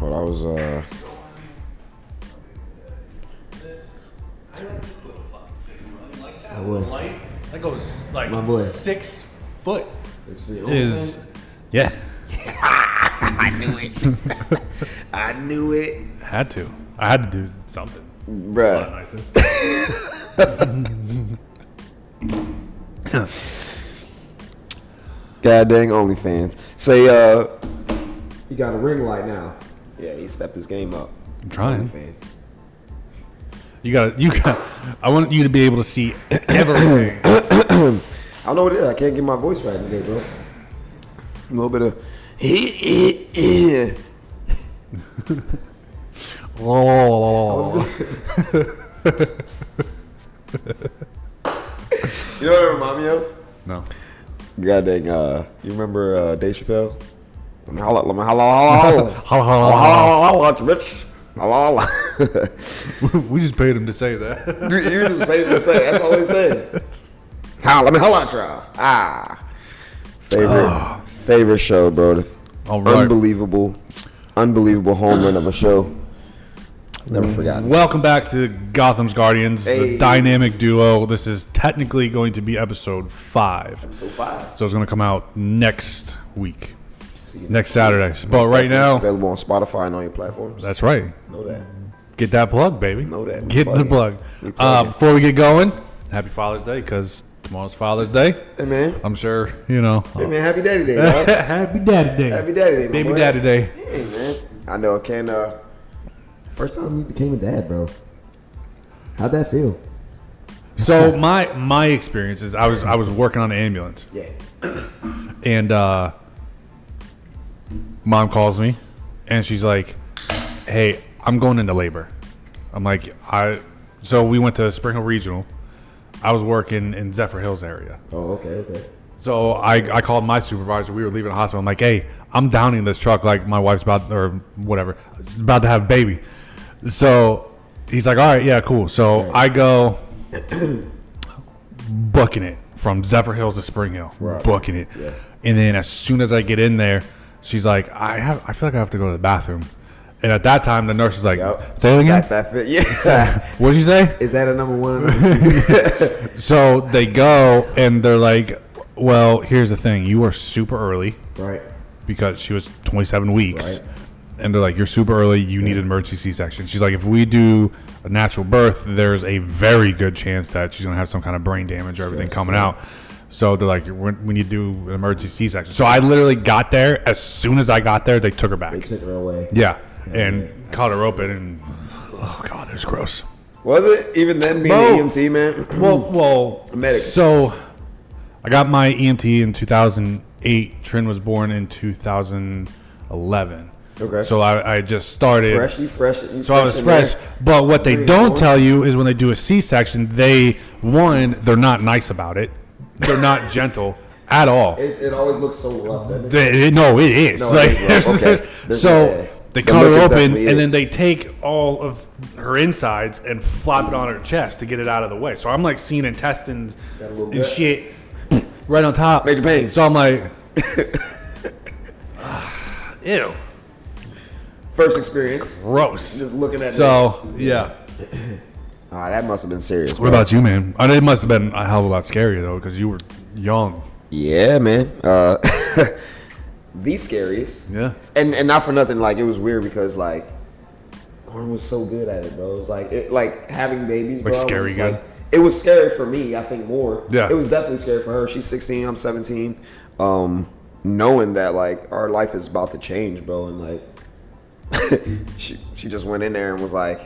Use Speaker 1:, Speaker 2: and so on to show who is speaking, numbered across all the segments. Speaker 1: But I was uh
Speaker 2: I would.
Speaker 3: Light that goes like
Speaker 2: My boy.
Speaker 3: six foot
Speaker 2: It's for your
Speaker 3: is yeah
Speaker 1: I knew it.
Speaker 3: had to. I had to do something.
Speaker 1: Bruh.
Speaker 3: nicer.
Speaker 1: God dang OnlyFans. Say uh
Speaker 2: He got a ring light now.
Speaker 1: Yeah, he stepped his game up.
Speaker 3: I'm trying.
Speaker 1: OnlyFans.
Speaker 3: You got you got. I want you to be able to see everything.
Speaker 1: I don't know what it is. I can't get my voice right today, bro. A little bit of
Speaker 3: oh,
Speaker 1: You know what it remind me of?
Speaker 3: no.
Speaker 1: God dang, uh, you remember uh, Dave Chappelle? Let me holla, let me holla, holla, holla.
Speaker 3: Holla, holla,
Speaker 1: Holla,
Speaker 3: holla.
Speaker 1: holla, holla, at you, bitch. Holla, holla.
Speaker 3: we just paid him to say that.
Speaker 1: Dude, you just made him say it. That's all he said. Holla, let me holla at you. Ah. Favorite, favorite show, bro.
Speaker 3: Ah. All right.
Speaker 1: Unbelievable, unbelievable home run of a show. Never
Speaker 3: Mm.
Speaker 1: forgotten.
Speaker 3: Welcome back to Gotham's Guardians,
Speaker 1: Hey.
Speaker 3: the dynamic duo. This is technically going to be episode five,
Speaker 1: So five.
Speaker 3: so it's going to come out next week,
Speaker 1: See you
Speaker 3: next Saturday. But right
Speaker 1: Definitely
Speaker 3: now,
Speaker 1: available on Spotify and all your platforms.
Speaker 3: that's right.
Speaker 1: know that.
Speaker 3: Get that plug, baby.
Speaker 1: Know that. We
Speaker 3: Get the
Speaker 1: plugging.
Speaker 3: plug.
Speaker 1: We plugging.
Speaker 3: Uh, before we get going, happy Father's Day because tomorrow's Father's Day.
Speaker 1: Hey man,
Speaker 3: I'm sure you know.
Speaker 1: hey man, happy daddy day, dog.
Speaker 3: happy Daddy Day.
Speaker 1: happy daddy day, my
Speaker 3: Baby
Speaker 1: boy.
Speaker 3: Daddy Day.
Speaker 1: Hey man, I know. Can uh, first time you
Speaker 2: Became a dad, bro. How'd that feel?
Speaker 3: So my my experience is I was I was working on an ambulance.
Speaker 1: Yeah.
Speaker 3: and uh, mom calls me and she's like hey i'm going into labor i'm like i so we went to spring hill regional i was working in zephyr hills area
Speaker 2: Oh, okay, okay.
Speaker 3: so I, I called my supervisor we were leaving the hospital i'm like hey i'm downing this truck like my wife's about or whatever about to have a baby so he's like all right yeah cool so i go booking it from Zephyr Hills to Spring Hill, booking it. And then as soon as I get in there, she's like, I have, I feel like I have to go to the bathroom. And at that time, the nurse is like,
Speaker 1: Yup.
Speaker 3: say it again.
Speaker 1: That's that fit. Yeah.
Speaker 3: what did you say?
Speaker 2: Is that a number one?
Speaker 3: So they go and they're like, well, here's the thing. You are super early
Speaker 2: right.
Speaker 3: because she was 27 weeks.
Speaker 2: Right.
Speaker 3: And they're like, you're super early. You need an emergency C-section. She's like, if we do a natural birth, there's a very good chance that she's gonna have some kind of brain damage or everything coming out. So they're like, "We're- we need to do an emergency C-section. So I literally got there. As soon as I got there, they took her back.
Speaker 2: They took her away.
Speaker 3: yeah, and caught her open. And oh god, it was gross.
Speaker 1: Was it even then being
Speaker 3: Bro.
Speaker 1: an EMT man?
Speaker 3: Well, well,
Speaker 1: medic.
Speaker 3: so I got my EMT in 2008. Trin was born in 2011.
Speaker 1: Okay.
Speaker 3: So I, I just started.
Speaker 1: fresh, you fresh. You
Speaker 3: So I was
Speaker 1: in there?
Speaker 3: fresh. But what they
Speaker 1: Three,
Speaker 3: don't
Speaker 1: four.
Speaker 3: tell you is when they do a C section, they, one, they're not nice about it, they're not gentle at all.
Speaker 2: It, it always looks so rough, doesn't it?
Speaker 3: They- it- no, it is.
Speaker 1: No, it
Speaker 3: like,
Speaker 1: is rough.
Speaker 3: there's-
Speaker 1: Okay.
Speaker 3: there's-
Speaker 1: There's-
Speaker 3: so
Speaker 1: yeah.
Speaker 3: they
Speaker 1: The
Speaker 3: cut
Speaker 1: look
Speaker 3: her
Speaker 1: is
Speaker 3: open,
Speaker 1: definitely it.
Speaker 3: and then they take all of her insides and flop it on her chest to get it out of the way. So I'm like seeing intestines
Speaker 2: a little
Speaker 3: and
Speaker 2: guts.
Speaker 3: shit right on top.
Speaker 1: Major pain.
Speaker 3: So I'm like, ew,
Speaker 1: First experience.
Speaker 3: gross.
Speaker 1: Just looking at
Speaker 3: So yeah.
Speaker 1: Ah, that must have been serious.
Speaker 3: What
Speaker 1: bro.
Speaker 3: about you, man? I know it must have been a hell of a lot scarier though, because you were young.
Speaker 1: Yeah, man. Uh, the scariest.
Speaker 3: Yeah.
Speaker 1: And and not for nothing, like it was weird because like Lauren was so good at it, bro. It was like it, like having babies, bro.
Speaker 3: Like
Speaker 1: I was
Speaker 3: scary
Speaker 1: just
Speaker 3: good?
Speaker 1: like- it was scary for me, I think more.
Speaker 3: Yeah.
Speaker 1: It was definitely scary for her. She's 16, I'm 17. Um, knowing that like our life is about to change, bro, and like she she just went in there and was like,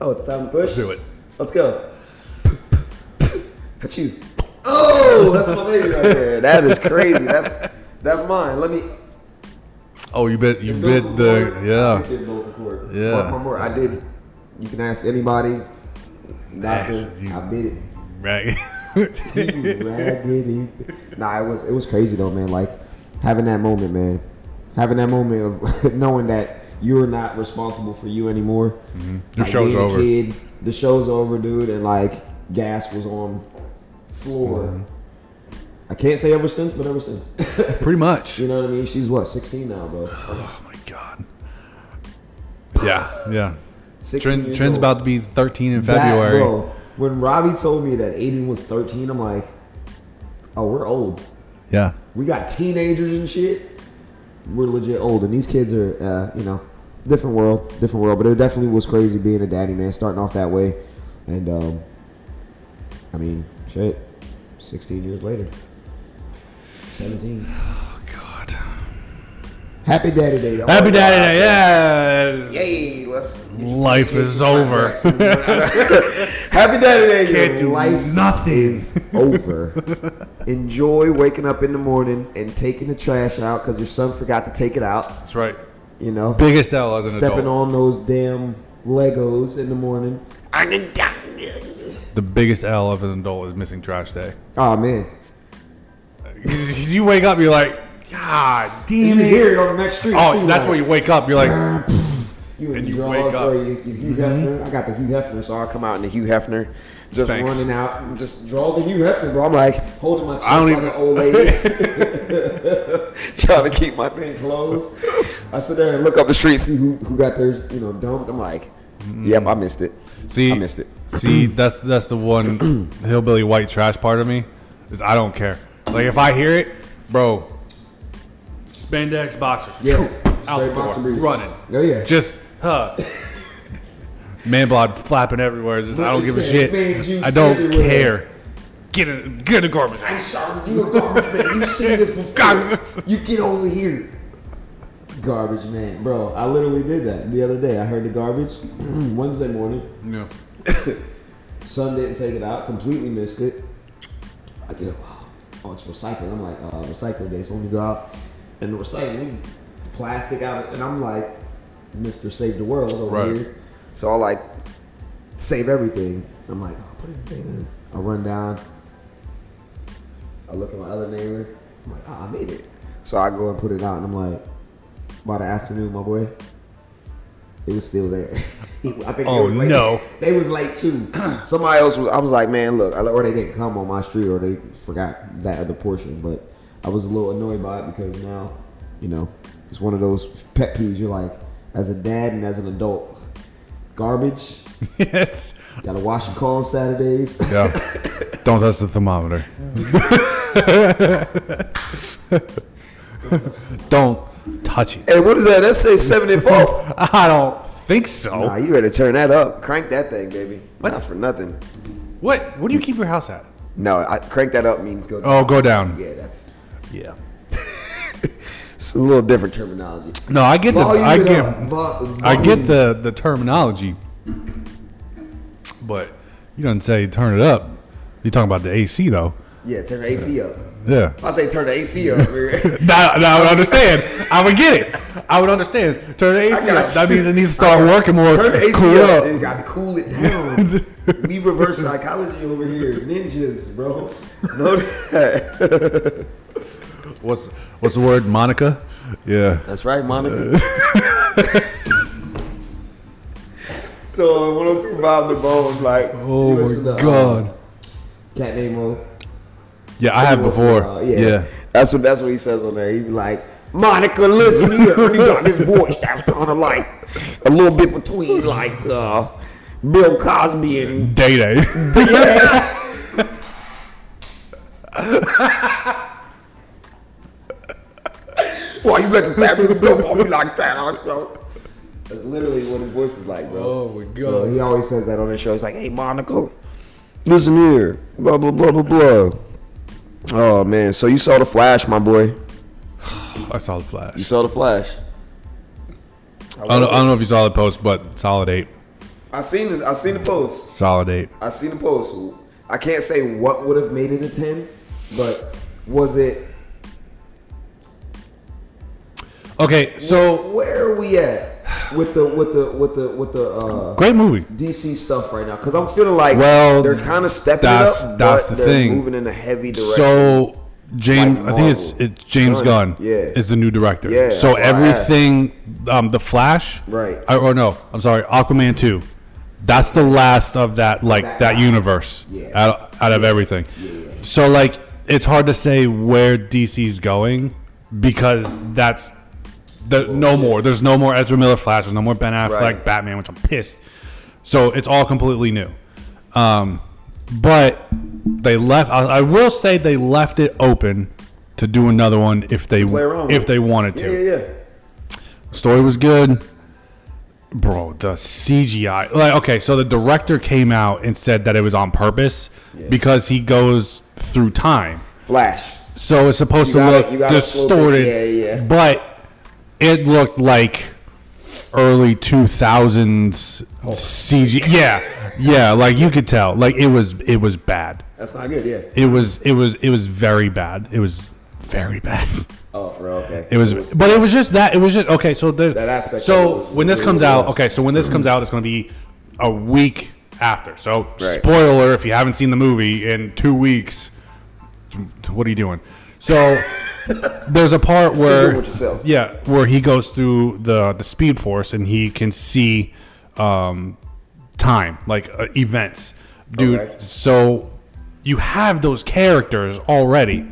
Speaker 1: "Oh, it's time to push.
Speaker 3: Do it.
Speaker 1: Let's go." Achoo. Oh, that's my baby right there. That is crazy. That's that's mine. Let me.
Speaker 3: Oh, you bit, you bit
Speaker 1: Umbilical
Speaker 3: the
Speaker 1: cord? I
Speaker 3: yeah.
Speaker 1: did umbilical cord.
Speaker 3: Yeah.
Speaker 1: Mark my word, I did.
Speaker 2: You can ask anybody. Doctor,
Speaker 3: Ask you.
Speaker 2: I bit it.
Speaker 3: Right.
Speaker 2: Raggedy. Nah, it was it was crazy though, man. Like having that moment, man. Having that moment of knowing that you're not responsible for you anymore.
Speaker 3: Your
Speaker 2: Like,
Speaker 3: Mm-hmm. show's
Speaker 2: being a
Speaker 3: over.
Speaker 2: Kid, the show's over, dude, and like gas was on floor.
Speaker 3: Mm-hmm.
Speaker 2: I can't say ever since, but ever since.
Speaker 3: Pretty much.
Speaker 2: you know what I mean? She's what, 16 now, bro.
Speaker 3: Oh my god. Yeah, yeah.
Speaker 1: 16
Speaker 3: Trent,
Speaker 1: years
Speaker 3: Trent's
Speaker 1: old.
Speaker 3: about to be 13 in
Speaker 2: That,
Speaker 3: February.
Speaker 2: bro, when Robbie told me that Aiden was 13, I'm like, oh, we're old.
Speaker 3: yeah,
Speaker 2: We got teenagers and shit. We're legit old, and these kids are, uh, you know, different world, different world. But it definitely was crazy being a daddy, man, starting off that way, and um, I mean, shit, 16 years later, 17.
Speaker 3: God.
Speaker 2: Happy Daddy Day, though.
Speaker 3: Happy Daddy Day. Yes.
Speaker 1: Yay, let's.
Speaker 3: Life is over.
Speaker 1: Happy Daddy Day.
Speaker 3: Can't
Speaker 1: yo.
Speaker 3: do
Speaker 1: Life
Speaker 3: nothing.
Speaker 1: is
Speaker 2: over.
Speaker 1: enjoy waking up in the morning and taking the trash out because your son forgot to take it out.
Speaker 3: That's right.
Speaker 1: You know,
Speaker 3: Biggest L as an
Speaker 2: Stepping
Speaker 3: adult.
Speaker 2: on those damn Legos in the morning.
Speaker 3: The biggest L of an adult is missing trash day.
Speaker 2: Oh man,
Speaker 3: Because you wake up, you're like, God damn
Speaker 2: you
Speaker 3: it.
Speaker 2: hear it on the next street.
Speaker 3: oh,
Speaker 2: too,
Speaker 3: that's
Speaker 2: like,
Speaker 3: where you wake up. You're like,
Speaker 2: You
Speaker 3: And
Speaker 2: and
Speaker 3: you
Speaker 2: you
Speaker 3: wake up.
Speaker 2: You, you Hugh Hefner. I got the Hugh Hefner, so I
Speaker 1: come out in the Hugh Hefner, just
Speaker 3: Spanx.
Speaker 1: running out, and just draws a Hugh Hefner, bro. I'm like
Speaker 2: holding my chest
Speaker 3: I don't
Speaker 2: like
Speaker 3: even-
Speaker 2: an old lady
Speaker 1: trying to keep my thing
Speaker 2: clothes. I sit there and look
Speaker 1: look up the street, see who.
Speaker 2: who, who got theirs, you know, dumped.
Speaker 1: I'm like, yep, I missed it.
Speaker 3: see,
Speaker 1: I missed it.
Speaker 3: See, that's that's the one hillbilly white trash part of me is I don't care. Like if I hear it, bro, spandex boxers,
Speaker 2: Yeah,
Speaker 3: out the
Speaker 2: straight box
Speaker 3: door,
Speaker 2: and breeze.
Speaker 3: running,
Speaker 2: Oh yeah,
Speaker 3: just huh. Man blood flapping everywhere. Just I don't give a
Speaker 2: Listen, man
Speaker 3: shit.
Speaker 2: juice
Speaker 3: I don't
Speaker 2: everywhere.
Speaker 3: care. Get it, get in the garbage.
Speaker 2: I'm sorry, you a garbage man. You've seen this before.
Speaker 3: Garbage.
Speaker 2: You get over here. Garbage man, bro. I literally did that the other day. I heard the garbage Wednesday morning.
Speaker 3: No.
Speaker 2: Son didn't take it out, completely missed it. I get up, oh, oh, it's recycling. I'm like, uh, recycling day. So when you go out and the recycling, plastic out, and I'm like, Mr. Save the World over
Speaker 3: Right.
Speaker 2: here,
Speaker 1: So I like,
Speaker 2: save everything. I'm like, oh, put everything in. I run down. I look at my other neighbor. I'm like, oh, I made it.
Speaker 1: so I
Speaker 2: Go
Speaker 1: go
Speaker 2: and put it out, and I'm like, by the afternoon, my boy, it was still there. I think
Speaker 3: Oh,
Speaker 2: they was late.
Speaker 3: no.
Speaker 2: they was late too.
Speaker 1: Somebody else was. I was like, man, look, I
Speaker 2: or
Speaker 1: look,
Speaker 2: they didn't come on my street or they forgot that other portion but i was a little annoyed by it because now you know it's one of those pet peeves you're like as a dad and as an adult garbage
Speaker 3: it's
Speaker 2: gotta wash your car on saturdays
Speaker 3: yeah. Don't touch the thermometer. don't touch it.
Speaker 1: hey, what is that? That says 74.
Speaker 3: I don't think so.
Speaker 1: nah, you better turn that up. Crank that thing, baby. Not for nothing.
Speaker 3: What? What do you keep your house at?
Speaker 1: No, I, crank that up means go.
Speaker 3: Oh, go down.
Speaker 1: Yeah, that's
Speaker 3: Yeah.
Speaker 1: it's a little different terminology.
Speaker 3: No, I get the
Speaker 2: Volume
Speaker 3: I
Speaker 2: it
Speaker 3: get
Speaker 2: up. Vol-
Speaker 3: I get
Speaker 2: volume.
Speaker 3: the the terminology, but you don't say turn it up. You're talking about the AC though.
Speaker 1: Yeah, turn the AC up.
Speaker 3: Yeah.
Speaker 1: If I say turn the AC up, we're-
Speaker 3: Now, now I would understand. I would get it. I would understand. Turn the AC
Speaker 1: I got
Speaker 3: up. That
Speaker 1: you.
Speaker 3: means it needs to start working more.
Speaker 1: turn the AC
Speaker 3: Cool
Speaker 1: up.
Speaker 3: up.
Speaker 1: You got to cool it down. we reverse psychology over here, ninjas, bro. No,
Speaker 3: What's what's the word? Monica. Yeah.
Speaker 1: that's right, Monica. so 102 Bob the Bones, like
Speaker 3: Oh
Speaker 2: listen to,
Speaker 3: my
Speaker 2: um,
Speaker 3: god.
Speaker 2: cat name Mo.
Speaker 3: Yeah, I have
Speaker 2: once in a
Speaker 3: before.
Speaker 2: while,
Speaker 3: Yeah.
Speaker 2: yeah.
Speaker 1: Uh, that's what that's what he says on there. He be like, Monica, listen here, we got this voice that's kind of like a little bit between like uh, Bill Cosby and
Speaker 3: Day day.
Speaker 1: Why you let the family blow on me like that? I don't- That's literally what his voice is like, bro.
Speaker 3: my
Speaker 2: so he always says that on
Speaker 1: The
Speaker 2: his
Speaker 1: show is like, hey, Monica, listen here, blah blah blah blah blah. Oh man, so you saw the Flash, my boy.
Speaker 3: I saw the
Speaker 1: You
Speaker 3: flash.
Speaker 1: saw the Flash. I,
Speaker 3: I don't, know,
Speaker 1: was-
Speaker 3: I don't know if you saw the post, but solid eight.
Speaker 1: I seen it. I seen the post.
Speaker 3: Solid eight.
Speaker 1: I seen the post. I can't say what would have made it a ten, but was it?
Speaker 3: Okay, so
Speaker 1: Where are we at with the with the with the with the uh,
Speaker 3: great movie.
Speaker 1: DC stuff right now? Because I'm feeling like
Speaker 3: Well,
Speaker 1: they're kind of stepping
Speaker 3: that's-
Speaker 1: it up,
Speaker 3: that's
Speaker 1: but
Speaker 3: the
Speaker 1: they're
Speaker 3: thing.
Speaker 1: moving in a heavy direction.
Speaker 3: So James,
Speaker 1: Like
Speaker 3: I think it's
Speaker 1: Marvel.
Speaker 3: it's James
Speaker 1: Gunn,
Speaker 3: Gunn.
Speaker 1: yeah.
Speaker 3: is the new director.
Speaker 1: Yeah,
Speaker 3: So
Speaker 1: that's why I asked.
Speaker 3: everything, um, the Flash,
Speaker 1: Right.
Speaker 3: I, or no, I'm sorry, Aquaman two. That's the last of that like that,
Speaker 1: That-
Speaker 3: universe.
Speaker 1: Yeah.
Speaker 3: Out, out of everything. So like, it's hard to say where DC's going because that's the, no more. There's no more Ezra Miller Flash. There's no more Ben Affleck
Speaker 1: Right.
Speaker 3: Batman, which I'm pissed. So it's all completely new. Um, but they left. I, I will say they left it open to do another one if they
Speaker 1: play around with
Speaker 3: if they wanted
Speaker 1: Yeah,
Speaker 3: to.
Speaker 1: yeah, yeah.
Speaker 3: Story was good. Bro, the CGI. Like, okay, so the director came out and said that it was on purpose because he goes through time.
Speaker 1: Flash.
Speaker 3: So it's
Speaker 1: You
Speaker 3: supposed to
Speaker 1: gotta-
Speaker 3: look
Speaker 1: you gotta slow
Speaker 3: distorted.
Speaker 1: it- yeah, yeah.
Speaker 3: But it looked like early 2000s
Speaker 1: Oh,
Speaker 3: CG. Yeah. Yeah, like you could tell. Like it was it was bad.
Speaker 1: That's not good. Yeah.
Speaker 3: It was it was it was very bad. It was very bad.
Speaker 1: Oh, for real. Okay.
Speaker 3: It was, but it was just that. It was just okay. So there,
Speaker 1: That aspect
Speaker 3: So
Speaker 1: of it was
Speaker 3: when this
Speaker 1: really
Speaker 3: comes out,
Speaker 1: lost.
Speaker 3: okay. So when this comes out, it's going to be a week after. So
Speaker 1: Right.
Speaker 3: spoiler: if you haven't seen the movie in two weeks, what are you doing? So there's a part where
Speaker 1: with yourself.
Speaker 3: yeah, where he goes through the the Speed Force and he can see um, time like uh, events, dude.
Speaker 1: Okay.
Speaker 3: So you have those characters already.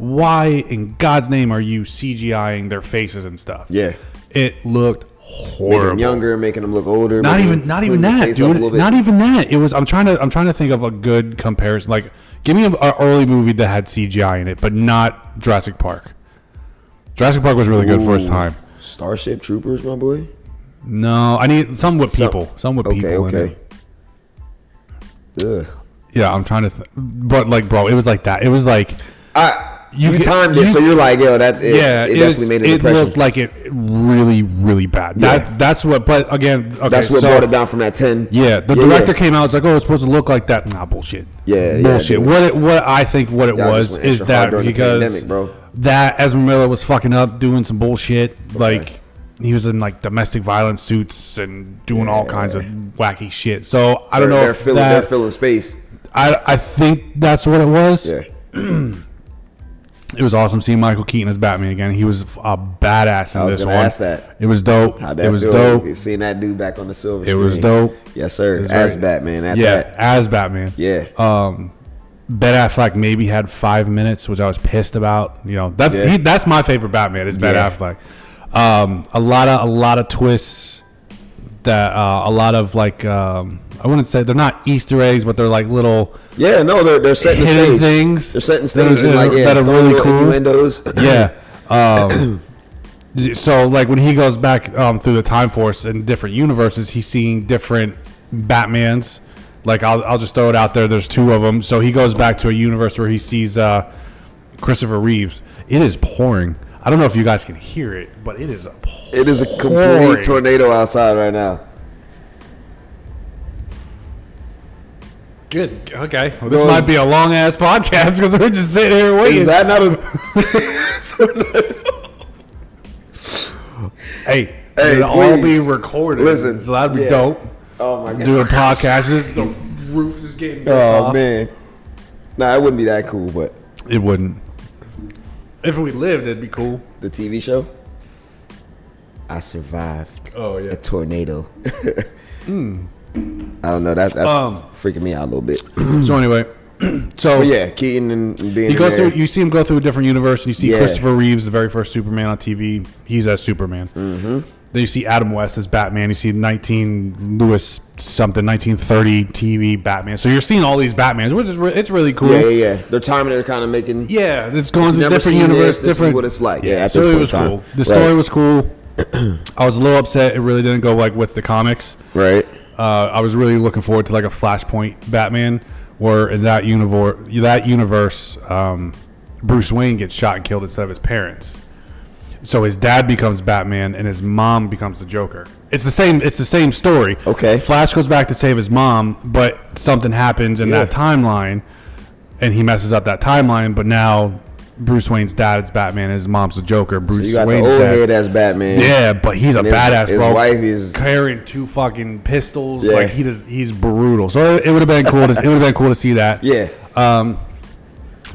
Speaker 3: Why in God's name are you CGIing their faces and stuff?
Speaker 1: Yeah.
Speaker 3: it looked
Speaker 1: Making
Speaker 3: horrible.
Speaker 1: them younger, making them look older.
Speaker 3: not
Speaker 1: making
Speaker 3: even
Speaker 1: them-
Speaker 3: not
Speaker 1: putting
Speaker 3: even
Speaker 1: their
Speaker 3: that,
Speaker 1: face up a little
Speaker 3: dude.
Speaker 1: bit.
Speaker 3: Not e- even that. It was. I'm trying to I'm trying to think of a good comparison. Like, give me an early movie that had CGI in it, but not Jurassic Park. Jurassic Park was really good for its
Speaker 1: Ooh.
Speaker 3: time.
Speaker 1: Starship Troopers, my boy.
Speaker 3: No, I need some with people. some with
Speaker 1: Okay,
Speaker 3: people. in
Speaker 1: okay.
Speaker 3: it.
Speaker 1: Ugh.
Speaker 3: Yeah, I'm trying to. Th- but like, bro, it was like that. It was like,
Speaker 1: I,
Speaker 3: You
Speaker 1: you,
Speaker 3: get-
Speaker 1: timed
Speaker 3: you-
Speaker 1: it, so you're like, yo, that it,
Speaker 3: yeah,
Speaker 1: it
Speaker 3: it, was-
Speaker 1: definitely made an
Speaker 3: it
Speaker 1: impression.
Speaker 3: looked like it really, really bad.
Speaker 1: Yeah.
Speaker 3: That that's what. But again, okay,
Speaker 1: That's what
Speaker 3: so-
Speaker 1: brought it down from that ten.
Speaker 3: Yeah, the director came out. It's like, oh, it's supposed to look like that. Nah, bullshit.
Speaker 1: Yeah, yeah,
Speaker 3: bullshit.
Speaker 1: dude.
Speaker 3: what it, what I think what it
Speaker 1: Y'all just
Speaker 3: was
Speaker 1: went
Speaker 3: is
Speaker 1: extra hard
Speaker 3: that
Speaker 1: during the
Speaker 3: because
Speaker 1: pandemic, bro.
Speaker 3: that Ezra Miller was fucking up doing some bullshit. Like he was in like domestic violence suits and doing all kinds of wacky shit. So I
Speaker 1: They're,
Speaker 3: don't know
Speaker 1: they're
Speaker 3: if
Speaker 1: filling,
Speaker 3: that,
Speaker 1: they're filling space.
Speaker 3: I I think that's what it was.
Speaker 1: Yeah,
Speaker 3: It was awesome seeing Michael Keaton as Batman again. He was a badass in
Speaker 1: I was
Speaker 3: this
Speaker 1: gonna
Speaker 3: one.
Speaker 1: ask that.
Speaker 3: It was dope.
Speaker 1: How'd
Speaker 3: it was
Speaker 1: feel?
Speaker 3: dope.
Speaker 1: Seeing that dude back on the silver.
Speaker 3: It was
Speaker 1: screen.
Speaker 3: dope.
Speaker 1: Yes, sir.
Speaker 3: was
Speaker 1: As
Speaker 3: very-
Speaker 1: Batman. At
Speaker 3: yeah,
Speaker 1: that.
Speaker 3: as Batman.
Speaker 1: Yeah.
Speaker 3: Um, Ben Affleck maybe had five minutes, which I was pissed about. You know, that's
Speaker 1: Yeah.
Speaker 3: he, that's my favorite Batman is Ben
Speaker 1: Yeah.
Speaker 3: Affleck. Um, a lot of a lot of twists that uh, a lot of like um, I wouldn't say they're not Easter eggs, but they're like little
Speaker 1: yeah. No, they're they're setting the
Speaker 3: hidden
Speaker 1: stage.
Speaker 3: things.
Speaker 1: They're setting
Speaker 3: that are-
Speaker 1: stage and like yeah,
Speaker 3: that are really
Speaker 1: throwing
Speaker 3: cool.
Speaker 1: Innuendos.
Speaker 3: Yeah. Um, so like when he goes back um, through the time force in different universes, he's seeing different Batmans. Like I'll, I'll just throw it out there. There's two of them. So he goes back to a universe where he sees uh, Christopher Reeves. It is pouring. I don't know if you guys can hear it, but it is pouring.
Speaker 1: it is a complete
Speaker 3: Pouring.
Speaker 1: tornado outside right now.
Speaker 3: good. Okay, well, this might be a long ass podcast because we're just sitting here waiting.
Speaker 1: Is that not a?
Speaker 3: hey,
Speaker 1: Hey,
Speaker 3: it'll all be
Speaker 1: please.
Speaker 3: recorded.
Speaker 1: Listen,
Speaker 3: so that'd be
Speaker 1: yeah.
Speaker 3: dope.
Speaker 1: Oh my god.
Speaker 3: Do a podcast. Just the roof is getting. ripped
Speaker 1: Oh
Speaker 3: off.
Speaker 1: man. Nah, it wouldn't be that cool, but
Speaker 3: It wouldn't. If we lived, it'd be cool.
Speaker 1: the TV show. I survived
Speaker 3: Oh yeah.
Speaker 1: a tornado. I don't know. That's, that's
Speaker 3: Hmm. Um,
Speaker 1: freaking me out a little bit.
Speaker 3: so anyway, so
Speaker 1: But yeah, Keaton and and being
Speaker 3: he goes
Speaker 1: in there.
Speaker 3: through. You see him go through a different universe, and you see
Speaker 1: Yeah.
Speaker 3: Christopher Reeves, the very first Superman on TV. He's as Superman. Mm-hmm. Then you see Adam West as Batman. You see 19 Lewis something 1930 TV Batman. So you're seeing all these Batmans, which is re- it's really cool.
Speaker 1: yeah, yeah, yeah. They're timing. They're kind of making.
Speaker 3: Yeah, it's going to
Speaker 1: never
Speaker 3: different
Speaker 1: seen this,
Speaker 3: universe,
Speaker 1: this is
Speaker 3: different.
Speaker 1: what it's like. Yeah, at
Speaker 3: so
Speaker 1: this
Speaker 3: it
Speaker 1: point
Speaker 3: was
Speaker 1: in time.
Speaker 3: cool. The
Speaker 1: Right.
Speaker 3: story was cool. I was a little upset. It really didn't go like with the comics.
Speaker 1: Right.
Speaker 3: Uh, I was really looking forward to like a Flashpoint Batman, where in that universe, that universe, um, Bruce Wayne gets shot and killed instead of his parents. So his dad becomes Batman and his mom becomes the Joker. It's the same. It's the same story.
Speaker 1: Okay.
Speaker 3: Flash goes back to save his mom, but something happens in that
Speaker 1: Yeah.
Speaker 3: timeline, and he messes up that timeline. But now Bruce Wayne's dad is Batman, and his mom's the Joker. Bruce
Speaker 1: You got
Speaker 3: Wayne's
Speaker 1: the old
Speaker 3: dad.
Speaker 1: head as Batman.
Speaker 3: Yeah, but he's a
Speaker 1: And his-
Speaker 3: badass,
Speaker 1: his
Speaker 3: bro.
Speaker 1: wife is-
Speaker 3: carrying two fucking pistols.
Speaker 1: Yeah.
Speaker 3: Like he does, he's brutal. So it, would have been cool. To, it would have been cool to see that.
Speaker 1: Yeah.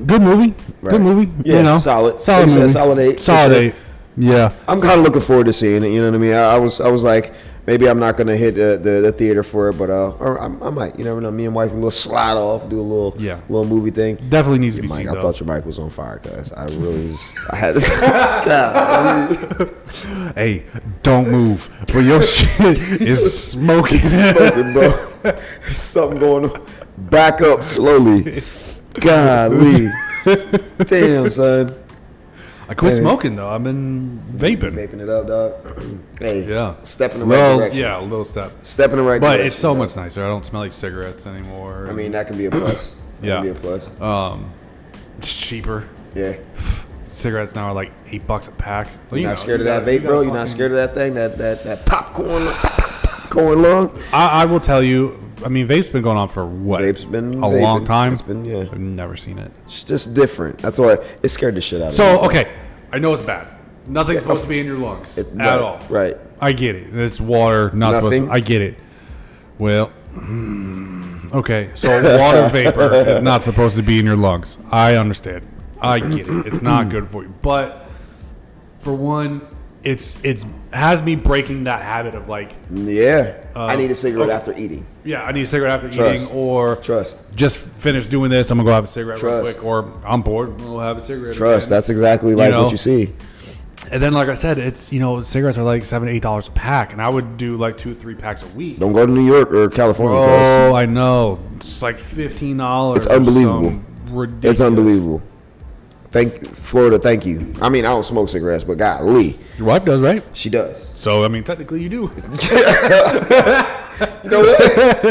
Speaker 3: Good movie. Good
Speaker 1: Right.
Speaker 3: movie.
Speaker 1: Yeah,
Speaker 3: you know,
Speaker 1: solid.
Speaker 3: Solid
Speaker 1: Like you said,
Speaker 3: movie.
Speaker 1: solid eight, for
Speaker 3: Solid
Speaker 1: sure.
Speaker 3: eight. Yeah.
Speaker 1: I'm kind of looking forward to seeing it. You know what I mean? I, I was, I was like, maybe I'm not gonna hit the, the, the theater for it, but uh, or I, I might. You never know. Me and wife, we will slide off, do a little
Speaker 3: Yeah.
Speaker 1: little movie thing.
Speaker 3: Definitely needs to be
Speaker 1: Mike,
Speaker 3: seen
Speaker 1: I
Speaker 3: though.
Speaker 1: thought your mic was on fire, cuz I really just I had God,
Speaker 3: Hey, don't move. But your shit is smoking.
Speaker 1: it's smoking, bro. There's something going on. Back up slowly. Golly, damn son,
Speaker 3: I quit smoking though. I've been vaping.
Speaker 1: vaping it up, dog. hey,
Speaker 3: Yeah.
Speaker 1: step in the right
Speaker 3: Well,
Speaker 1: direction.
Speaker 3: yeah, a little step.
Speaker 1: Step in the right
Speaker 3: But
Speaker 1: direction.
Speaker 3: it's so
Speaker 1: dog.
Speaker 3: much nicer. I don't smell like cigarettes anymore.
Speaker 1: I mean, that can be a plus. That
Speaker 3: Yeah.
Speaker 1: can be a plus.
Speaker 3: um, it's cheaper.
Speaker 1: Yeah.
Speaker 3: Cigarettes now are like eight bucks a pack. Well,
Speaker 1: You,
Speaker 3: you
Speaker 1: not
Speaker 3: know,
Speaker 1: scared
Speaker 3: you
Speaker 1: of that
Speaker 3: gotta- you
Speaker 1: vape, bro?
Speaker 3: gotta
Speaker 1: You not
Speaker 3: fucking-
Speaker 1: scared of that thing? That that that popcorn popcorn lung?
Speaker 3: I, I will tell you. I mean, vape's been going on for what?
Speaker 1: Vape's been
Speaker 3: a
Speaker 1: vaping.
Speaker 3: long time.
Speaker 1: It's been yeah.
Speaker 3: I've never seen it.
Speaker 1: It's just different. That's why it scared the shit out of me.
Speaker 3: So okay, I know it's bad. Nothing's supposed to be in your lungs
Speaker 1: It-
Speaker 3: at
Speaker 1: right,
Speaker 3: all.
Speaker 1: Right.
Speaker 3: I get it. It's water. Not supposed.
Speaker 1: Nothing.
Speaker 3: To, I get it. Well, hmm, okay. So water vapor is not supposed to be in your lungs. I understand. I get it. It's not good for you. But for one, it's it's has me breaking that habit of like,
Speaker 1: Yeah. I need a cigarette
Speaker 3: Uh, okay.
Speaker 1: after eating.
Speaker 3: yeah, I need a cigarette after
Speaker 1: Trust.
Speaker 3: eating, or
Speaker 1: Trust.
Speaker 3: just finish doing this. I'm gonna go have a cigarette real
Speaker 1: Trust.
Speaker 3: quick, or I'm bored. We'll have a cigarette.
Speaker 1: Trust.
Speaker 3: again.
Speaker 1: That's exactly like
Speaker 3: know.
Speaker 1: what you see.
Speaker 3: And then, like I said, it's you know cigarettes are like seven, eight dollars a pack, and I would do like two, three packs a week.
Speaker 1: Don't go to New York or California. cuz
Speaker 3: Oh, I know. It's like fifteen dollars.
Speaker 1: It's unbelievable.
Speaker 3: Ridiculous.
Speaker 1: It's unbelievable. Thank Florida, thank you. I mean, I don't smoke cigarettes, but golly,
Speaker 3: Your wife does, right?
Speaker 1: she does.
Speaker 3: So I mean, technically, you do.
Speaker 1: You know what?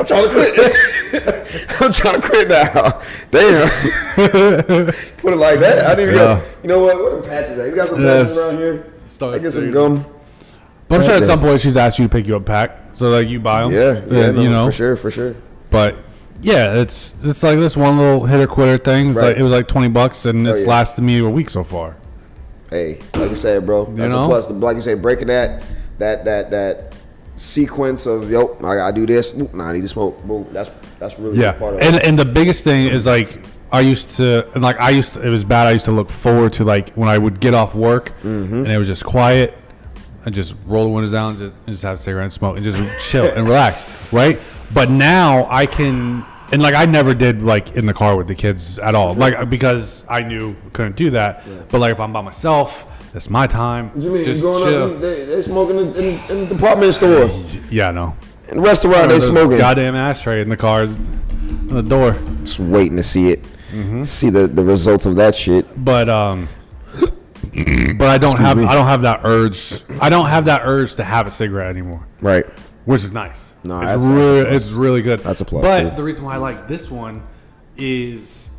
Speaker 1: I'm trying to quit. I'm trying to quit now. Damn. Put it like that. I didn't
Speaker 3: Yeah.
Speaker 1: go. You know what? What are patches at? You got some patches
Speaker 3: Yes.
Speaker 1: around here?
Speaker 3: Start
Speaker 1: I get some
Speaker 3: saying-
Speaker 1: gum.
Speaker 3: But I'm sure at some point she's asked you to pick you up a pack, so like you buy them.
Speaker 1: Yeah, yeah, no,
Speaker 3: you know.
Speaker 1: for sure, for sure.
Speaker 3: But yeah, it's it's like this one little hit or quitter thing. It's
Speaker 1: Right. Oh,
Speaker 3: like it was like twenty bucks, and it's
Speaker 1: yeah.
Speaker 3: lasted me a week so far.
Speaker 1: Hey, like you said, bro. That's
Speaker 3: know?
Speaker 1: a plus. The- Like you said, breaking that, that, that, that sequence of yo, I gotta do this. Oop, nah, I need to smoke. Boom. That's that's really a
Speaker 3: Yeah,
Speaker 1: part of
Speaker 3: and
Speaker 1: it.
Speaker 3: and the biggest thing is like I used to and like I used to, it was bad. I used to look forward to like when I would get off work
Speaker 1: Mm-hmm.
Speaker 3: and it was just quiet and just roll the windows down and just, and just have a cigarette and smoke and just chill and relax, right? But now I can and like I never did like in the car with the kids at all, like because I knew I couldn't do that. But like if I'm by myself, that's my time. just chill.
Speaker 1: they, they smoking in, in, in the department store,
Speaker 3: yeah, no.
Speaker 1: in the restaurant. They
Speaker 3: Those
Speaker 1: smoking.
Speaker 3: Goddamn ashtray in the car, on the door.
Speaker 1: Just waiting to see it.
Speaker 3: Mm-hmm.
Speaker 1: See the, the results of that shit.
Speaker 3: but um but I don't have
Speaker 1: me.
Speaker 3: I don't have that urge I don't have that urge to have a cigarette anymore
Speaker 1: Right.
Speaker 3: which is nice
Speaker 1: No,
Speaker 3: it's
Speaker 1: that's- that's a
Speaker 3: really it's really good
Speaker 1: That's a plus,
Speaker 3: but
Speaker 1: dude.
Speaker 3: the reason why I like this one is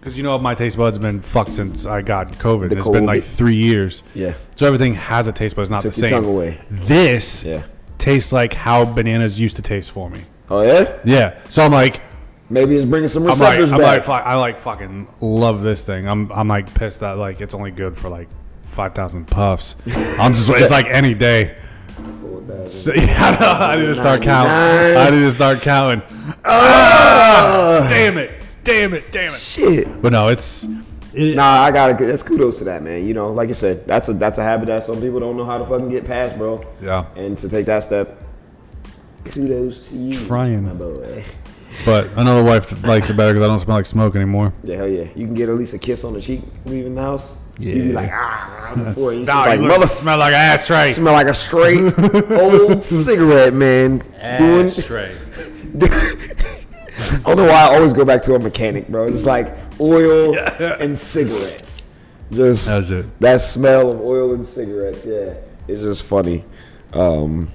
Speaker 3: because you know my taste buds been fucked since I got COVID It's been
Speaker 1: COVID.
Speaker 3: like three years
Speaker 1: Yeah.
Speaker 3: so everything has a taste but it's not
Speaker 1: Took
Speaker 3: the
Speaker 1: your
Speaker 3: same
Speaker 1: tongue away.
Speaker 3: this
Speaker 1: Yeah.
Speaker 3: tastes like how bananas used to taste for me
Speaker 1: Oh yeah.
Speaker 3: yeah so I'm like
Speaker 1: Maybe it's bringing some
Speaker 3: I'm like,
Speaker 1: receptors
Speaker 3: I'm like,
Speaker 1: back.
Speaker 3: fuck, I like fucking love this thing. I'm, I'm like pissed that like it's only good for like five thousand puffs. I'm just, it's like any day. So, yeah, I know, I need to start counting. I need to start counting. Ah, damn it! Damn it! Damn it!
Speaker 1: Shit.
Speaker 3: But no, it's it,
Speaker 1: Nah, I gotta. That's kudos to that man. You know, like I said, that's a that's a habit that some people don't know how to fucking get past, bro.
Speaker 3: Yeah.
Speaker 1: And to take that step, kudos to you,
Speaker 3: Trying.
Speaker 1: my boy.
Speaker 3: But another wife that likes it better because I don't smell like smoke anymore.
Speaker 1: Yeah, hell yeah. You can get at least a kiss on the cheek leaving the house. Yeah. You be
Speaker 3: Yeah.
Speaker 1: like ah, before you
Speaker 3: Nah,
Speaker 1: like
Speaker 3: you look-
Speaker 1: mother.
Speaker 3: smell like ashtray.
Speaker 1: Smell like a straight old cigarette, man. Doing
Speaker 3: Ashtray.
Speaker 1: I don't know why I always go back to a mechanic, bro. It's like oil and cigarettes. Just
Speaker 3: That's it.
Speaker 1: that smell of oil and cigarettes. Yeah, it's just funny. Um,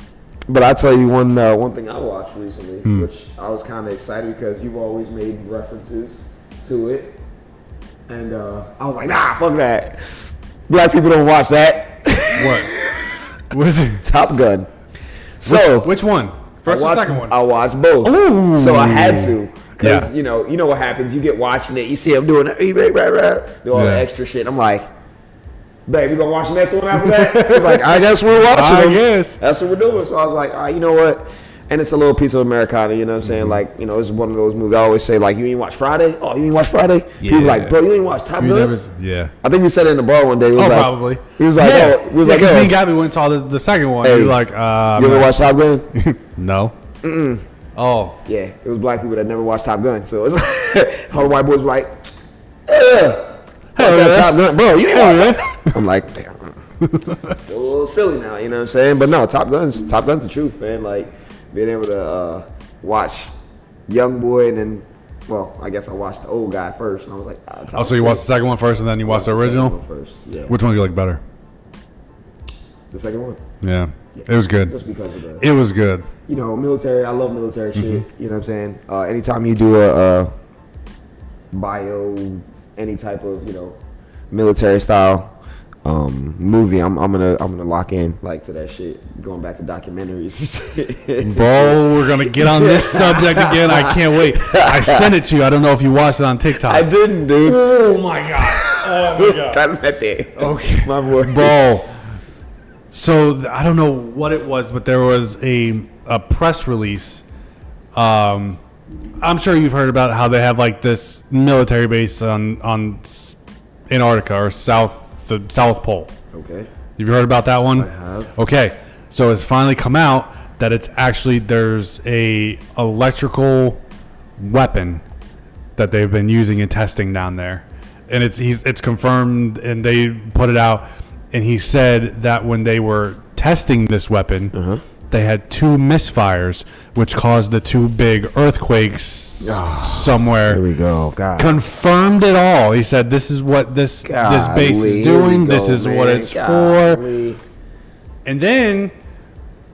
Speaker 1: but I tell you one uh, one thing I watched recently, which I was kind of excited because you've always made references to it, and uh, I was like, nah, fuck that. Black people don't watch that.
Speaker 3: What? What is it?
Speaker 1: Top Gun. So
Speaker 3: Which one?
Speaker 1: I
Speaker 3: First or
Speaker 1: watched,
Speaker 3: second one?
Speaker 1: I watched both.
Speaker 3: Ooh.
Speaker 1: So I had to. Because,
Speaker 3: Yeah.
Speaker 1: you know, you know what happens. You get watching it, you see him doing that, eh, rah, rah, rah, do all
Speaker 3: Yeah.
Speaker 1: the extra shit. I'm like, babe, we gonna watch the next one after that? She's like, I guess we're watching
Speaker 3: I
Speaker 1: them.
Speaker 3: guess.
Speaker 1: That's what we're doing. So I was like, all right, you know what? And it's a little piece of Americana, you know what I'm saying? Like, you know, it's one of those movies I always say, like, you ain't watch Friday? Oh, you ain't watch Friday? People
Speaker 3: Yeah.
Speaker 1: like, bro, you ain't watch Top
Speaker 3: You
Speaker 1: Gun?
Speaker 3: never s- yeah.
Speaker 1: I think we said it in the bar one day. We was
Speaker 3: Oh,
Speaker 1: like,
Speaker 3: probably.
Speaker 1: He was like,
Speaker 3: yeah.
Speaker 1: oh, we was
Speaker 3: Yeah,
Speaker 1: like,
Speaker 3: 'cause
Speaker 1: yo,
Speaker 3: me and Gabby went and saw the, the second one.
Speaker 1: Hey,
Speaker 3: we were like, uh,
Speaker 1: you ever
Speaker 3: man,
Speaker 1: watch Top Gun?
Speaker 3: no. Oh,
Speaker 1: yeah, it was black people that never watched Top Gun. So it's like, all the white boys were like, yeah,
Speaker 3: Hey, man.
Speaker 1: Top Gun, bro, you ain't watch
Speaker 3: Hey,
Speaker 1: Top Gun. I'm like, damn. a little silly now, you know what I'm saying? But no, Top Gun's Top Gun's the truth, man. Like being able to uh, watch Young Boy and then, well, I guess I watched the old guy first, and I was like, ah, Top
Speaker 3: oh, so you
Speaker 1: Gun.
Speaker 3: watched the second one first, and then you watched the
Speaker 1: second
Speaker 3: original.
Speaker 1: one first? Yeah,
Speaker 3: Which one do you like better?
Speaker 1: the second one.
Speaker 3: Yeah, it was good.
Speaker 1: Just because of the
Speaker 3: It was good.
Speaker 1: you know, military. I love military shit.
Speaker 3: Mm-hmm.
Speaker 1: You know what I'm saying? Uh, anytime you do a, uh bio, any type of you know, military style um, movie, I'm, I'm gonna I'm gonna lock in like to that shit. Going back to documentaries.
Speaker 3: Bro, we're gonna get on this subject again. I can't wait. I sent it to you. I don't know if you watched it on TikTok.
Speaker 1: I didn't, dude.
Speaker 3: oh my god. Oh my god.
Speaker 1: Got met there.
Speaker 3: Okay.
Speaker 1: my boy.
Speaker 3: bro. So th- I don't know what it was, but there was a a press release. Um, I'm sure you've heard about how they have like this military base on on S- Antarctica or South the South Pole.
Speaker 1: Okay.
Speaker 3: Have you heard about that one? I
Speaker 1: have.
Speaker 3: Okay, so it's finally come out that it's actually there's a electrical weapon that they've been using and testing down there, and it's he's it's confirmed and they put it out, and he said that when they were testing this weapon.
Speaker 1: Uh-huh.
Speaker 3: They had two misfires, which caused the two big earthquakes somewhere
Speaker 1: Ah. Here we go. God.
Speaker 3: confirmed it all. He said, "This is what this this base
Speaker 1: Golly,
Speaker 3: is
Speaker 1: here
Speaker 3: doing.
Speaker 1: we
Speaker 3: This
Speaker 1: go,
Speaker 3: is what
Speaker 1: man.
Speaker 3: it's for."
Speaker 1: Golly.
Speaker 3: And then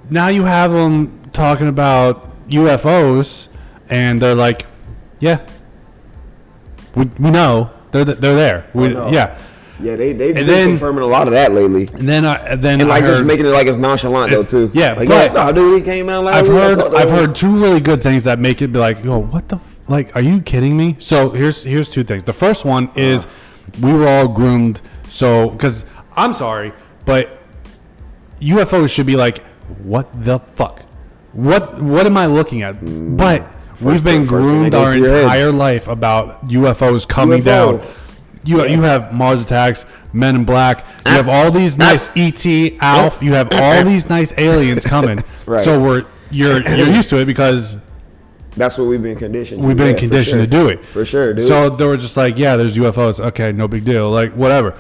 Speaker 3: now you have them talking about UFOs, and they're like, "Yeah, we, we know they're th- they're there. We,
Speaker 1: no.
Speaker 3: Yeah."
Speaker 1: Yeah, they they've been
Speaker 3: then-
Speaker 1: confirming a lot of that lately.
Speaker 3: And then I and then
Speaker 1: And
Speaker 3: I
Speaker 1: like just
Speaker 3: heard-
Speaker 1: making it like it's nonchalant though
Speaker 3: It's-
Speaker 1: too.
Speaker 3: yeah,
Speaker 1: like,
Speaker 3: but-
Speaker 1: no, dude, he came out loud.
Speaker 3: I've
Speaker 1: We gotta
Speaker 3: heard
Speaker 1: talk to
Speaker 3: I've
Speaker 1: him.
Speaker 3: heard two really good things that make it be like, yo, what the f- like? Are you kidding me? So here's here's two things. The first one
Speaker 1: Uh-huh.
Speaker 3: is we were all groomed. So because I'm sorry, but UFOs should be like, what the fuck? What what am I looking at? But we we've been
Speaker 1: thing- Mm, first thing that
Speaker 3: groomed
Speaker 1: goes
Speaker 3: our
Speaker 1: to your head.
Speaker 3: entire life about UFOs coming
Speaker 1: UFO.
Speaker 3: down. You, you have Mars Attacks, Men in Black. You have all these nice ET, Alf. You have all these nice aliens coming.
Speaker 1: Right.
Speaker 3: So we're you're you're used to it because
Speaker 1: That's what we've been conditioned. to,
Speaker 3: we've been
Speaker 1: yeah, for
Speaker 3: conditioned
Speaker 1: sure.
Speaker 3: to do it
Speaker 1: for sure, dude.
Speaker 3: So they were just like, yeah, there's UFOs. Okay, no big deal. Like whatever.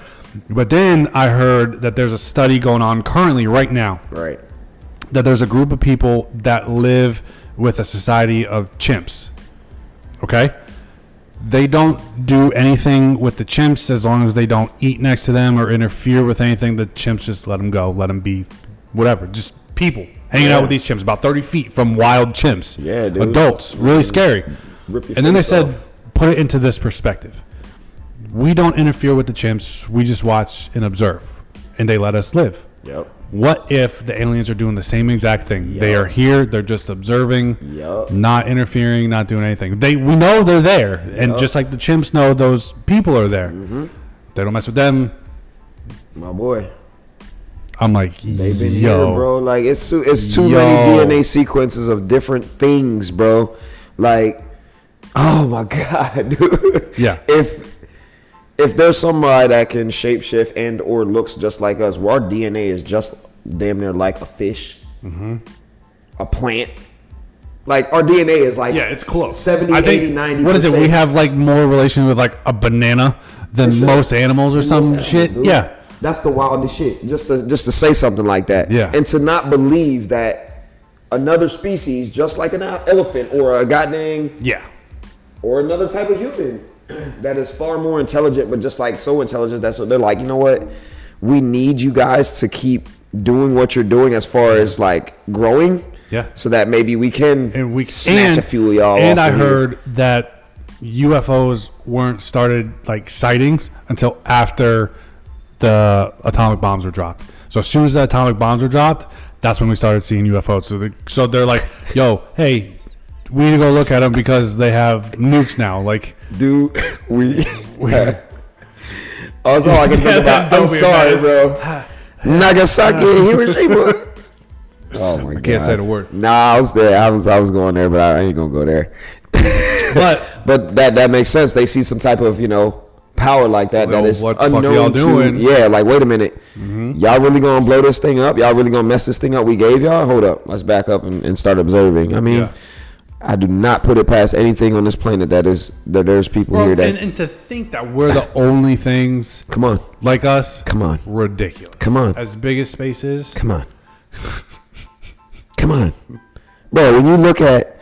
Speaker 3: But then I heard that there's a study going on currently right now
Speaker 1: right,
Speaker 3: that there's a group of people that live with a society of chimps. Okay? They don't do anything with the chimps as long as they don't eat next to them or interfere with anything. The chimps just let them go, let them be whatever. Just people hanging
Speaker 1: Yeah.
Speaker 3: out with these chimps, about 30 feet from wild chimps.
Speaker 1: Yeah, dude.
Speaker 3: Adults. Really scary.
Speaker 1: Rip your
Speaker 3: And then they
Speaker 1: face
Speaker 3: said,
Speaker 1: off.
Speaker 3: put it into this perspective. We don't interfere with the chimps, we just watch and observe. And they let us live.
Speaker 1: yep,
Speaker 3: What if the aliens are doing the same exact thing? They
Speaker 1: Yup.
Speaker 3: are here. They're just observing,
Speaker 1: Yup.
Speaker 3: not interfering, not doing anything. They we know they're there, and just like the chimps know those people are there.
Speaker 1: Mm-hmm.
Speaker 3: They don't mess with them.
Speaker 1: my boy.
Speaker 3: I'm like,
Speaker 1: They've been
Speaker 3: yo,
Speaker 1: here, bro. Like it's too, it's too
Speaker 3: Yo.
Speaker 1: many DNA sequences of different things, bro. Like, oh my god, dude.
Speaker 3: Yeah.
Speaker 1: If if there's somebody that can shapeshift and or looks just like us, where our DNA is just damn near like a fish,
Speaker 3: Mm-hmm.
Speaker 1: a plant. Like our DNA is like
Speaker 3: yeah, it's close.
Speaker 1: 70,
Speaker 3: I think,
Speaker 1: 80, 90
Speaker 3: What is it? We have like more relation with like a banana than
Speaker 1: For sure.
Speaker 3: most animals or some
Speaker 1: Most
Speaker 3: shit.
Speaker 1: animals, dude.
Speaker 3: Yeah,
Speaker 1: that's the wildest shit. Just to just to say something like that.
Speaker 3: Yeah.
Speaker 1: and to not believe that another species, just like an el- elephant or a goddamn
Speaker 3: yeah,
Speaker 1: or another type of human, that is far more intelligent, but just like so intelligent that's what they're like. You know what? We need you guys to keep doing what you're doing as far as like growing.
Speaker 3: Yeah.
Speaker 1: So that maybe we can
Speaker 3: and we
Speaker 1: snatch
Speaker 3: and,
Speaker 1: a few of y'all.
Speaker 3: And
Speaker 1: off
Speaker 3: I
Speaker 1: of here.
Speaker 3: heard that UFOs weren't started like sightings until after the atomic bombs were dropped. So as soon as the atomic bombs were dropped, that's when we started seeing UFOs. So, they, so they're like, "Yo, hey, we need to go look at them because they have nukes now." Like,
Speaker 1: Dude, we. Oh, That's all I can
Speaker 3: Yeah,
Speaker 1: think about.
Speaker 3: don't
Speaker 1: I'm
Speaker 3: be
Speaker 1: sorry, bro. Nagasaki, Hiroshima. Oh my god!
Speaker 3: I can't say the word.
Speaker 1: Nah, I was there. I was I was going there, but I ain't gonna go there.
Speaker 3: But
Speaker 1: But that that makes sense. They see some type of you know power like that
Speaker 3: Well,
Speaker 1: that is
Speaker 3: what the fuck
Speaker 1: unknown
Speaker 3: y'all
Speaker 1: to.
Speaker 3: doing? Mm-hmm.
Speaker 1: Yeah, like wait a minute, y'all really gonna blow this thing up? Y'all really gonna mess this thing up? We gave y'all. Hold up, let's back up and, and start observing. I mean,
Speaker 3: Yeah.
Speaker 1: I do not put it past anything on this planet that is that there's people
Speaker 3: Well,
Speaker 1: here that
Speaker 3: and, and to think that we're the only things
Speaker 1: come on,
Speaker 3: like us.
Speaker 1: Come on.
Speaker 3: Ridiculous.
Speaker 1: Come on.
Speaker 3: As big as space is.
Speaker 1: come on, come on, bro. When you look at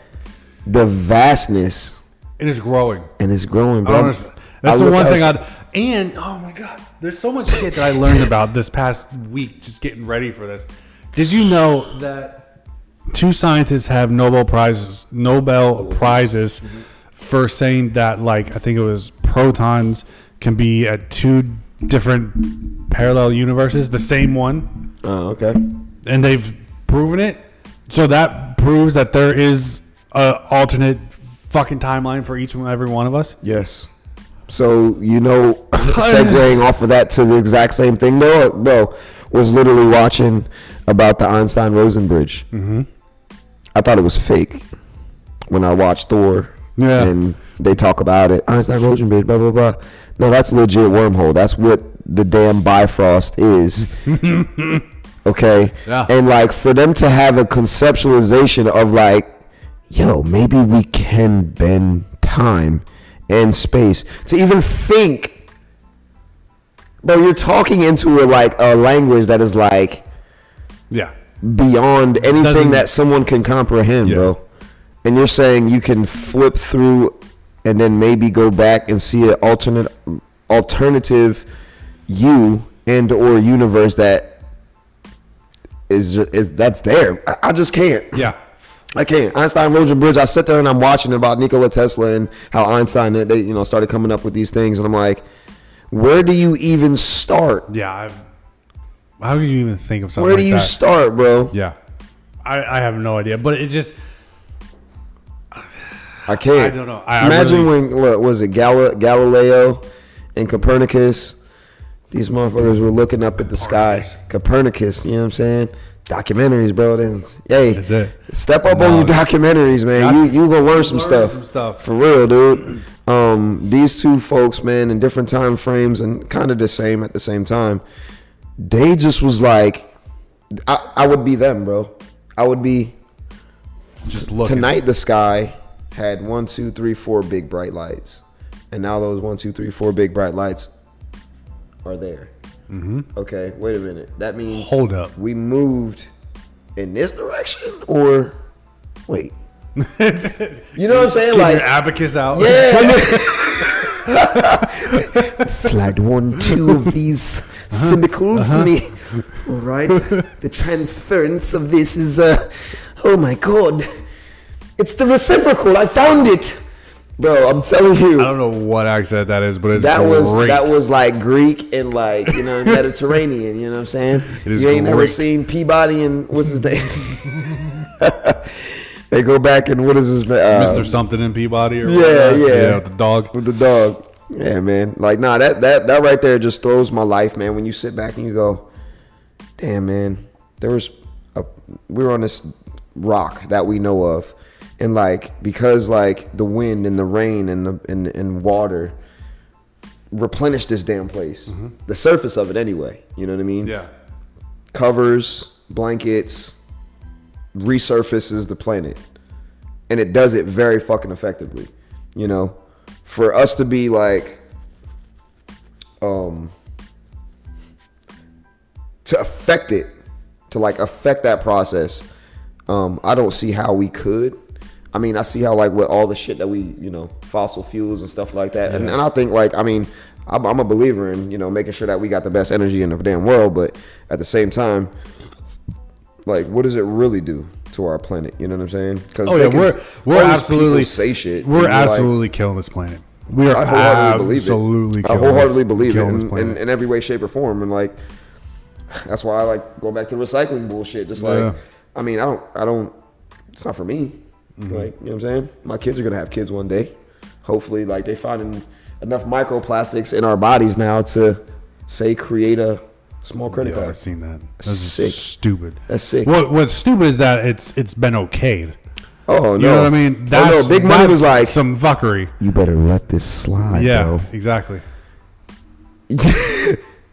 Speaker 1: the vastness
Speaker 3: It is growing.
Speaker 1: and it's growing,
Speaker 3: I
Speaker 1: bro.
Speaker 3: don't understand. That's
Speaker 1: I
Speaker 3: the
Speaker 1: look
Speaker 3: one thing
Speaker 1: outs-
Speaker 3: I'd. And, oh my God, there's so much shit that I learned about this past week just getting ready for this. Did you know that two scientists have Nobel Prizes, Nobel Prizes for saying that, like, I think it was protons can be at two different parallel universes, the same one?
Speaker 1: Oh, okay.
Speaker 3: and they've proven it. So that proves that there is a alternate fucking timeline for each and every one of us.
Speaker 1: Yes. So you know, segueing off of that to the exact same thing, though, bro, was literally watching about the Einstein Rosen bridge. Mm-hmm. I thought it was fake when I watched Thor.
Speaker 3: Yeah.
Speaker 1: And they talk about it. Einstein Rosen bridge, blah blah blah. No, that's legit wormhole. That's what the damn Bifrost is. okay.
Speaker 3: Yeah.
Speaker 1: And like for them to have a conceptualization of like, yo, maybe we can bend time and space to even think. But you're talking into a, like a language that is like
Speaker 3: Yeah.
Speaker 1: beyond anything
Speaker 3: Doesn't-
Speaker 1: that someone can comprehend,
Speaker 3: Yeah.
Speaker 1: bro. And you're saying you can flip through and then maybe go back and see an alternate alternative you and or universe that is just is, that's there. I, I just can't.
Speaker 3: Yeah.
Speaker 1: I can't. Einstein Rosen Bridge. I sit there and I'm watching about Nikola Tesla and how Einstein they you know started coming up with these things and I'm like, where do you even start?
Speaker 3: Yeah. I've, how could you even think of something
Speaker 1: Where
Speaker 3: like
Speaker 1: do you
Speaker 3: that?
Speaker 1: start, bro?
Speaker 3: yeah. I, I have no idea, but it just
Speaker 1: I can't.
Speaker 3: I don't know. I- I
Speaker 1: Imagine when what was it Gal- Galileo and Copernicus? These motherfuckers were looking up at the sky. Copernicus, you know what I'm saying? Documentaries, bro. Then, hey,
Speaker 3: That's it.
Speaker 1: step up on your documentaries, man.
Speaker 3: That's-
Speaker 1: you you gonna learn some
Speaker 3: Learn
Speaker 1: stuff.
Speaker 3: some stuff.
Speaker 1: for real, dude. Um, these two folks, man, in different time frames and kind of the same at the same time. They just was like, I, I would be them, bro. I would be
Speaker 3: just look
Speaker 1: Tonight, the sky had one, two, three, four big bright lights, and now those one, two, three, four big bright lights are there. Mm-hmm. Okay, wait a minute. That means
Speaker 3: Hold up.
Speaker 1: We moved in this direction, or wait. You know what I'm saying?
Speaker 3: Get
Speaker 1: Like,
Speaker 3: your abacus out.
Speaker 1: yeah. Slide one, two of these
Speaker 3: Uh-huh.
Speaker 1: cubicles. All right. The transference of this is, uh, oh my god. It's the reciprocal. I found it. Bro, I'm telling
Speaker 3: I
Speaker 1: you.
Speaker 3: don't know what accent that is, but it's
Speaker 1: That
Speaker 3: great.
Speaker 1: was that was like Greek and like you know Mediterranean. You know what I'm saying?
Speaker 3: It is
Speaker 1: you ain't never
Speaker 3: great.
Speaker 1: seen Peabody and what's his name? they go back and what is his name? Uh,
Speaker 3: Mr. Something in Peabody or
Speaker 1: yeah,
Speaker 3: whatever.
Speaker 1: yeah.
Speaker 3: the dog.
Speaker 1: with the dog. Yeah, man. Like, nah, that that that right there just throws my life, man. When you sit back and you go, damn, man, there was a we were on this rock that we know of, and like because like the wind and the rain and the and and water replenished this damn place, the surface of it anyway. You know what I mean?
Speaker 3: Yeah.
Speaker 1: covers, blankets, resurfaces the planet. And it does it very fucking effectively. You know, for us to be like, um, to affect it, to like affect that process, um, I don't see how we could. I mean, I see how like with all the shit that we, you know, fossil fuels and stuff like that, and, and I think like, I mean, I'm, I'm a believer in you know making sure that we got the best energy in the damn world, but at the same time, like, what does it really do to our planet? You know what I'm saying? Because
Speaker 3: Oh yeah, we're we're absolutely
Speaker 1: say shit.
Speaker 3: We're
Speaker 1: you know, like,
Speaker 3: absolutely killing this planet. We are
Speaker 1: I wholeheartedly believe it.
Speaker 3: absolutely.
Speaker 1: I
Speaker 3: killing
Speaker 1: wholeheartedly
Speaker 3: this,
Speaker 1: believe it
Speaker 3: killing this
Speaker 1: in,
Speaker 3: planet.
Speaker 1: in, in every way, shape, or form, and like that's why I like going back to recycling bullshit. Just like
Speaker 3: Yeah.
Speaker 1: I mean, I don't, I don't. It's not for me.
Speaker 3: Mm-hmm.
Speaker 1: Like you know what I'm saying? My kids are gonna have kids one day. Hopefully, like they finding enough microplastics in our bodies now to say create a Small credit
Speaker 3: Yeah, I've
Speaker 1: card.
Speaker 3: seen that. That's
Speaker 1: Sick.
Speaker 3: sick. stupid.
Speaker 1: That's sick.
Speaker 3: What What's stupid is that it's it's been okayed.
Speaker 1: Oh no!
Speaker 3: You know what I mean?
Speaker 1: That's, oh, no, big money was
Speaker 3: that's
Speaker 1: like
Speaker 3: some fuckery.
Speaker 1: you better let this slide,
Speaker 3: Yeah,
Speaker 1: bro.
Speaker 3: exactly.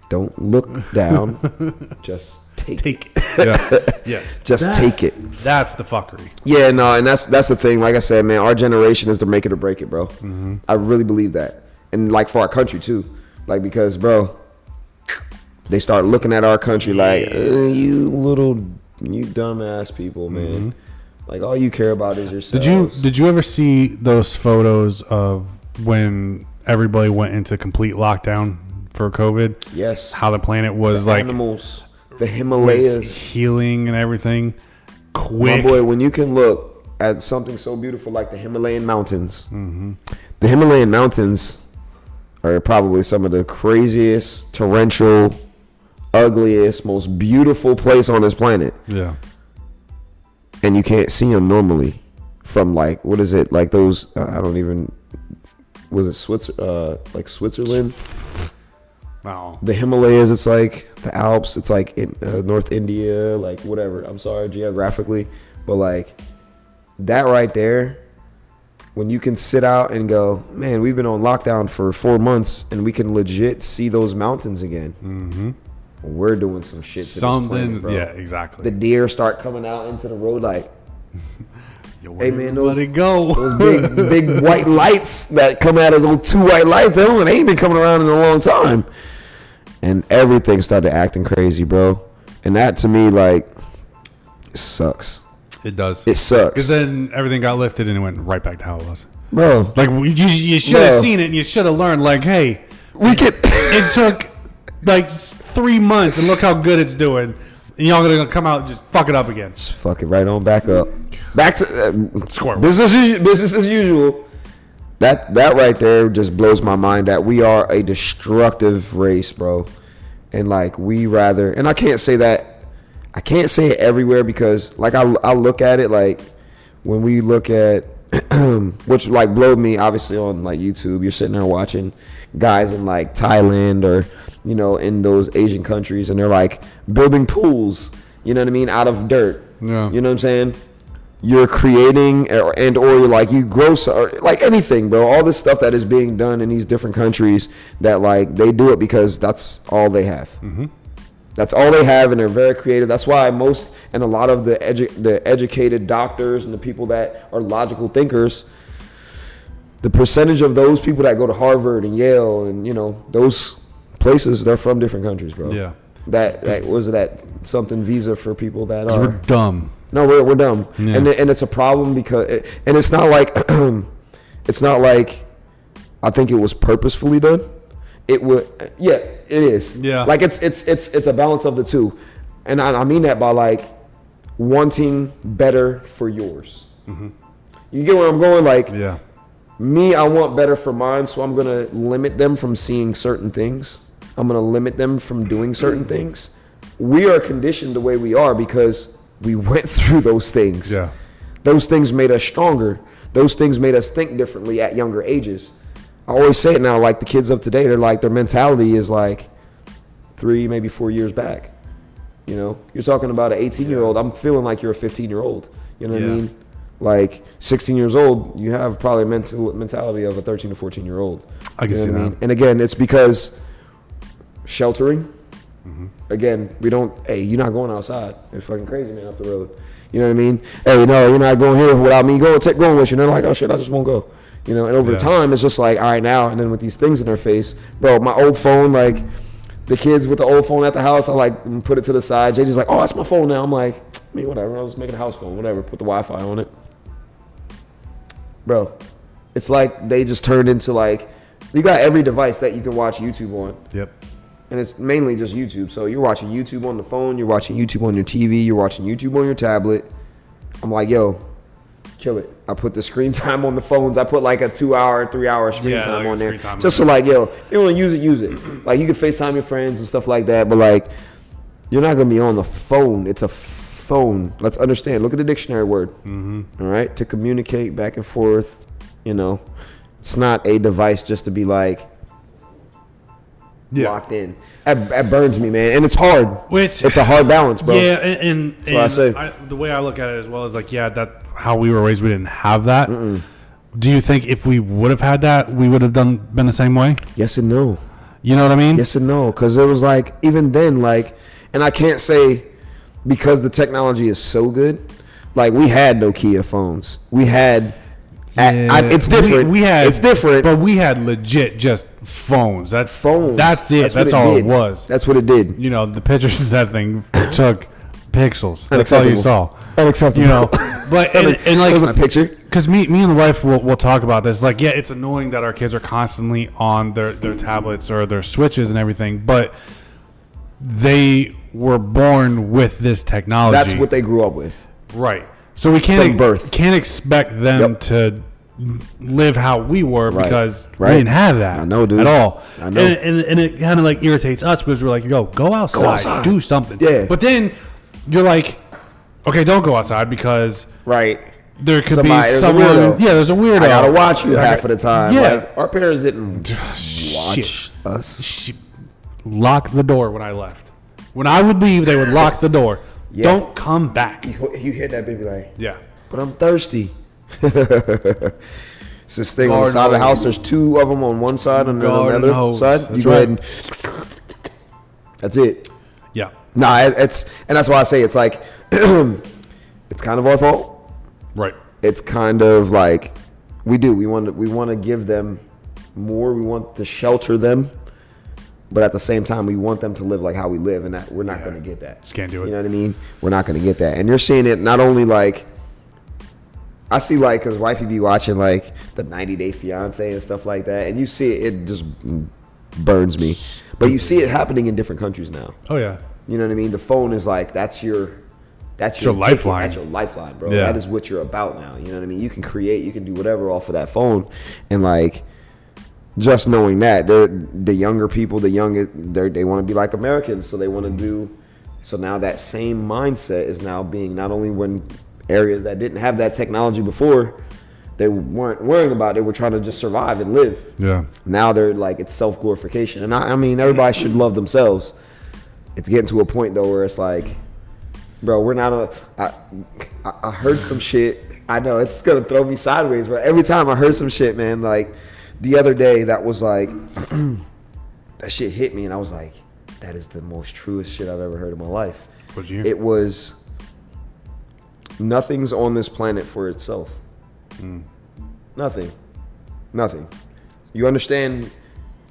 Speaker 1: Don't look down. just take,
Speaker 3: Take it. Yeah, yeah.
Speaker 1: just take it.
Speaker 3: That's the fuckery.
Speaker 1: Yeah, no, and that's that's the thing. Like I said, man, our generation is the make it or break it, bro.
Speaker 3: Mm-hmm.
Speaker 1: I really believe that, and like for our country too, like because, bro, they start looking at our country like uh, you little, you dumbass people, man. Like all you care about is yourself.
Speaker 3: Mm-hmm. Did you Did you ever see those photos of when everybody went into complete lockdown for COVID?
Speaker 1: Yes.
Speaker 3: How the planet was like
Speaker 1: animals, the
Speaker 3: was
Speaker 1: Himalayas,
Speaker 3: healing and everything.
Speaker 1: my
Speaker 3: Quick.
Speaker 1: boy? When you can look at something so beautiful like the Himalayan mountains, the Himalayan mountains are probably some of the craziest, torrential, ugliest, most beautiful place on this planet,
Speaker 3: Yeah.
Speaker 1: and you can't see them normally from like what is it like those? Uh, I don't even. Was it Switzer? Uh, like Switzerland?
Speaker 3: Wow.
Speaker 1: the Himalayas, it's like the Alps, it's like in, uh, North India, like whatever. I'm sorry geographically, but like that right there, when you can sit out and go, man, we've been on lockdown for four months and we can legit see those mountains again. Mm-hmm. We're doing some shit. To Something, this
Speaker 3: Something.
Speaker 1: planet, bro.
Speaker 3: yeah. Exactly.
Speaker 1: The deer start coming out into the road like
Speaker 3: Yo,
Speaker 1: Hey, man, those-
Speaker 3: let it go.
Speaker 1: those big, big white lights that come out as those two white lights. They, don't, they ain't been coming around in a long time. And everything started acting crazy, bro. And that to me, like, sucks.
Speaker 3: It does.
Speaker 1: It sucks.
Speaker 3: Because then everything got lifted and it went right back to how it was.
Speaker 1: bro,
Speaker 3: Like you, you should have
Speaker 1: No.
Speaker 3: seen it and you should have learned. Like, hey,
Speaker 1: we can.
Speaker 3: it took like s- three months and look how good it's doing. And y'all gonna come out and just fuck it up again.
Speaker 1: Just fuck it right on back up. Back to uh,
Speaker 3: Square one.
Speaker 1: business, as- business as usual. That that right there just blows my mind that we are a destructive race, bro. And like we rather, and I can't say that, I can't say it everywhere because like I I look at it like when we look at which like blowed me obviously on like YouTube. You're sitting there watching guys in like Thailand or you know in those Asian countries, and they're like building pools. You know what I mean? Out of dirt.
Speaker 3: Yeah.
Speaker 1: You know what I'm saying? you're creating or, and or like you grow so- or like anything bro all this stuff that is being done in these different countries that like they do it because that's all they have that's all they have and they're very creative that's why most and a lot of the edu- the educated doctors and the people that are logical thinkers the percentage of those people that go to harvard and yale and you know those places they're from different countries bro
Speaker 3: Yeah.
Speaker 1: that, that was that something visa for people that are
Speaker 3: We're dumb.
Speaker 1: no, we're, we're dumb,
Speaker 3: Yeah.
Speaker 1: and and it's a problem because and it's not like it's not like I think it was purposefully done. It would yeah, it is
Speaker 3: Yeah.
Speaker 1: Like it's it's it's it's a balance of the two, and I, I mean that by like wanting better for yours.
Speaker 3: Mm-hmm.
Speaker 1: You get where I'm going? Like
Speaker 3: Yeah.
Speaker 1: me, I want better for mine, so I'm gonna limit them from seeing certain things. I'm gonna limit them from doing certain things. We are conditioned the way we are because we went through those things.
Speaker 3: Yeah.
Speaker 1: Those things made us stronger. Those things made us think differently at younger ages. I always say it now, like the kids of today, they're like their mentality is like three, maybe four years back. You know, you're talking about an 18 year old. I'm feeling like you're a 15 year old. You know what
Speaker 3: Yeah.
Speaker 1: I mean? Like 16 years old, you have probably a mental mentality of a 13 to 14 year old.
Speaker 3: I can
Speaker 1: You know
Speaker 3: see
Speaker 1: what
Speaker 3: that.
Speaker 1: And again, it's because sheltering. Again, we don't. Hey, you're not going outside. It's fucking crazy man up the road. You know what I mean? Hey, no, you're not going here without me going t- going with you. And they're like, oh shit, I just won't go. You know, and over
Speaker 3: Yeah.
Speaker 1: time, it's just like, all right, now, and then with these things in their face, bro, my old phone, like, the kids with the old phone at the house, I like put it to the side. Jay just like, oh, that's my phone now. I'm like, I mean, whatever. I was making a house phone, whatever. Put the Wi Fi on it bro. It's like they just turned into like you got every device that you can watch YouTube on,
Speaker 3: Yep.
Speaker 1: and it's mainly just YouTube. So you're watching YouTube on the phone, you're watching YouTube on your TV, you're watching YouTube on your tablet. I'm like, yo, kill it. I put the screen time on the phones. I put like a two hour, three hour screen
Speaker 3: Yeah,
Speaker 1: time
Speaker 3: like a
Speaker 1: on there,
Speaker 3: screen time
Speaker 1: just so like, yo, if you want to use it, use it. Like you can FaceTime your friends and stuff like that, but like you're not gonna be on the phone. It's a phone. Let's understand. Look at the dictionary word.
Speaker 3: Mm-hmm.
Speaker 1: All right, to communicate back and forth. You know, it's not a device just to be like,
Speaker 3: Yeah.
Speaker 1: locked in. That, that burns me, man, and it's hard.
Speaker 3: Which-
Speaker 1: it's a hard balance, bro.
Speaker 3: Yeah, and, and,
Speaker 1: what I say.
Speaker 3: and I the way I look at it as well is like, yeah, that how we were raised, we didn't have that. Do you think if we would have had that, we would have done been the same way?
Speaker 1: Yes and no.
Speaker 3: You know what I mean?
Speaker 1: Yes and no, because it was like even then, like, and I can't say because the technology is so good. Like we had Nokia phones. We had. I- I-
Speaker 3: Yeah.
Speaker 1: it's different.
Speaker 3: We, we had
Speaker 1: it's different.
Speaker 3: but we had legit just phones. That
Speaker 1: phones.
Speaker 3: That's it. That's,
Speaker 1: what
Speaker 3: all
Speaker 1: did.
Speaker 3: it was.
Speaker 1: That's what it did.
Speaker 3: you know, the pictures that thing took pixels. That's all you saw.
Speaker 1: Unacceptable.
Speaker 3: You know, but and, and
Speaker 1: it
Speaker 3: like
Speaker 1: wasn't a picture.
Speaker 3: because me, me and the wife will, will talk about this. Like, yeah, it's annoying that our kids are constantly on their, their tablets or their switches and everything, but they were born with this technology.
Speaker 1: That's what they grew up with.
Speaker 3: right. So we can't
Speaker 1: From birth.
Speaker 3: can't expect them
Speaker 1: Yep.
Speaker 3: to live how we were
Speaker 1: Right.
Speaker 3: because
Speaker 1: Right.
Speaker 3: we didn't have that.
Speaker 1: I know, dude.
Speaker 3: At all.
Speaker 1: I know.
Speaker 3: And, and, and it kind of like irritates us because we're like, yo, go outside,
Speaker 1: outside.
Speaker 3: do something.
Speaker 1: Yeah.
Speaker 3: But then you're like, okay, don't go outside because
Speaker 1: Right.
Speaker 3: there could
Speaker 1: Somebody-
Speaker 3: be
Speaker 1: there's a
Speaker 3: someone.
Speaker 1: weirdo.
Speaker 3: Yeah, there's a weirdo.
Speaker 1: I gotta watch you half of the time.
Speaker 3: Yeah.
Speaker 1: Like, our parents didn't watch
Speaker 3: Shit.
Speaker 1: us.
Speaker 3: She locked the door when I left. When I would leave, they would lock the door.
Speaker 1: Yeah.
Speaker 3: Don't come back.
Speaker 1: You hit that baby like,
Speaker 3: Yeah.
Speaker 1: but I'm thirsty. it's this thing on
Speaker 4: Garden
Speaker 1: the side of the house.
Speaker 4: hose.
Speaker 1: There's two of them on one side and then on the
Speaker 4: Garden
Speaker 1: other
Speaker 4: hose.
Speaker 1: side. you
Speaker 4: That's
Speaker 1: go ahead
Speaker 4: right.
Speaker 1: and that's it.
Speaker 3: Yeah.
Speaker 1: Nah, it- it's and that's why I say it's like it's kind of our fault.
Speaker 3: Right.
Speaker 1: it's kind of like we do. We want to, we want to give them more. We want to shelter them, but at the same time, we want them to live like how we live, and that we're not going to get that.
Speaker 3: Just can't do it.
Speaker 1: You know what I mean? We're not going to get that. And you're seeing it not only like I see like because wifey be watching like the 90 Day Fiance and stuff like that, and you see it, it just burns me. But you see it happening in different countries now.
Speaker 3: Oh yeah.
Speaker 1: You know what I mean? The phone is like that's your that's
Speaker 3: your
Speaker 1: your, ticket,
Speaker 3: lifeline.
Speaker 1: That's your lifeline, bro.
Speaker 3: Yeah.
Speaker 1: That is what you're about now. You know what I mean? You can create, you can do whatever off of that phone, and like just knowing that they're the younger people, the young they they want to be like Americans, so they want to do. So now that same mindset is now being not only when areas that didn't have that technology before, they weren't worrying about. They were trying to just survive and live
Speaker 3: Yeah.
Speaker 1: now they're like it's self glorification, and I, I mean everybody should love themselves. It's getting to a point though where it's like, bro, we're not a. I, I- I heard some shit. I know it's gonna throw me sideways, but every time I heard some shit, man, like the other day that was like, that shit hit me, and I was like, that is the most truest shit I've ever heard in my life.
Speaker 3: What'd you hear?
Speaker 1: It was. Nothing's on this planet for itself.
Speaker 3: Hmm.
Speaker 1: Nothing. Nothing. You understand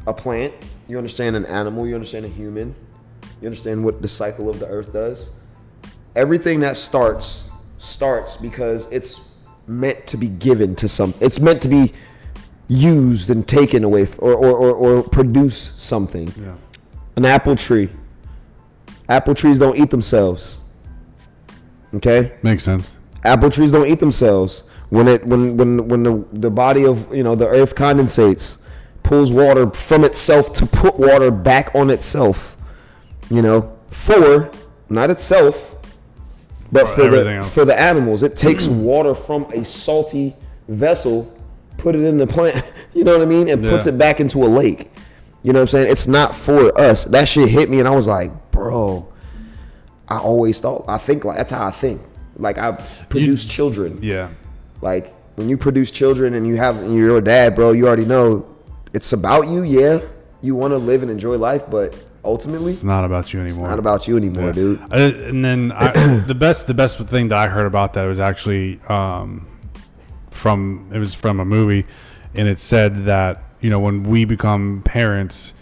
Speaker 1: a plant, you understand an animal, you understand a human, you understand what the cycle of the earth does. Everything that starts starts because it's meant to be given to some it's meant to be used and taken away f- or or, or, or produce something.
Speaker 3: Yeah.
Speaker 1: An apple tree. Apple trees don't eat themselves. Okay?
Speaker 3: Makes sense.
Speaker 1: apple trees don't eat themselves when it when when when the, the body of you know the earth condensates pulls water from itself to put water back on itself you know for not itself but
Speaker 3: For
Speaker 1: for,
Speaker 3: everything
Speaker 1: the,
Speaker 3: else.
Speaker 1: for the animals it takes water from a salty vessel put it in the plant you know what i mean and puts
Speaker 3: Yeah.
Speaker 1: it back into a lake you know what i'm saying it's not for us that shit hit me and i was like bro I always thought I think like that's how I think. Like I produce children.
Speaker 3: Yeah.
Speaker 1: Like when you produce children and you have and you're a dad, bro, you already know it's about you, yeah. You want to live and enjoy life, but ultimately
Speaker 3: It's
Speaker 1: it's
Speaker 3: not about you anymore.
Speaker 1: not about you anymore, dude.
Speaker 3: Uh, and then I, the best the best thing that I heard about that was actually um, from it was from a movie, and it said that you know when we become parents,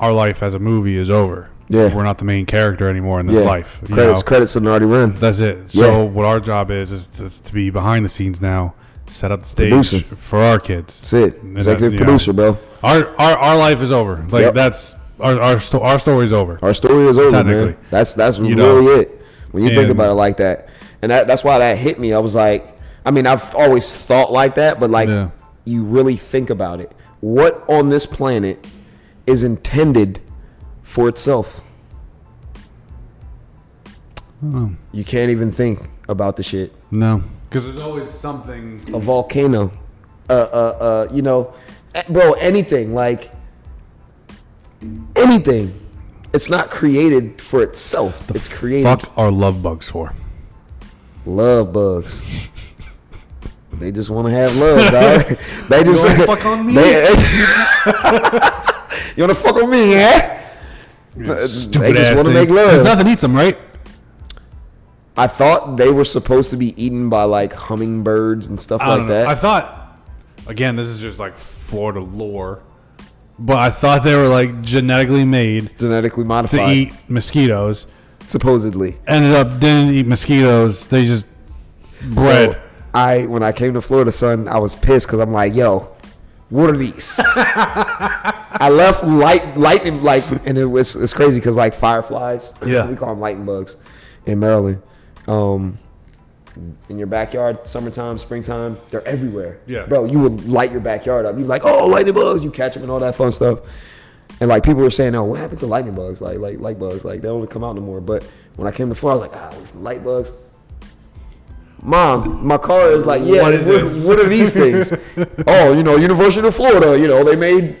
Speaker 3: our life as a movie is over.
Speaker 1: Yeah.
Speaker 3: we're not the main character anymore in this life. you
Speaker 1: Credits
Speaker 3: know?
Speaker 1: credits and already run.
Speaker 3: That's it. So
Speaker 1: Yeah.
Speaker 3: what our job is is to, is to be behind the scenes now, set up the stage
Speaker 1: Producer.
Speaker 3: for our kids.
Speaker 1: That's it.
Speaker 3: And that,
Speaker 1: Executive
Speaker 3: you know,
Speaker 1: producer, bro.
Speaker 3: Our, our our life is over. Like
Speaker 1: Yep.
Speaker 3: that's our our, sto- our story's over.
Speaker 1: Our story is over, man.
Speaker 3: Technically.
Speaker 1: That's that's
Speaker 3: You know.
Speaker 1: really it. When you think
Speaker 3: And-
Speaker 1: about it like that, and that, that's why that hit me. I was like, I mean, I've always thought like that, but like,
Speaker 3: Yeah.
Speaker 1: you really think about it. What on this planet is intended for itself?
Speaker 3: Hmm.
Speaker 1: You can't even think about the shit.
Speaker 3: No, because there's always something.
Speaker 1: A volcano, uh, uh, uh, you know, eh, bro, anything like anything. It's not created for itself. it's created
Speaker 3: Fuck are love bugs for?
Speaker 1: love bugs. They just want to have love, dog. they just
Speaker 3: wanna fuck on me?
Speaker 1: they- eh. you want to fuck on me, yeah?
Speaker 3: Stupid
Speaker 1: just wanna
Speaker 3: ass things.
Speaker 1: make love.
Speaker 3: There's nothing eats them, right?
Speaker 1: I thought they were supposed to be eaten by like hummingbirds and stuff
Speaker 3: I
Speaker 1: like
Speaker 3: don't know.
Speaker 1: that.
Speaker 3: I thought, again, this is just like Florida lore, but I thought they were like genetically made
Speaker 1: Genetically
Speaker 3: to
Speaker 1: modified,
Speaker 3: eat mosquitoes.
Speaker 1: supposedly.
Speaker 3: Ended up didn't eat mosquitoes. They just bred.
Speaker 1: So I when I came to Florida, son, I was pissed because I'm like, yo, what are these? I left light lightning like, and it was it's crazy because like fireflies,
Speaker 3: Yeah.
Speaker 1: we call them lightning bugs in Maryland. Um, in your backyard, summertime, springtime, they're everywhere.
Speaker 3: Yeah.
Speaker 1: bro, you would light your backyard up. You'd be like, oh, lightning bugs, you catch them and all that fun stuff. And like people were saying, oh, what happened to lightning bugs? Like like light bugs, like they don't come out no more. But when I came to Florida, I was like, ah, there's light bugs. Mom, my car is like, yeah,
Speaker 3: What
Speaker 1: what,
Speaker 3: is this?"
Speaker 1: what are these things? oh, you know, University of Florida, you know, they made,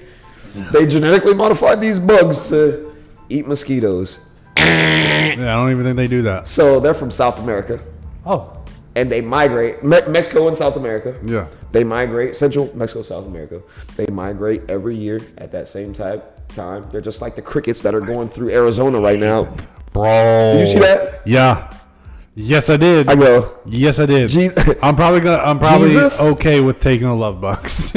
Speaker 1: they genetically modified these bugs to eat mosquitoes. eh.
Speaker 3: Yeah, I don't even think they do that.
Speaker 1: So they're from South America
Speaker 3: Oh,
Speaker 1: and they migrate, Me- Mexico and South America.
Speaker 3: yeah.
Speaker 1: They migrate Central Mexico, South America. They migrate every year at that same time. Time they're just like the crickets that are going through Arizona right now.
Speaker 3: Bro.
Speaker 1: Did you see that?
Speaker 3: Yeah. Yes, I did.
Speaker 1: I go,
Speaker 3: yes, I did.
Speaker 1: Jesus.
Speaker 3: I'm probably gonna. I'm probably
Speaker 1: Jesus?
Speaker 3: okay with taking the love bucks.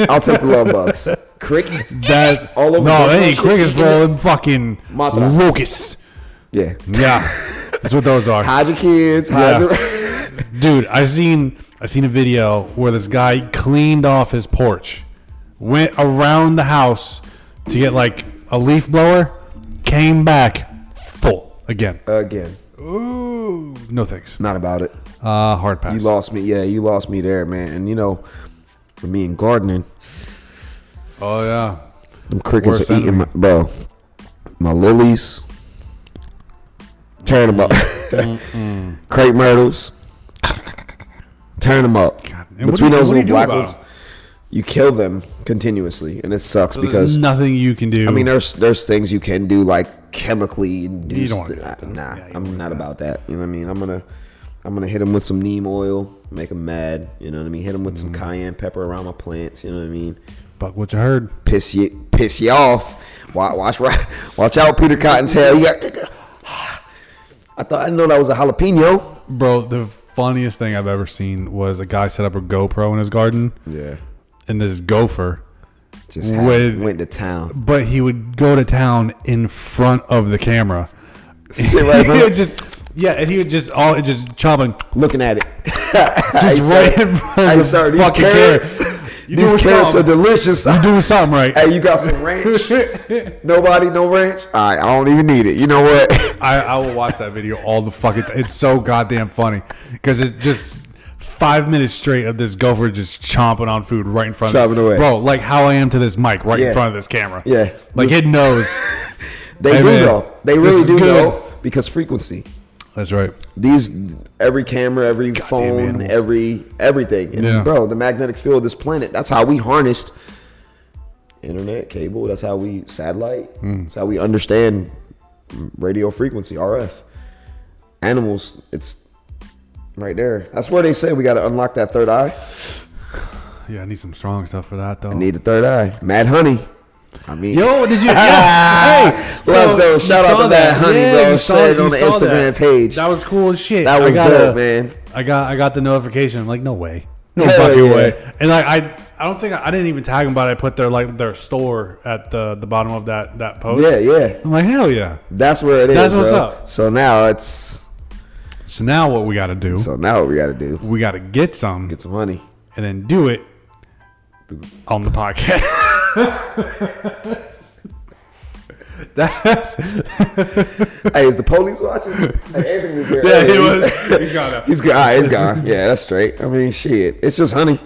Speaker 1: I'll take the love bugs. Crickets,
Speaker 3: That's
Speaker 1: All over
Speaker 3: No,
Speaker 1: the
Speaker 3: they ain't
Speaker 1: shit.
Speaker 3: crickets, bro. Them fucking
Speaker 1: Matra.
Speaker 3: locusts.
Speaker 1: yeah.
Speaker 3: Yeah, that's what those are.
Speaker 1: Hide your kids. Hide your.
Speaker 3: dude i seen i seen a video where this guy cleaned off his porch went around the house to get like a leaf blower came back full again
Speaker 1: Again,
Speaker 3: ooh no thanks
Speaker 1: not about it.
Speaker 3: uh hard pass
Speaker 1: You lost me. Yeah, you lost me there, man. And you know, I mean, gardening.
Speaker 3: oh yeah
Speaker 1: Them crickets
Speaker 3: Worst
Speaker 1: are eating
Speaker 3: enemy.
Speaker 1: my bro. My lilies. Tearing them up. Crepe myrtles. Tearing them up.
Speaker 3: and what do
Speaker 1: Between
Speaker 3: you-
Speaker 1: those
Speaker 3: what do
Speaker 1: little
Speaker 3: you do
Speaker 1: black
Speaker 3: about
Speaker 1: ones,
Speaker 3: 'em?
Speaker 1: you kill them continuously, and it sucks
Speaker 3: because
Speaker 1: because
Speaker 3: nothing you can do
Speaker 1: I mean, there's there's things you can do like chemically induced.
Speaker 3: wanna do that,
Speaker 1: I-
Speaker 3: though.
Speaker 1: nah,
Speaker 3: Yeah, you
Speaker 1: I'm not about that. You know what I mean? I'm gonna I'm gonna hit them with some neem oil, make them mad. You know what I mean? Hit them with some
Speaker 3: Hmm.
Speaker 1: cayenne pepper around my plants. You know what I mean?
Speaker 3: fuck what you heard
Speaker 1: piss you piss you off. Watch watch right- watch out, Peter Cottontail. You got, I thought I didn't know that was a jalapeno.
Speaker 3: bro the funniest thing i've ever seen was a guy set up a gopro in his garden
Speaker 1: Yeah,
Speaker 3: and this gopher
Speaker 1: just had-
Speaker 3: With-
Speaker 1: went to town.
Speaker 3: but he would go to town in front of the camera
Speaker 1: Sit right
Speaker 3: he would
Speaker 1: there,
Speaker 3: just yeah, and he would just all just chopping
Speaker 1: looking at it.
Speaker 3: just
Speaker 1: Hey,
Speaker 3: right
Speaker 1: sir.
Speaker 3: in front
Speaker 1: Hey,
Speaker 3: of
Speaker 1: sir,
Speaker 3: the
Speaker 1: these
Speaker 3: fucking
Speaker 1: carrots,
Speaker 3: carrots. You doing
Speaker 1: these carrots are
Speaker 3: something?
Speaker 1: delicious.
Speaker 3: You doing something right?
Speaker 1: Hey, you got some ranch? Nobody, no ranch. All right, I don't even need it. You know what?
Speaker 3: I, I will watch that video all the fucking. T- it's so goddamn funny because it's just five minutes straight of this gopher just chomping on food right in front of
Speaker 1: Chomping away.
Speaker 3: bro. Like how I am to this mic right
Speaker 1: Yeah.
Speaker 3: in front of this camera.
Speaker 1: Yeah.
Speaker 3: like it knows.
Speaker 1: They
Speaker 3: Hey,
Speaker 1: do
Speaker 3: man,
Speaker 1: though. They
Speaker 3: this
Speaker 1: really
Speaker 3: is
Speaker 1: do
Speaker 3: good.
Speaker 1: though because frequency.
Speaker 3: That's right.
Speaker 1: these every camera, every phone,
Speaker 3: animals.
Speaker 1: every everything. And
Speaker 3: Yeah.
Speaker 1: bro, the magnetic field of this planet, that's how we harnessed internet, cable, that's how we satellite,
Speaker 3: Hmm.
Speaker 1: that's how we understand radio frequency, RF. Animals, it's right there. That's where they say we gotta unlock that third eye.
Speaker 3: Yeah, I need some strong stuff for that though.
Speaker 1: Need a third eye. Mad honey. I mean
Speaker 3: Yo, did you? Yeah. hey,
Speaker 1: Let's go.
Speaker 3: you
Speaker 1: Shout out
Speaker 3: saw
Speaker 1: to Mad Honey, bro. Share
Speaker 3: you saw-
Speaker 1: it on
Speaker 3: you
Speaker 1: the
Speaker 3: saw
Speaker 1: Instagram
Speaker 3: that.
Speaker 1: page.
Speaker 3: That was cool as shit.
Speaker 1: that
Speaker 3: I
Speaker 1: was
Speaker 3: got
Speaker 1: dope,
Speaker 3: a-
Speaker 1: man.
Speaker 3: I got I got the notification. I'm like, no way, no
Speaker 1: Hell
Speaker 3: fucking
Speaker 1: yeah.
Speaker 3: way. And like I I don't think I, I didn't even tag them, but I put their like their store at the the bottom of that that post.
Speaker 1: Yeah, yeah.
Speaker 3: I'm like, hell yeah.
Speaker 1: That's where it is.
Speaker 3: That's what's
Speaker 1: bro.
Speaker 3: up.
Speaker 1: So now it's
Speaker 3: So now what we got to do?
Speaker 1: so now what we gotta do.
Speaker 3: we got to get some
Speaker 1: Get some honey.
Speaker 3: and then do it on the podcast. That's
Speaker 1: Hey, is the police watching? Hey, Anthony was here.
Speaker 3: yeah. He
Speaker 1: earlier.
Speaker 3: was. He's gone now.
Speaker 1: He's gone. All right, he's gone. Yeah, that's straight. I mean, shit. It's just honey.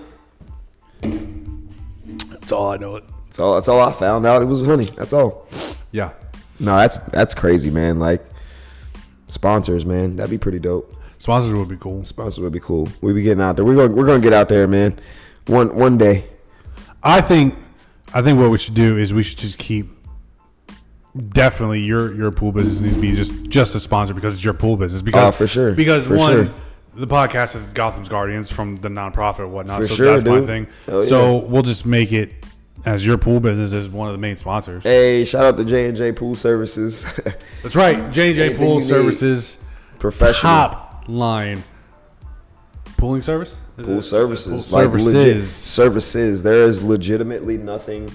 Speaker 3: That's all I know. It.
Speaker 1: That's all. That's all I found out. It was honey. That's all.
Speaker 3: Yeah.
Speaker 1: No, that's that's crazy, man. Like sponsors, man. That'd be pretty dope.
Speaker 3: Sponsors would be cool.
Speaker 1: Sponsors would be cool. We be getting out there. We're gonna we're gonna get out there, man. One one day.
Speaker 3: I think I think what we should do is we should just keep definitely your your pool business needs to be just just a sponsor because it's your pool business. Because
Speaker 1: Oh, for sure.
Speaker 3: Because
Speaker 1: For
Speaker 3: one,
Speaker 1: sure.
Speaker 3: the podcast is Gotham's Guardians from the nonprofit or whatnot.
Speaker 1: For
Speaker 3: so
Speaker 1: sure,
Speaker 3: that's my
Speaker 1: dude.
Speaker 3: thing.
Speaker 1: Hell
Speaker 3: So we'll just make it as your pool business is one of the main sponsors.
Speaker 1: Hey, shout out to J and J Pool Services.
Speaker 3: That's right. J J
Speaker 1: Anything you
Speaker 3: Pool
Speaker 1: need.
Speaker 3: Services
Speaker 1: Professional
Speaker 3: top line pooling service. Is it-
Speaker 1: pool
Speaker 3: is it
Speaker 1: services.
Speaker 3: pool
Speaker 1: like legit
Speaker 3: services.
Speaker 1: services. There is legitimately nothing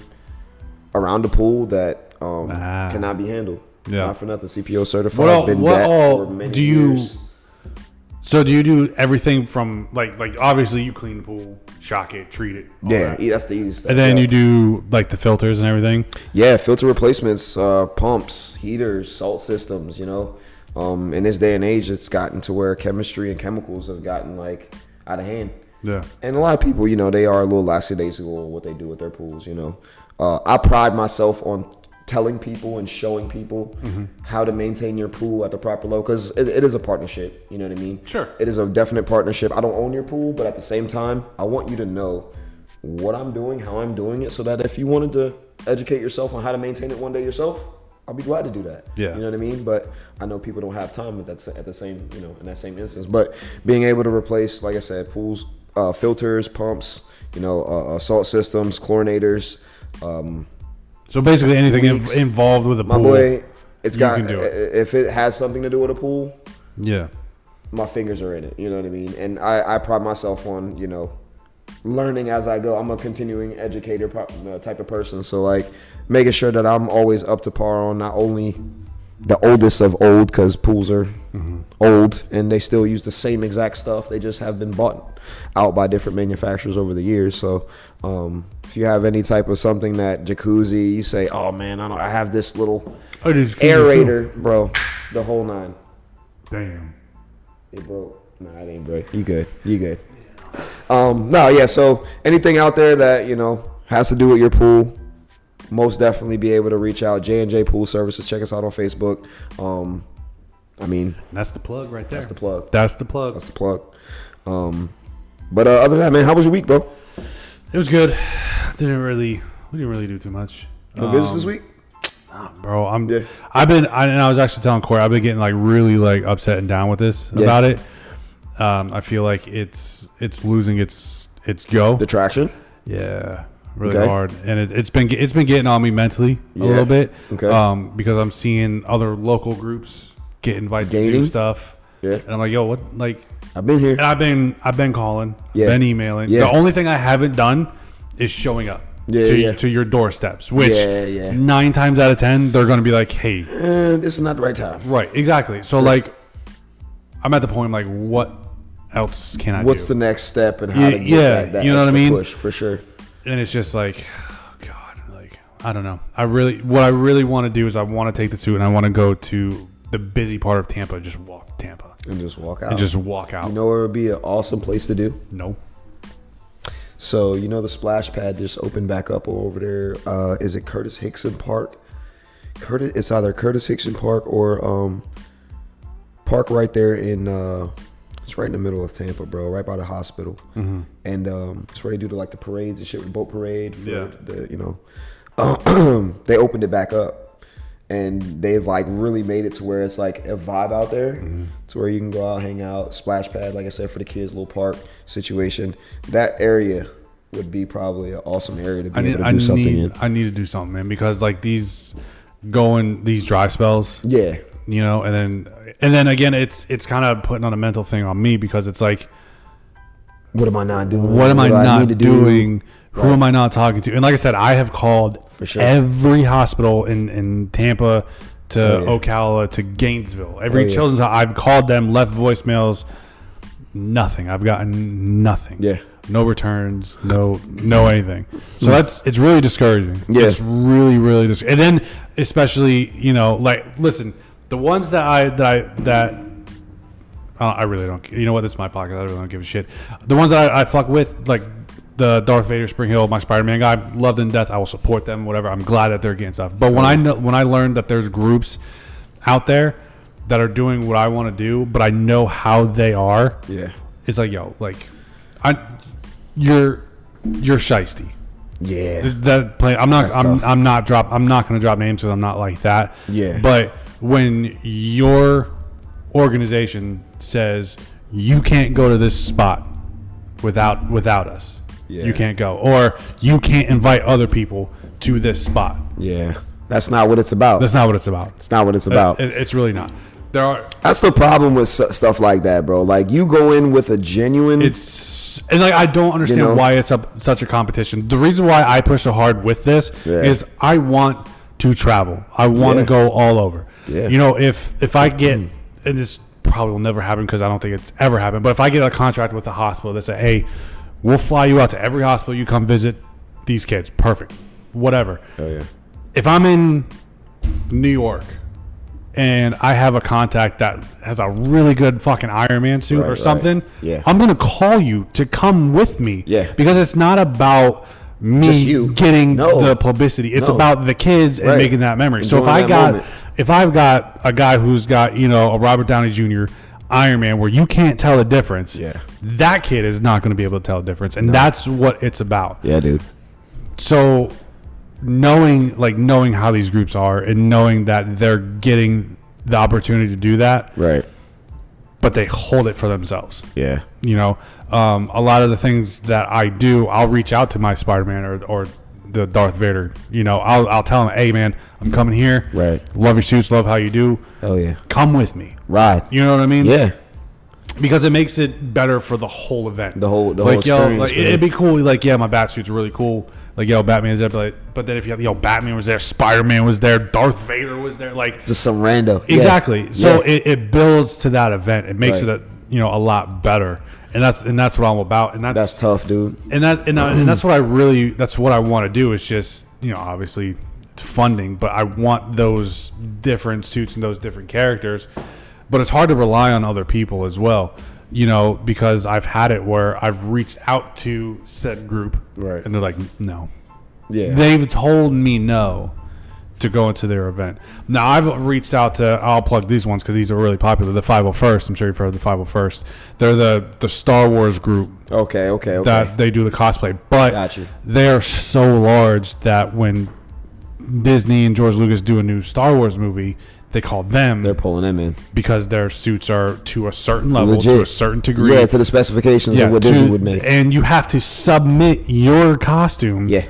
Speaker 1: around the pool that um,
Speaker 3: Ah.
Speaker 1: cannot be handled.
Speaker 3: Yeah.
Speaker 1: Not for nothing. CPO certified.
Speaker 3: What all-
Speaker 1: been
Speaker 3: what
Speaker 1: that
Speaker 3: all
Speaker 1: for many
Speaker 3: do you-
Speaker 1: years.
Speaker 3: So do you do everything from like like obviously you clean the pool, shock it, treat it, all
Speaker 1: Yeah,
Speaker 3: that.
Speaker 1: yeah, that's the easiest.
Speaker 3: and then
Speaker 1: yeah.
Speaker 3: you do like the filters and everything.
Speaker 1: Yeah, filter replacements, uh, pumps, heaters, salt systems. You know, um, in this day and age, it's gotten to where chemistry and chemicals have gotten like out of hand.
Speaker 3: Yeah.
Speaker 1: And a lot of people, you know, they are a little lackadaisical on what they do with their pools. You know, uh, I pride myself on telling people and showing people
Speaker 3: Mm-hmm.
Speaker 1: how to maintain your pool at the proper level because it, it is a partnership. You know what I mean?
Speaker 3: Sure.
Speaker 1: It is a definite partnership. I don't own your pool, but at the same time, I want you to know what I'm doing, how I'm doing it, so that if you wanted to educate yourself on how to maintain it one day yourself, I'll be glad to do that.
Speaker 3: Yeah.
Speaker 1: You know what I mean? But I know people don't have time at that s- at the same, you know, in that same instance. But being able to replace, like I said, pools, uh, filters, pumps, you know, uh, uh, salt systems, chlorinators, um,
Speaker 3: So basically anything
Speaker 1: Leaks.
Speaker 3: inv- involved with a
Speaker 1: my
Speaker 3: pool.
Speaker 1: boy, it's
Speaker 3: You
Speaker 1: got
Speaker 3: can do it.
Speaker 1: i- i- if it has something to do with a pool,
Speaker 3: Yeah.
Speaker 1: my fingers are in it. You know what I mean? And I, I pride myself on, you know, learning as I go. I'm a continuing educator pro- uh, type of person. So, like, making sure that I'm always up to par on not only the oldest of old, because pools are old and they still use the same exact stuff. They just have been bought out by different manufacturers over the years. So, um, if you have any type of something that jacuzzi, you say, oh man, I, don't, I have this little
Speaker 3: Oh, dude, it's
Speaker 1: aerator, bro, the whole nine.
Speaker 3: Damn.
Speaker 1: It broke. Nah, it ain't break. You good. You good. Um, no, yeah, so anything out there that, you know, has to do with your pool, most definitely be able to reach out. J&J Pool Services. Check us out on Facebook. Um, I mean,
Speaker 3: That's the plug right there.
Speaker 1: that's the plug.
Speaker 3: That's the plug.
Speaker 1: That's the plug. Um, but uh, other than that, man, how was your week, bro?
Speaker 3: It was good. Didn't really we didn't really do too much.
Speaker 1: No visits this
Speaker 3: Um,
Speaker 1: week?
Speaker 3: bro. I'm.
Speaker 1: Yeah.
Speaker 3: I've been. I, and I was actually telling Corey. I've been getting like really like upset and down with this
Speaker 1: Yeah.
Speaker 3: about it. Um, I feel like it's it's losing its its go.
Speaker 1: The traction?
Speaker 3: yeah, really
Speaker 1: Okay.
Speaker 3: hard, and it, it's been it's been getting on me mentally a
Speaker 1: Yeah.
Speaker 3: little bit.
Speaker 1: Okay.
Speaker 3: Um, because I'm seeing other local groups get invited to do
Speaker 1: Gaining?
Speaker 3: stuff.
Speaker 1: Yeah.
Speaker 3: And I'm like, yo, what? Like,
Speaker 1: I've been here.
Speaker 3: and I've been I've been calling,
Speaker 1: Yeah.
Speaker 3: been emailing.
Speaker 1: Yeah.
Speaker 3: The only thing I haven't done is showing up
Speaker 1: Yeah,
Speaker 3: to
Speaker 1: yeah.
Speaker 3: to your doorsteps, which
Speaker 1: Yeah, yeah.
Speaker 3: nine times out of ten they're gonna be like, hey,
Speaker 1: Eh, this is not the right time.
Speaker 3: right, exactly. So like, I'm at the point like, what else can I
Speaker 1: What's
Speaker 3: do?
Speaker 1: the next step and how
Speaker 3: Yeah,
Speaker 1: to get
Speaker 3: yeah,
Speaker 1: that, that
Speaker 3: you know what I
Speaker 1: extra
Speaker 3: mean?
Speaker 1: push, for sure.
Speaker 3: and it's just like, oh, God, like I don't know. I really what I really want to do is I want to take the suit and I want to go to the busy part of Tampa, and just walk Tampa
Speaker 1: And just walk out.
Speaker 3: and just walk out.
Speaker 1: you know where it would be an awesome place to do?
Speaker 3: no.
Speaker 1: So you know the splash pad just opened back up over there. Uh, is it Curtis Hickson Park? Curtis, it's either Curtis Hickson Park or um, park right there in. Uh, it's right in the middle of Tampa, bro. Right by the hospital, and um, it's where they do the, like the parades and shit, the boat parade. For
Speaker 3: Yeah.
Speaker 1: The you know, Uh, they opened it back up, and they've like really made it to where it's like a vibe out there,
Speaker 3: Mm-hmm.
Speaker 1: to where you can go out, hang out, splash pad, like I said, for the kids, little park situation. That area would be probably an awesome area to be
Speaker 3: I need,
Speaker 1: able to do
Speaker 3: I,
Speaker 1: something
Speaker 3: need
Speaker 1: in.
Speaker 3: I need to do something, man, because like these going these dry spells,
Speaker 1: Yeah,
Speaker 3: you know, and then and then again, it's it's kind of putting on a mental thing on me because it's like,
Speaker 1: what am I not doing?
Speaker 3: what am I
Speaker 1: do
Speaker 3: not
Speaker 1: need to do?
Speaker 3: doing? Who am I not talking to? And like I said, I have called
Speaker 1: For sure.
Speaker 3: every hospital in in Tampa to
Speaker 1: Oh, yeah.
Speaker 3: Ocala to Gainesville, every
Speaker 1: Oh, yeah.
Speaker 3: children's. I've called them, left voicemails, nothing. I've gotten nothing.
Speaker 1: Yeah.
Speaker 3: No returns, no no anything. So that's it's really discouraging.
Speaker 1: Yeah.
Speaker 3: It's really really dis- and then especially you know like listen the ones that I that I that uh, I really don't you know what this is my pocket I really don't give a shit the ones that I, I fuck with like the Darth Vader Spring Hill my Spider Man guy loved in death I will support them whatever I'm glad that they're getting stuff but when I know when I learned that there's groups out there that are doing what I want to do but I know how they are
Speaker 1: Yeah,
Speaker 3: it's like yo like I you're you're shisty
Speaker 1: Yeah.
Speaker 3: that play. I'm not.
Speaker 1: That's
Speaker 3: I'm,
Speaker 1: tough.
Speaker 3: I'm not drop. I'm not going to drop names because I'm not like that.
Speaker 1: Yeah.
Speaker 3: But when your organization says you can't go to this spot without without us,
Speaker 1: Yeah.
Speaker 3: you can't go, or you can't invite other people to this spot.
Speaker 1: Yeah. That's not what it's about. That's
Speaker 3: That's not what it's about.
Speaker 1: not what it's about.
Speaker 3: It- it's really not. There are.
Speaker 1: That's the problem with s- stuff like that, bro. Like you go in with a genuine.
Speaker 3: It's and like I don't understand
Speaker 1: know?
Speaker 3: why it's up, such a competition. The reason why I push so hard with this
Speaker 1: Yeah.
Speaker 3: is I want to travel. I want
Speaker 1: Yeah.
Speaker 3: to go all over.
Speaker 1: Yeah.
Speaker 3: You know, if if I get and this probably will never happen because I don't think it's ever happened. But if I get a contract with a hospital that say, "Hey, we'll fly you out to every hospital you come visit these kids," perfect, whatever
Speaker 1: oh yeah.
Speaker 3: if I'm in New York and I have a contact that has a really good fucking Iron Man suit
Speaker 1: Right,
Speaker 3: or
Speaker 1: right.
Speaker 3: something,
Speaker 1: Yeah.
Speaker 3: I'm gonna call you to come with me.
Speaker 1: Yeah.
Speaker 3: Because it's not about me
Speaker 1: Just you.
Speaker 3: getting
Speaker 1: No.
Speaker 3: the publicity. It's
Speaker 1: No.
Speaker 3: about the kids and
Speaker 1: Right.
Speaker 3: making that memory. so if
Speaker 1: Enjoying
Speaker 3: I
Speaker 1: that
Speaker 3: got
Speaker 1: moment.
Speaker 3: if I've got a guy who's got, you know, a Robert Downey Jr. Iron Man, where you can't tell the difference.
Speaker 1: Yeah.
Speaker 3: That kid is not going to be able to tell the difference, and that's what it's about
Speaker 1: Yeah, dude.
Speaker 3: so knowing like knowing how these groups are and knowing that they're getting the opportunity to do that
Speaker 1: Right.
Speaker 3: but they hold it for themselves
Speaker 1: Yeah.
Speaker 3: you know um, a lot of the things that i do i'll reach out to my spider-man or, or the darth vader you know I'll, I'll tell him hey man i'm coming here
Speaker 1: Right.
Speaker 3: love your suits love how you do
Speaker 1: Oh yeah.
Speaker 3: come with me
Speaker 1: Ride.
Speaker 3: you know what i mean
Speaker 1: Yeah.
Speaker 3: because it makes it better for the whole event.
Speaker 1: The whole- the
Speaker 3: like
Speaker 1: whole
Speaker 3: yo,
Speaker 1: experience,
Speaker 3: like,
Speaker 1: man.
Speaker 3: it'd be cool. Like yeah, my bat suit's really cool. Like yo, Batman's there, but, like, but then if you have yo, Batman was there, Spider Man was there, Darth Vader was there, like
Speaker 1: Just some rando. Yeah.
Speaker 3: exactly. So
Speaker 1: Yeah.
Speaker 3: it, it builds to that event. It makes
Speaker 1: Right.
Speaker 3: it a you know a lot better, and that's and that's what I'm about, and
Speaker 1: That's tough, dude.
Speaker 3: and that and, I, and that's what I really that's what I want to do is just you know obviously funding, but I want those different suits and those different characters. But it's hard to rely on other people as well, you know, because I've had it where I've reached out to said group,
Speaker 1: Right.
Speaker 3: and they're like, no,
Speaker 1: Yeah.
Speaker 3: they've told me no to go into their event. Now I've reached out to I'll plug these ones because these are really popular. The 501st, I'm sure you've heard of the 501st. They're the the Star Wars group
Speaker 1: okay. Okay. Okay.
Speaker 3: that they do the cosplay, but
Speaker 1: Gotcha.
Speaker 3: they're so large that when Disney and George Lucas do a new Star Wars movie, they call them
Speaker 1: They're pulling them in.
Speaker 3: because their suits are to a certain level, to
Speaker 1: Legit.
Speaker 3: a certain degree.
Speaker 1: Yeah, to the specifications
Speaker 3: Yeah,
Speaker 1: of what
Speaker 3: to-
Speaker 1: Disney would make.
Speaker 3: And you have to submit your costume
Speaker 1: Yeah.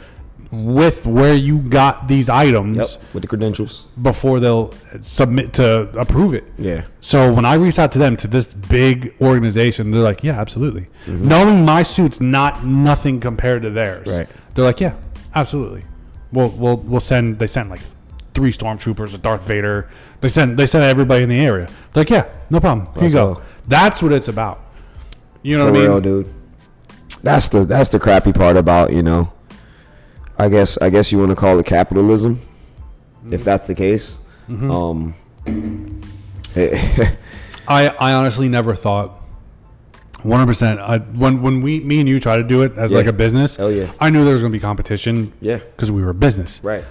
Speaker 3: with where you got these
Speaker 1: Yep.
Speaker 3: items
Speaker 1: With the credentials.
Speaker 3: before they'll submit to approve it.
Speaker 1: Yeah.
Speaker 3: So when I reached out to them to this big organization, they're like, "Yeah, absolutely." Knowing my suit's not nothing compared to theirs,
Speaker 1: Mm-hmm. Right.
Speaker 3: They're like, "Yeah, absolutely." We'll we'll we'll send. They sent like three stormtroopers, a Darth Vader. They sent they sent everybody in the area. They're like, "Yeah, no problem. Here you
Speaker 1: Let's
Speaker 3: go."
Speaker 1: go.
Speaker 3: That's what it's about. You know
Speaker 1: For
Speaker 3: what I mean?
Speaker 1: real, dude. That's the that's the crappy part about you know. I guess I guess you want to call it capitalism,
Speaker 3: Mm-hmm.
Speaker 1: if that's the case. Um,
Speaker 3: I, I honestly never thought 100% I, when when we me and you try to do it as
Speaker 1: Yeah.
Speaker 3: like a business
Speaker 1: Hell yeah.
Speaker 3: i knew there was going to be competition
Speaker 1: Yeah.
Speaker 3: because we were a business
Speaker 1: right.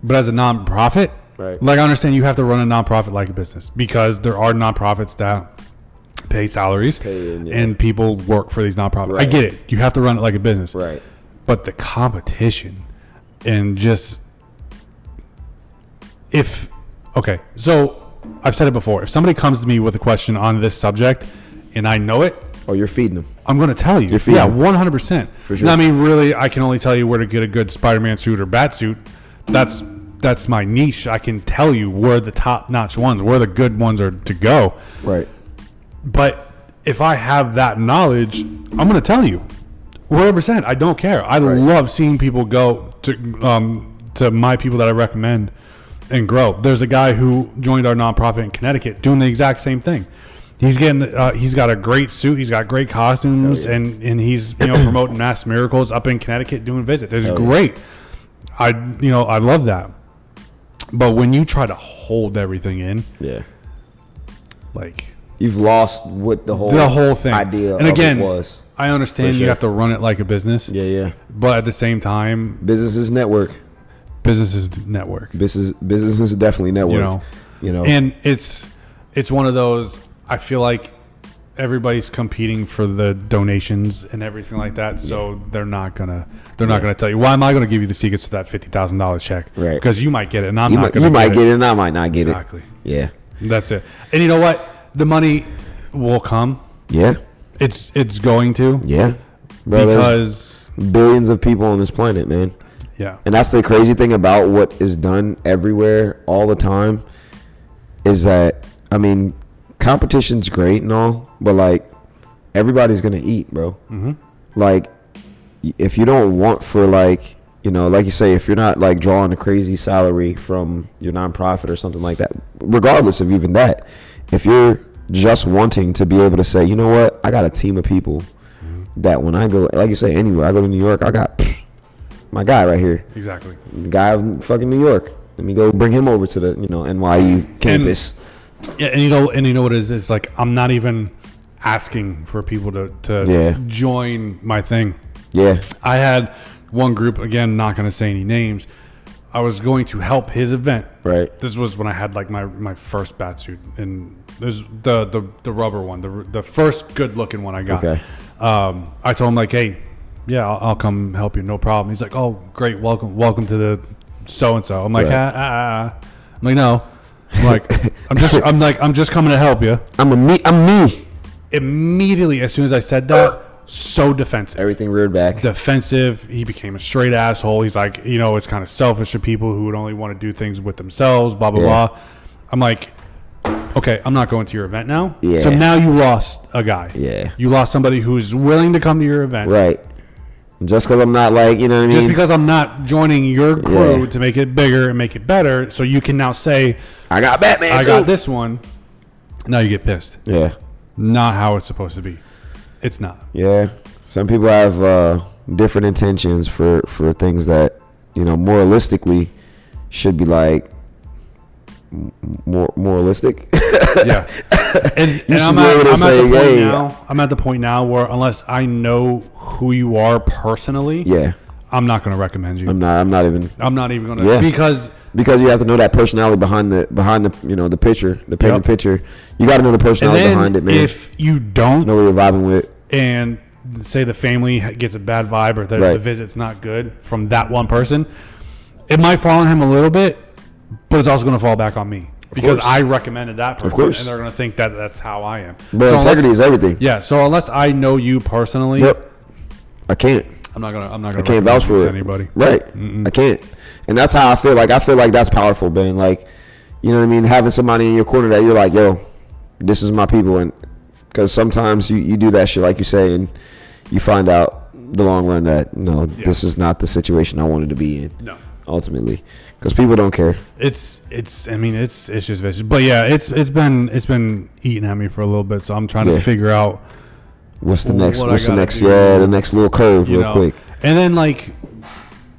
Speaker 3: but as a nonprofit
Speaker 1: Right.
Speaker 3: like i understand you have to run a nonprofit like a business because there are nonprofits that pay salaries
Speaker 1: Pay and, yeah.
Speaker 3: and people work for these nonprofits i
Speaker 1: Right.
Speaker 3: get it you have to run it like a business
Speaker 1: Right.
Speaker 3: but the competition and just if okay so i've said it before if somebody comes to me with a question on this subject and i know it
Speaker 1: Oh, you're feeding them.
Speaker 3: i'm going to tell you
Speaker 1: feeding
Speaker 3: yeah
Speaker 1: them.
Speaker 3: 100%
Speaker 1: For sure.
Speaker 3: i mean really i can only tell you where to get a good spider-man suit or bat suit that's that's my niche i can tell you where the top notch ones where the good ones are to go
Speaker 1: Right.
Speaker 3: but if I have that knowledge, I'm going to tell you, 100. percent I don't care. I love seeing people go to um, to my people that I recommend and grow. There's a guy who joined our nonprofit in Connecticut doing the exact same thing. He's getting uh, he's got a great suit. He's got great costumes, and and he's you know promoting mass miracles up in Connecticut doing visit. It's great. I you know I love that. But when you try to hold everything in,
Speaker 1: Yeah.
Speaker 3: like
Speaker 1: You've lost what the whole
Speaker 3: the whole thing
Speaker 1: idea
Speaker 3: and
Speaker 1: of
Speaker 3: again
Speaker 1: it was.
Speaker 3: i understand
Speaker 1: For sure.
Speaker 3: you have to run it like a business
Speaker 1: Yeah, yeah.
Speaker 3: but at the same time
Speaker 1: Businesses network.
Speaker 3: businesses d- network
Speaker 1: Business businesses definitely network. You know.
Speaker 3: know. and it's it's one of those i feel like everybody's competing for the donations and everything like that. So they're not gonna they're not gonna tell you. Why am I gonna give you the secrets to that fifty thousand dollar check?
Speaker 1: Right.
Speaker 3: Because you might get it, and I'm
Speaker 1: You
Speaker 3: not
Speaker 1: might,
Speaker 3: gonna.
Speaker 1: you might
Speaker 3: get
Speaker 1: get it, and I might not get
Speaker 3: Exactly.
Speaker 1: it. Yeah.
Speaker 3: That's it. And you know what? The money will come.
Speaker 1: Yeah.
Speaker 3: It's it's going to.
Speaker 1: Yeah. Bro, there's
Speaker 3: Because
Speaker 1: billions of people on this planet, man.
Speaker 3: yeah.
Speaker 1: And that's the crazy thing about what is done everywhere all the time is that I mean, competition's great and all, but like everybody's gonna eat, bro. Mm-hmm. Like y- if you don't want for like you know, like you say, if you're not like drawing a crazy salary from your nonprofit or something like that, regardless of even that, if you're just wanting to be able to say, you know what, I got a team of people that when I go, like you say, anywhere I go to New York, I got pfft, my guy right here
Speaker 3: Exactly.
Speaker 1: the guy from fucking New York. Let me go bring him over to the you know NYU campus.
Speaker 3: Yeah, and you know, and you know what it is? It's like I'm not even asking for people to to
Speaker 1: Yeah.
Speaker 3: join my thing.
Speaker 1: yeah,
Speaker 3: I had one group again, not going to say any names. I was going to help his event.
Speaker 1: right.
Speaker 3: This was when I had like my my first bat suit and there's the the the rubber one, the the first good looking one I got.
Speaker 1: Okay.
Speaker 3: Um, I told him like, hey, yeah, I'll, I'll come help you, no problem. He's like, oh, great, welcome, welcome to the so and so. I'm like,
Speaker 1: Right.
Speaker 3: ah, ah, ah. I'm like, no, I'm like, I'm just, I'm like, I'm just coming to help you.
Speaker 1: I'm a me. I'm me.
Speaker 3: Immediately, as soon as I said that, so defensive
Speaker 1: Everything reared back.
Speaker 3: defensive. He became a straight asshole. He's like, you know, it's kind of selfish to people who would only want to do things with themselves, blah, blah,
Speaker 1: Yeah.
Speaker 3: blah. I'm like, okay, I'm not going to your event now.
Speaker 1: Yeah.
Speaker 3: So now you lost a guy.
Speaker 1: Yeah.
Speaker 3: You lost somebody who's willing to come to your event.
Speaker 1: right. Just because I'm not like you know what I
Speaker 3: Just
Speaker 1: mean.
Speaker 3: because I'm not joining your crew
Speaker 1: Yeah.
Speaker 3: to make it bigger and make it better, so you can now say,
Speaker 1: I got Batman.
Speaker 3: I
Speaker 1: too.
Speaker 3: got this one. Now you get pissed.
Speaker 1: Yeah,
Speaker 3: Not how it's supposed to be. It's not.
Speaker 1: yeah. Some people have uh, different intentions for for things that you know moralistically should be like m- more moralistic.
Speaker 3: yeah. And,
Speaker 1: should
Speaker 3: and I'm,
Speaker 1: be
Speaker 3: at,
Speaker 1: able to
Speaker 3: I'm at the
Speaker 1: say,
Speaker 3: point
Speaker 1: "Hey."
Speaker 3: now. I'm at the point now where unless I know who you are personally,
Speaker 1: yeah,
Speaker 3: I'm not going to recommend you.
Speaker 1: I'm
Speaker 3: I'm,
Speaker 1: not. I'm not even
Speaker 3: not even going to
Speaker 1: Yeah.
Speaker 3: because
Speaker 1: because you have to know that personality behind the behind the you know the picture, the painted
Speaker 3: Yep.
Speaker 1: picture. You got to know the
Speaker 3: and
Speaker 1: personality
Speaker 3: then
Speaker 1: behind it, man.
Speaker 3: if you don't
Speaker 1: know what you're vibing with.
Speaker 3: and say the family gets a bad vibe or the, the
Speaker 1: Right.
Speaker 3: visit's not good from that one person, it might fall on him a little bit, but it's also going to fall back on me because
Speaker 1: course.
Speaker 3: I recommended that person,
Speaker 1: course.
Speaker 3: and they're going to think that that's how I am.
Speaker 1: But
Speaker 3: So unless-
Speaker 1: integrity is everything.
Speaker 3: yeah. So unless I know you personally,
Speaker 1: Yep. I can't.
Speaker 3: I'm not gonna. I'm not gonna.
Speaker 1: Can't vouch for
Speaker 3: recommend
Speaker 1: it.
Speaker 3: you to anybody.
Speaker 1: Right. I can't. And that's how I feel. Like I feel like that's powerful, man. Like, you know what I mean? Having somebody in your corner that you're like, yo, this is my people, and because sometimes you you do that shit like you say, and you find out the long run that no, this is not the situation I wanted to be in.
Speaker 3: No.
Speaker 1: Ultimately, because people don't care.
Speaker 3: It's it's I mean it's it's just vicious. But yeah, it's it's been it's been eating at me for a little bit, so I'm trying to
Speaker 1: Yeah.
Speaker 3: figure out
Speaker 1: What's the
Speaker 3: Well,
Speaker 1: next?
Speaker 3: what I
Speaker 1: what's the
Speaker 3: gotta
Speaker 1: next?
Speaker 3: do,
Speaker 1: yeah, the next little curve,
Speaker 3: you
Speaker 1: real
Speaker 3: know.
Speaker 1: quick.
Speaker 3: And then like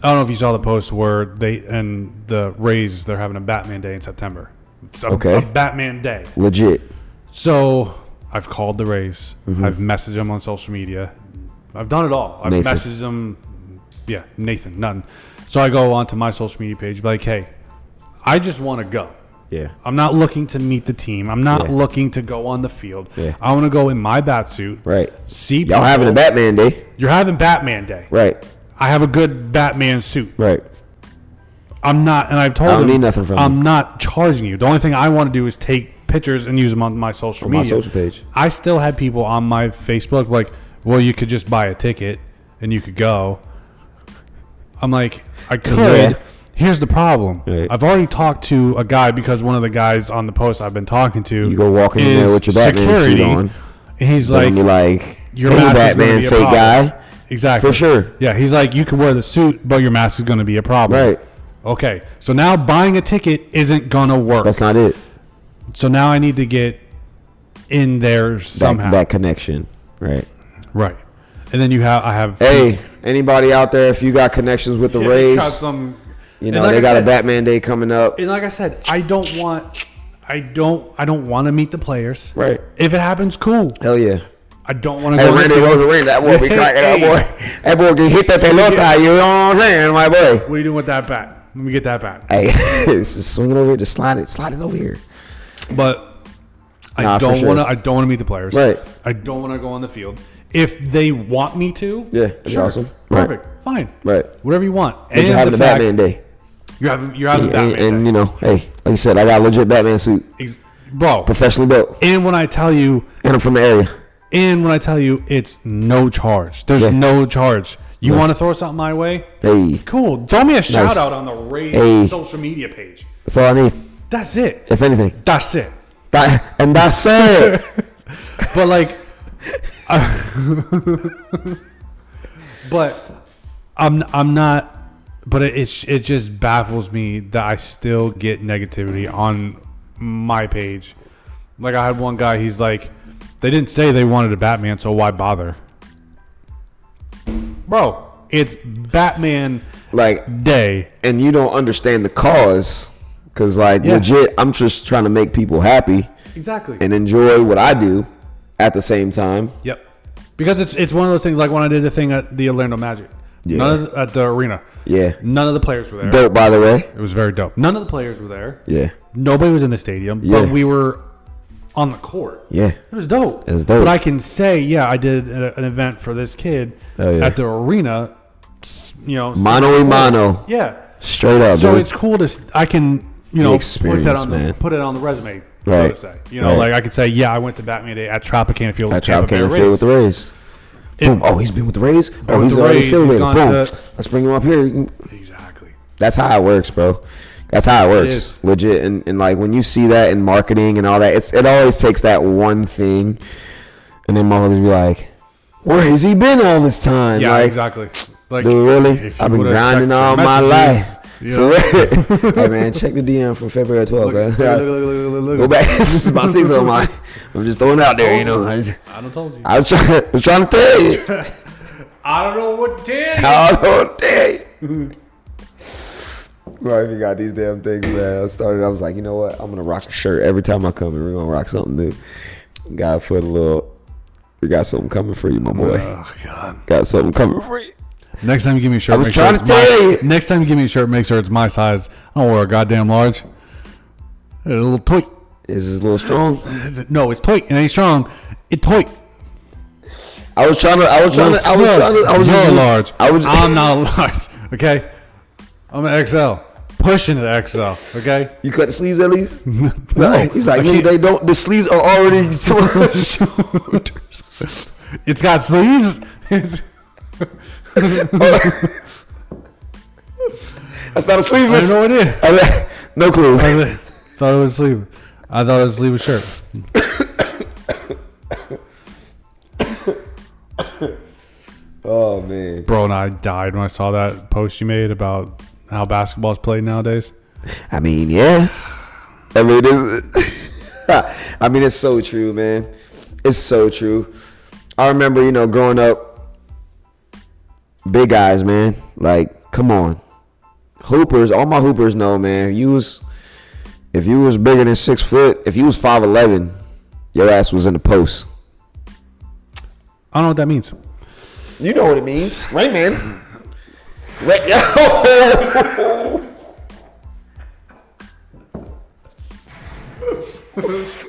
Speaker 3: I don't know if you saw the post where they and the Rays they're having a Batman day in September. It's a,
Speaker 1: Okay.
Speaker 3: a Batman day.
Speaker 1: Legit.
Speaker 3: So I've called the Rays.
Speaker 1: Mm-hmm.
Speaker 3: I've messaged them on social media. I've done it all. I've
Speaker 1: Nathan.
Speaker 3: messaged them. Yeah, Nathan, nothing. So I go onto my social media page, like, hey, I just want to go.
Speaker 1: Yeah.
Speaker 3: I'm not looking to meet the team. I'm not
Speaker 1: Yeah.
Speaker 3: looking to go on the field.
Speaker 1: Yeah.
Speaker 3: I want to go in my bat suit.
Speaker 1: Right.
Speaker 3: See,
Speaker 1: Y'all having a
Speaker 3: bat-
Speaker 1: Batman day.
Speaker 3: you're having Batman day.
Speaker 1: Right.
Speaker 3: I have a good Batman suit.
Speaker 1: Right.
Speaker 3: I'm not, and I've told
Speaker 1: I don't
Speaker 3: him,
Speaker 1: need nothing from
Speaker 3: I'm not charging you. The only thing I want to do is take pictures and use them on my social
Speaker 1: my
Speaker 3: media.
Speaker 1: social page.
Speaker 3: I still had people on my Facebook like, well, you could just buy a ticket and you could go. I'm like, I could.
Speaker 1: Yeah.
Speaker 3: Here's the problem.
Speaker 1: Right.
Speaker 3: I've already talked to a guy because one of the guys on the post I've been talking to.
Speaker 1: You go walking in there with your Batman suit on.
Speaker 3: And he's
Speaker 1: Like,
Speaker 3: like,
Speaker 1: you're like,
Speaker 3: your
Speaker 1: hey,
Speaker 3: mask is gonna
Speaker 1: Batman
Speaker 3: be a
Speaker 1: fake
Speaker 3: problem.
Speaker 1: guy.
Speaker 3: Exactly.
Speaker 1: For sure.
Speaker 3: Yeah, he's like, you can wear the suit, but your mask is going to be a problem.
Speaker 1: Right.
Speaker 3: Okay. So now buying a ticket isn't going to work.
Speaker 1: That's not it.
Speaker 3: so now I need to get in there
Speaker 1: That,
Speaker 3: somehow.
Speaker 1: that connection. Right.
Speaker 3: Right. And then you have, I have.
Speaker 1: Hey, anybody out there? If you got connections with the
Speaker 3: Yeah, you got
Speaker 1: Rays,
Speaker 3: some-
Speaker 1: you
Speaker 3: and
Speaker 1: know
Speaker 3: like
Speaker 1: they
Speaker 3: I
Speaker 1: got
Speaker 3: said-
Speaker 1: a Batman day coming up.
Speaker 3: And like I said, I don't want, I don't, I don't want to meet the players.
Speaker 1: Right.
Speaker 3: If it happens, cool.
Speaker 1: Hell yeah.
Speaker 3: I don't want to
Speaker 1: Hey,
Speaker 3: go.
Speaker 1: Randy
Speaker 3: to the-
Speaker 1: Rosarina, that boy be cracking. That
Speaker 3: Hey.
Speaker 1: boy, that boy can hit that pelota. You know what I'm saying, my boy?
Speaker 3: What are you doing with that bat? Let me get that bat.
Speaker 1: Hey, just swing it over here. Just slide it. Slide it over here.
Speaker 3: But I
Speaker 2: Nah, for
Speaker 3: don't
Speaker 2: sure.
Speaker 3: want to. I don't want to meet the players.
Speaker 2: Right.
Speaker 3: I don't want to go on the field. If they want me to,
Speaker 2: Yeah, that's awesome. Right.
Speaker 3: Perfect. Fine.
Speaker 2: Right.
Speaker 3: Whatever you want.
Speaker 2: But you're
Speaker 3: And
Speaker 2: having
Speaker 3: the
Speaker 2: a
Speaker 3: fact-
Speaker 2: Batman day.
Speaker 3: You're having. You're having
Speaker 2: and,
Speaker 3: Batman.
Speaker 2: and, you know, hey, like you said, I got a legit Batman suit,
Speaker 3: Ex- bro.
Speaker 2: professionally built,
Speaker 3: And when I tell you,
Speaker 2: and I'm from the area.
Speaker 3: and when I tell you, it's no charge. There's
Speaker 2: Yeah.
Speaker 3: no charge. You want to throw something my way?
Speaker 2: Hey,
Speaker 3: Cool. Throw me a shout out on the Rays
Speaker 2: Hey.
Speaker 3: social media page.
Speaker 2: that's all I need,
Speaker 3: That's it.
Speaker 2: if anything.
Speaker 3: That's it.
Speaker 2: That, and that's it.
Speaker 3: But like, I- but I'm I'm not. But it it's, it just baffles me that I still get negativity on my page. Like I had one guy, he's like, they didn't say they wanted a Batman, so why bother? Bro, it's Batman
Speaker 1: Like,
Speaker 3: Day.
Speaker 1: and you don't understand the cause, because like
Speaker 3: Yeah.
Speaker 1: legit, I'm just trying to make people happy
Speaker 3: Exactly.
Speaker 1: and enjoy what I do at the same time.
Speaker 3: Yep. Because it's it's one of those things like when I did the thing at the Orlando Magic.
Speaker 1: Yeah.
Speaker 3: None of the, at the arena.
Speaker 1: Yeah.
Speaker 3: None of the players were there.
Speaker 1: Dope, by the way.
Speaker 3: It was very dope. None of the players were there.
Speaker 1: Yeah,
Speaker 3: Nobody was in the stadium,
Speaker 1: Yeah.
Speaker 3: but we were on the court.
Speaker 1: yeah,
Speaker 3: It was dope.
Speaker 1: It was dope.
Speaker 3: But I can say, yeah, I did a, an event for this kid
Speaker 1: Oh, yeah.
Speaker 3: at the arena. s- You know,
Speaker 1: Mano a mano.
Speaker 3: Yeah.
Speaker 1: straight up.
Speaker 3: So
Speaker 1: dude.
Speaker 3: it's cool to s- I can you know put that
Speaker 1: experience,
Speaker 3: on
Speaker 1: man.
Speaker 3: The, put it on the resume, so
Speaker 1: Right.
Speaker 3: to say. You know,
Speaker 1: Right.
Speaker 3: like I could say, yeah, I went to Batman Day at Tropicana Field.
Speaker 1: That
Speaker 3: with
Speaker 1: trap
Speaker 3: Tampa Bay
Speaker 1: came
Speaker 3: Rays.
Speaker 1: field with the Rays. Boom. Oh, he's been with the Rays. Oh,
Speaker 3: with
Speaker 1: he's
Speaker 3: the
Speaker 1: already
Speaker 3: Rays, he's
Speaker 1: affiliated.
Speaker 3: gone
Speaker 1: Boom.
Speaker 3: to-
Speaker 1: Let's bring him up here. You can-
Speaker 3: Exactly.
Speaker 1: That's how it works, bro. That's how it works,
Speaker 3: is.
Speaker 1: legit. And, and like when you see that in marketing and all that, it's it always takes that one thing, and then motherfuckers be like, "Where has he been all this time?"
Speaker 3: Yeah,
Speaker 1: like,
Speaker 3: exactly. Like,
Speaker 1: Dude,
Speaker 3: if
Speaker 1: really?
Speaker 3: you
Speaker 1: I've been
Speaker 3: would've
Speaker 1: grinding
Speaker 3: checked
Speaker 1: all
Speaker 3: your
Speaker 1: my
Speaker 3: messages,
Speaker 1: life.
Speaker 3: you know.
Speaker 1: For real. hey man, check the DM from February 12th. guys. Go back. this is my six on mine. I'm just throwing it out there, you know. I, just-
Speaker 3: I don't told you.
Speaker 1: I was, trying, I was trying to tell you.
Speaker 3: I don't know what did.
Speaker 1: I don't dare. My wife got these damn things, man. I started. I was like, you know what? I'm gonna rock a shirt every time I come, and we're gonna rock something new. Got put a little. We got something coming for you, my boy.
Speaker 3: Oh god.
Speaker 1: Got something coming for you.
Speaker 3: Next time you give me a shirt,
Speaker 1: was
Speaker 3: make sure
Speaker 1: trying
Speaker 3: it's
Speaker 1: to tell
Speaker 3: my,
Speaker 1: you.
Speaker 3: Next time you give me a shirt, make sure it's my size. I don't wear a goddamn large. A little toy.
Speaker 1: This is a little strong.
Speaker 3: No, it's toy. It ain't strong. It's toy.
Speaker 1: I was trying to. I was trying to. I was trying to. I was
Speaker 3: You're
Speaker 1: just-
Speaker 3: large.
Speaker 1: I was.
Speaker 3: I'm not large. Okay. I'm an XL. Pushing the XL. Okay.
Speaker 1: You cut the sleeves at least. no, he's
Speaker 3: I
Speaker 1: like, no,
Speaker 3: can't-
Speaker 1: they don't. The sleeves are already torn.
Speaker 3: It's got sleeves. It's,
Speaker 1: That's not a
Speaker 3: I don't
Speaker 1: sleeveless.
Speaker 3: know what it is.
Speaker 1: no clue.
Speaker 3: I thought it was sleeve. I thought it was sleeve a shirt.
Speaker 1: Oh man.
Speaker 3: Bro, and I died when I saw that post you made about how basketball's played nowadays.
Speaker 1: I mean, yeah. I mean, it's, I mean, it's so true, man. It's so true. I remember, you know, growing up, big guys, man. Like, come on, hoopers. All my hoopers know, man. You was, if you was bigger than six foot, if you was five eleven, your ass was in the post.
Speaker 3: I don't know what that means.
Speaker 1: You know what it means, right, man? Right, yo.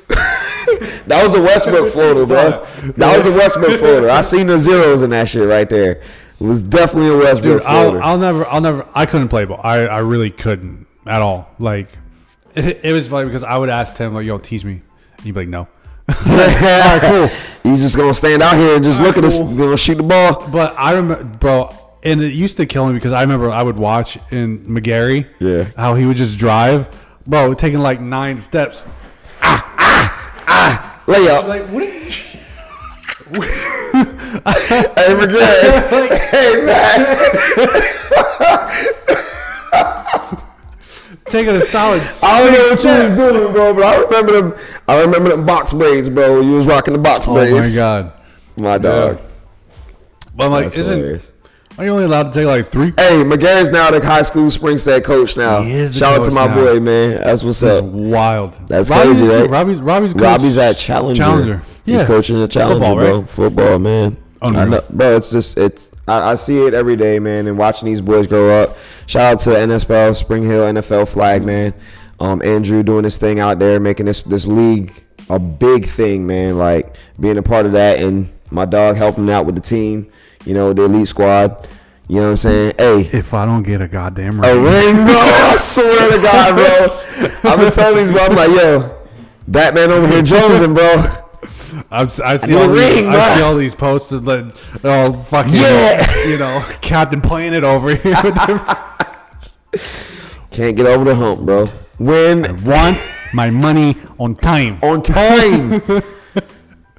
Speaker 1: that was a Westbrook floater, bro. That was a Westbrook floater. I seen the zeros in that shit right there. It was definitely a Westbrook
Speaker 3: Dude, I'll,
Speaker 1: floater.
Speaker 3: I'll never, I'll never, I couldn't play ball. I, I really couldn't at all. Like, it, it was funny because I would ask Tim, like, yo, teach me. And he'd be like, no.
Speaker 1: He's just gonna stand out here and just look at us,
Speaker 3: cool.
Speaker 1: gonna shoot the ball.
Speaker 3: But I remember, bro, and it used to kill me because I remember I would watch in McGarry,
Speaker 1: Yeah.
Speaker 3: how he would just drive, bro, taking like nine steps.
Speaker 1: Layup.
Speaker 3: Like, what is this?
Speaker 1: Hey, McGarry. hey, man.
Speaker 3: taking a solid
Speaker 1: I don't know what
Speaker 3: six
Speaker 1: you was
Speaker 3: steps.
Speaker 1: doing, bro, but I remember them. I remember them box braids, bro. when You was rocking the box braids.
Speaker 3: Oh my god.
Speaker 1: My dog.
Speaker 3: But I'm like,
Speaker 1: That's
Speaker 3: isn't
Speaker 1: hilarious.
Speaker 3: are you only allowed to take like three?
Speaker 1: Hey, McGarry's now the high school Springstead coach now.
Speaker 3: He is the
Speaker 1: Shout out to
Speaker 3: coach
Speaker 1: my
Speaker 3: now.
Speaker 1: boy, man. That's what's
Speaker 3: That's
Speaker 1: up.
Speaker 3: wild.
Speaker 1: That's
Speaker 3: Robbie's
Speaker 1: crazy,
Speaker 3: too.
Speaker 1: right?
Speaker 3: Robbie's Robbie's coach-
Speaker 1: Robbie's at Challenger.
Speaker 3: Challenger.
Speaker 1: He's
Speaker 3: Yeah.
Speaker 1: coaching at Challenger,
Speaker 3: Football,
Speaker 1: bro.
Speaker 3: right?
Speaker 1: Football, man.
Speaker 3: Unreal.
Speaker 1: I know- bro, it's just it's I, I see it every day, man, and watching these boys grow up. Shout out to NFL Spring Hill NFL flag, man. Um, Andrew doing his thing out there, making this this league a big thing, man. Like being a part of that and my dog helping out with the team, you know, the elite squad. You know what I'm saying? Hey,
Speaker 3: If I don't get a goddamn
Speaker 1: a
Speaker 3: ring,
Speaker 1: ring, bro. I swear to God, bro. I've been telling these bro, I'm like, yo, Batman over here Jonesing, bro.
Speaker 3: I'm, si see
Speaker 1: need a
Speaker 3: all these,
Speaker 1: ring,
Speaker 3: I
Speaker 1: bruh.
Speaker 3: see all these posts of like, oh fucking,
Speaker 1: Yeah.
Speaker 3: you know, Captain playing it over here. With the,
Speaker 1: Can't get over the hump, bro. Win
Speaker 3: want my money on time,
Speaker 1: on time.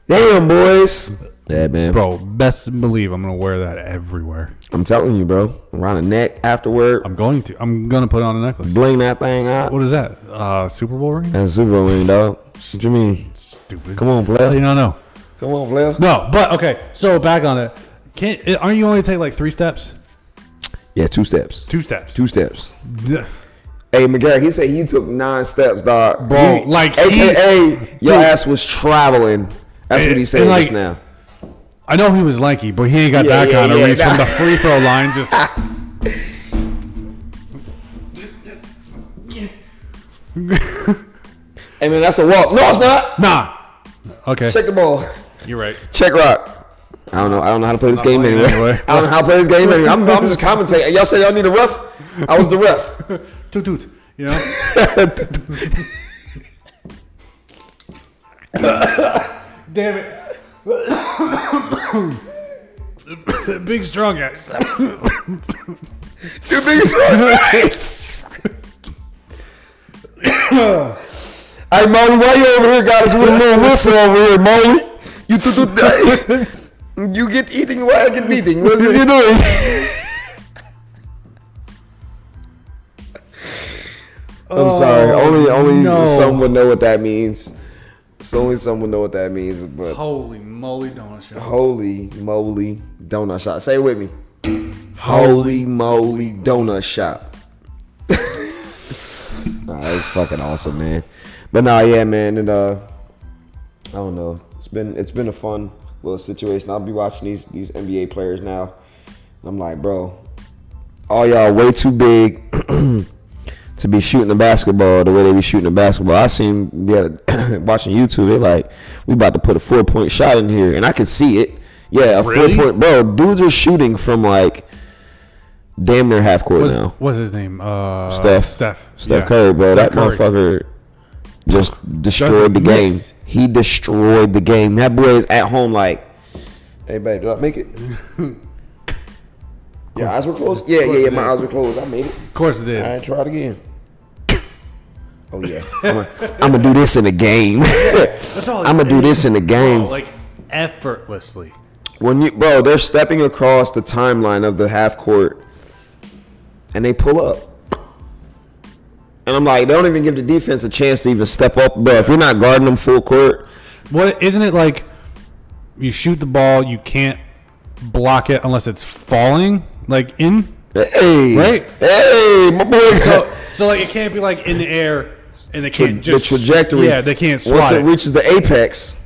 Speaker 1: Damn, boys. Yeah, man.
Speaker 3: bro. Best believe I'm gonna wear that everywhere.
Speaker 1: I'm telling you, bro. Around the neck afterward.
Speaker 3: I'm going to. I'm gonna put on a necklace.
Speaker 1: Bling that thing out.
Speaker 3: What is that? Uh, Super Bowl ring?
Speaker 1: That's Super Bowl ring, dog. What you mean?
Speaker 3: Stupid.
Speaker 1: Come on,
Speaker 3: You
Speaker 1: player.
Speaker 3: don't know.
Speaker 1: Come on, player.
Speaker 3: No, but okay. So back on it. Can not aren't you only take like three steps?
Speaker 1: Yeah, two steps.
Speaker 3: Two steps.
Speaker 1: Two steps.
Speaker 3: Two.
Speaker 1: Hey, McGarry, he said he took nine steps, dog.
Speaker 3: Bro,
Speaker 1: He-
Speaker 3: like, he-
Speaker 1: AKA, your
Speaker 3: Dude.
Speaker 1: ass was traveling. That's what
Speaker 3: And-
Speaker 1: he said
Speaker 3: and, like,
Speaker 1: just now.
Speaker 3: I know he was lanky, but he ain't got
Speaker 1: Yeah,
Speaker 3: that
Speaker 1: yeah,
Speaker 3: kind of
Speaker 1: yeah,
Speaker 3: reach
Speaker 1: nah.
Speaker 3: from the free throw line. Just
Speaker 1: Hey, man, that's a walk. No, it's not.
Speaker 3: nah. Okay,
Speaker 1: Check the ball.
Speaker 3: you're right.
Speaker 1: Check rock. I don't know. I don't know how to play this game
Speaker 3: playing
Speaker 1: anyway.
Speaker 3: anyway.
Speaker 1: I don't know how to play this game anyway. I'm, I'm just commentating. Y'all say y'all need a ref. I was the ref.
Speaker 3: Toot toot. You know. Damn it. Big strong guys.
Speaker 1: Your biggest rights. hey, Molly, why you over here got us with a little whistle over here, Molly? You do do that. You get eating while I get beating. What is you doing? I'm sorry. Only only
Speaker 3: no.
Speaker 1: some would know what that means. So only some would know what that means. But
Speaker 3: Holy moly, donut shop.
Speaker 1: holy moly, donut shop. Say it with me. Holy moly, donut shop. nah, it's fucking awesome, man. But nah, yeah, man, and uh, I don't know. It's been it's been a fun little situation. I'll be watching these these NBA players now. And I'm like, bro, all y'all way too big to be shooting the basketball the way they be shooting the basketball. I seen yeah, watching YouTube. They like we about to put a four point shot in here, and I could see it. Yeah, a
Speaker 3: Really?
Speaker 1: four point bro. Dudes are shooting from like damn near half court now.
Speaker 3: What's, what's his name? Uh,
Speaker 1: Steph.
Speaker 3: Steph.
Speaker 1: Steph
Speaker 3: yeah.
Speaker 1: Curry, bro,
Speaker 3: Steph
Speaker 1: that motherfucker just destroyed the game.
Speaker 3: miss.
Speaker 1: He destroyed the game. That boy is at home like, hey, babe, did I make it? Your eyes were closed. Yeah, yeah,
Speaker 3: course
Speaker 1: yeah.
Speaker 3: you
Speaker 1: My
Speaker 3: did.
Speaker 1: eyes were closed. I made it.
Speaker 3: Of course it did.
Speaker 1: I ain't tried again. Oh yeah, I'm gonna do this in the game.
Speaker 3: all
Speaker 1: I'm gonna
Speaker 3: it
Speaker 1: do
Speaker 3: is.
Speaker 1: this in the game.
Speaker 3: Like effortlessly.
Speaker 1: When you, bro, they're stepping across the timeline of the half court, and they pull up, and I'm like, they don't even give the defense a chance to even step up, bro. If you're not guarding them full court,
Speaker 3: What isn't it like? You shoot the ball, you can't block it unless it's falling like in.
Speaker 1: hey,
Speaker 3: Right.
Speaker 1: hey, my boy.
Speaker 3: So so like it can't be like in the air and they
Speaker 1: the
Speaker 3: can't just
Speaker 1: trajectory.
Speaker 3: Yeah, they can't
Speaker 1: Once
Speaker 3: swat
Speaker 1: it
Speaker 3: it.
Speaker 1: reaches the apex,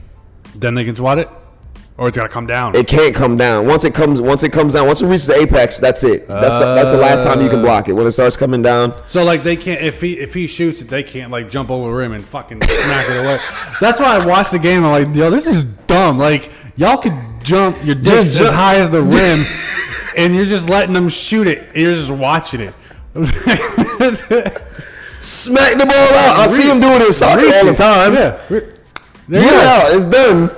Speaker 3: then they can swat it, or it's gotta come down.
Speaker 1: it can't come down. Once it comes, once it comes down, once it reaches the apex, that's it. That's the, that's the last time you can block it. When it starts coming down,
Speaker 3: so like they can't if he if he shoots it, they can't like jump over the rim and fucking smack it away. That's why I watched the game. I'm like, yo, this is dumb. Like y'all could jump your
Speaker 1: Just
Speaker 3: dicks as
Speaker 1: jump.
Speaker 3: high as the rim, and you're just letting them shoot it. You're just watching it.
Speaker 1: smack the ball out. I see him doing it in soccer all the time.
Speaker 3: Yeah. There
Speaker 1: Get
Speaker 3: you
Speaker 1: it
Speaker 3: go.
Speaker 1: out. It's done.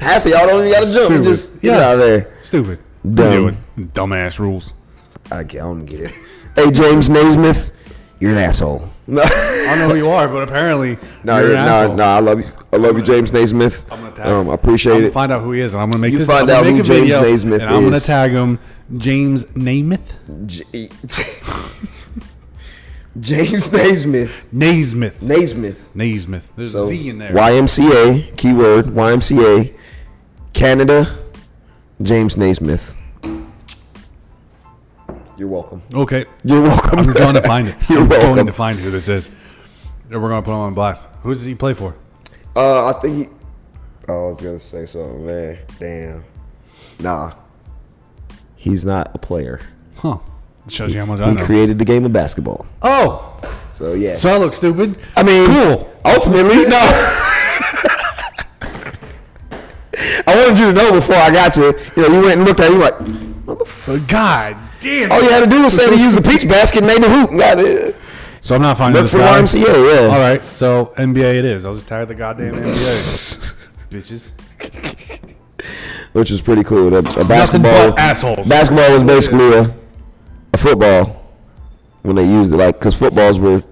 Speaker 1: Half of y'all don't even gotta jump. You
Speaker 3: Stupid.
Speaker 1: Just get it
Speaker 3: Yeah.
Speaker 1: out of there.
Speaker 3: Stupid.
Speaker 1: Dumb.
Speaker 3: Doing dumbass rules.
Speaker 1: I get- I don't get it. Hey, James Naismith, you're an asshole. No,
Speaker 3: I don't know who you are, but apparently
Speaker 1: no,
Speaker 3: you're an
Speaker 1: no,
Speaker 3: asshole.
Speaker 1: no. I love you. I love you, James Naismith.
Speaker 3: I'm gonna tag
Speaker 1: um, I
Speaker 3: I'm
Speaker 1: appreciate
Speaker 3: gonna
Speaker 1: it.
Speaker 3: find out who he is, and I'm gonna make
Speaker 1: You
Speaker 3: this.
Speaker 1: find
Speaker 3: I'm gonna
Speaker 1: out
Speaker 3: make
Speaker 1: who
Speaker 3: a
Speaker 1: James
Speaker 3: video,
Speaker 1: Naismith
Speaker 3: and I'm gonna
Speaker 1: is.
Speaker 3: tag him James Naismith.
Speaker 1: J- James Naismith.
Speaker 3: Naismith.
Speaker 1: Naismith.
Speaker 3: Naismith. There's a
Speaker 1: So,
Speaker 3: Z in there.
Speaker 1: YMCA, keyword, YMCA, Canada, James Naismith. You're welcome.
Speaker 3: Okay,
Speaker 1: You're welcome.
Speaker 3: I'm going to find it.
Speaker 1: You're
Speaker 3: I'm going
Speaker 1: welcome.
Speaker 3: to find who this is, and we're gonna put him on blast. Who does he play for?
Speaker 1: Uh, I think he. oh, I was gonna say something, man. Damn. Nah. He's not a player.
Speaker 3: Huh? Shows you how much I
Speaker 1: He
Speaker 3: know.
Speaker 1: created the game of basketball.
Speaker 3: oh,
Speaker 1: So yeah.
Speaker 3: so I look stupid.
Speaker 1: I mean,
Speaker 3: cool.
Speaker 1: Ultimately, no. I wanted you to know before I got you. You know, you went and looked at it, you like, motherfucker.
Speaker 3: God damn.
Speaker 1: All you had to do was say to use the peach basket, and made the hoop. and Got it.
Speaker 3: So I'm not finding
Speaker 1: Look
Speaker 3: this
Speaker 1: for
Speaker 3: guy.
Speaker 1: YMCA, yeah.
Speaker 3: All right, so NBA it is. I was just tired of the goddamn NBA. Bitches.
Speaker 1: Which is pretty cool. The- A,
Speaker 3: Nothing
Speaker 1: basketball.
Speaker 3: but assholes.
Speaker 1: Basketball was basically a, a football when they used it, like because footballs were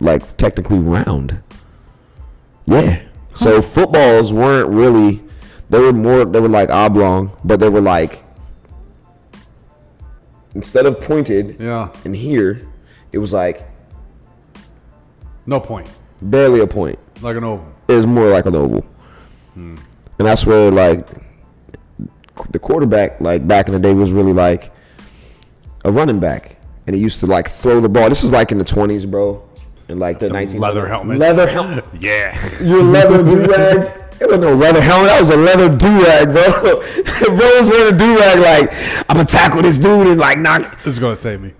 Speaker 1: like technically round. Yeah. So footballs weren't really. They were more. They were like oblong, but they were like instead of pointed
Speaker 3: yeah.
Speaker 1: and here, it was like
Speaker 3: No point.
Speaker 1: barely a point.
Speaker 3: Like an oval.
Speaker 1: It was more like an oval,
Speaker 3: Hmm.
Speaker 1: and that's where like the quarterback, like back in the day, was really like a running back, and he used to like throw the ball. This is like in the twenties, bro, and like the, 19
Speaker 3: leather helmets.
Speaker 1: leather helmet,
Speaker 3: Yeah.
Speaker 1: your leather do rag. It was no leather helmet. That was a leather do rag, bro. bro was wearing a do rag. Like I'm gonna tackle this dude and like knock.
Speaker 3: this is gonna save me.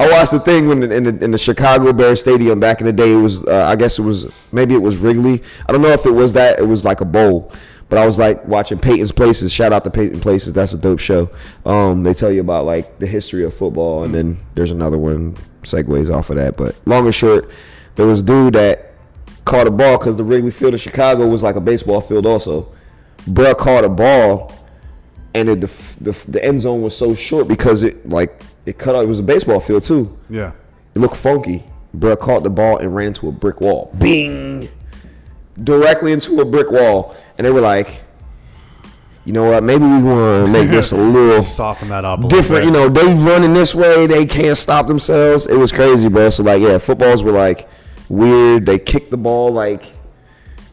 Speaker 1: I watched the thing when in the, in the Chicago Bears Stadium back in the day. It was, uh, I guess it was maybe it was Wrigley. I don't know if it was that. It was like a bowl, but I was like watching Peyton's Places. Shout out to Peyton Places. That's a dope show. Um, they tell you about like the history of football, and then there's another one segues off of that. But long and short, there was a dude that caught a ball because the Wrigley Field of Chicago was like a baseball field also. Bruh caught a ball and it, the, the the end zone was so short because it like it cut out. It was a baseball field too.
Speaker 3: Yeah.
Speaker 1: It looked funky. Bruh caught the ball and ran into a brick wall. Bing! Directly into a brick wall, and they were like, "You know what? Maybe we want to make this a little."
Speaker 3: Soften that up. A
Speaker 1: different. You
Speaker 3: Little
Speaker 1: know, they running this way, they can't stop themselves. It was crazy, bro. So like, yeah, footballs were like weird. They kicked the ball like.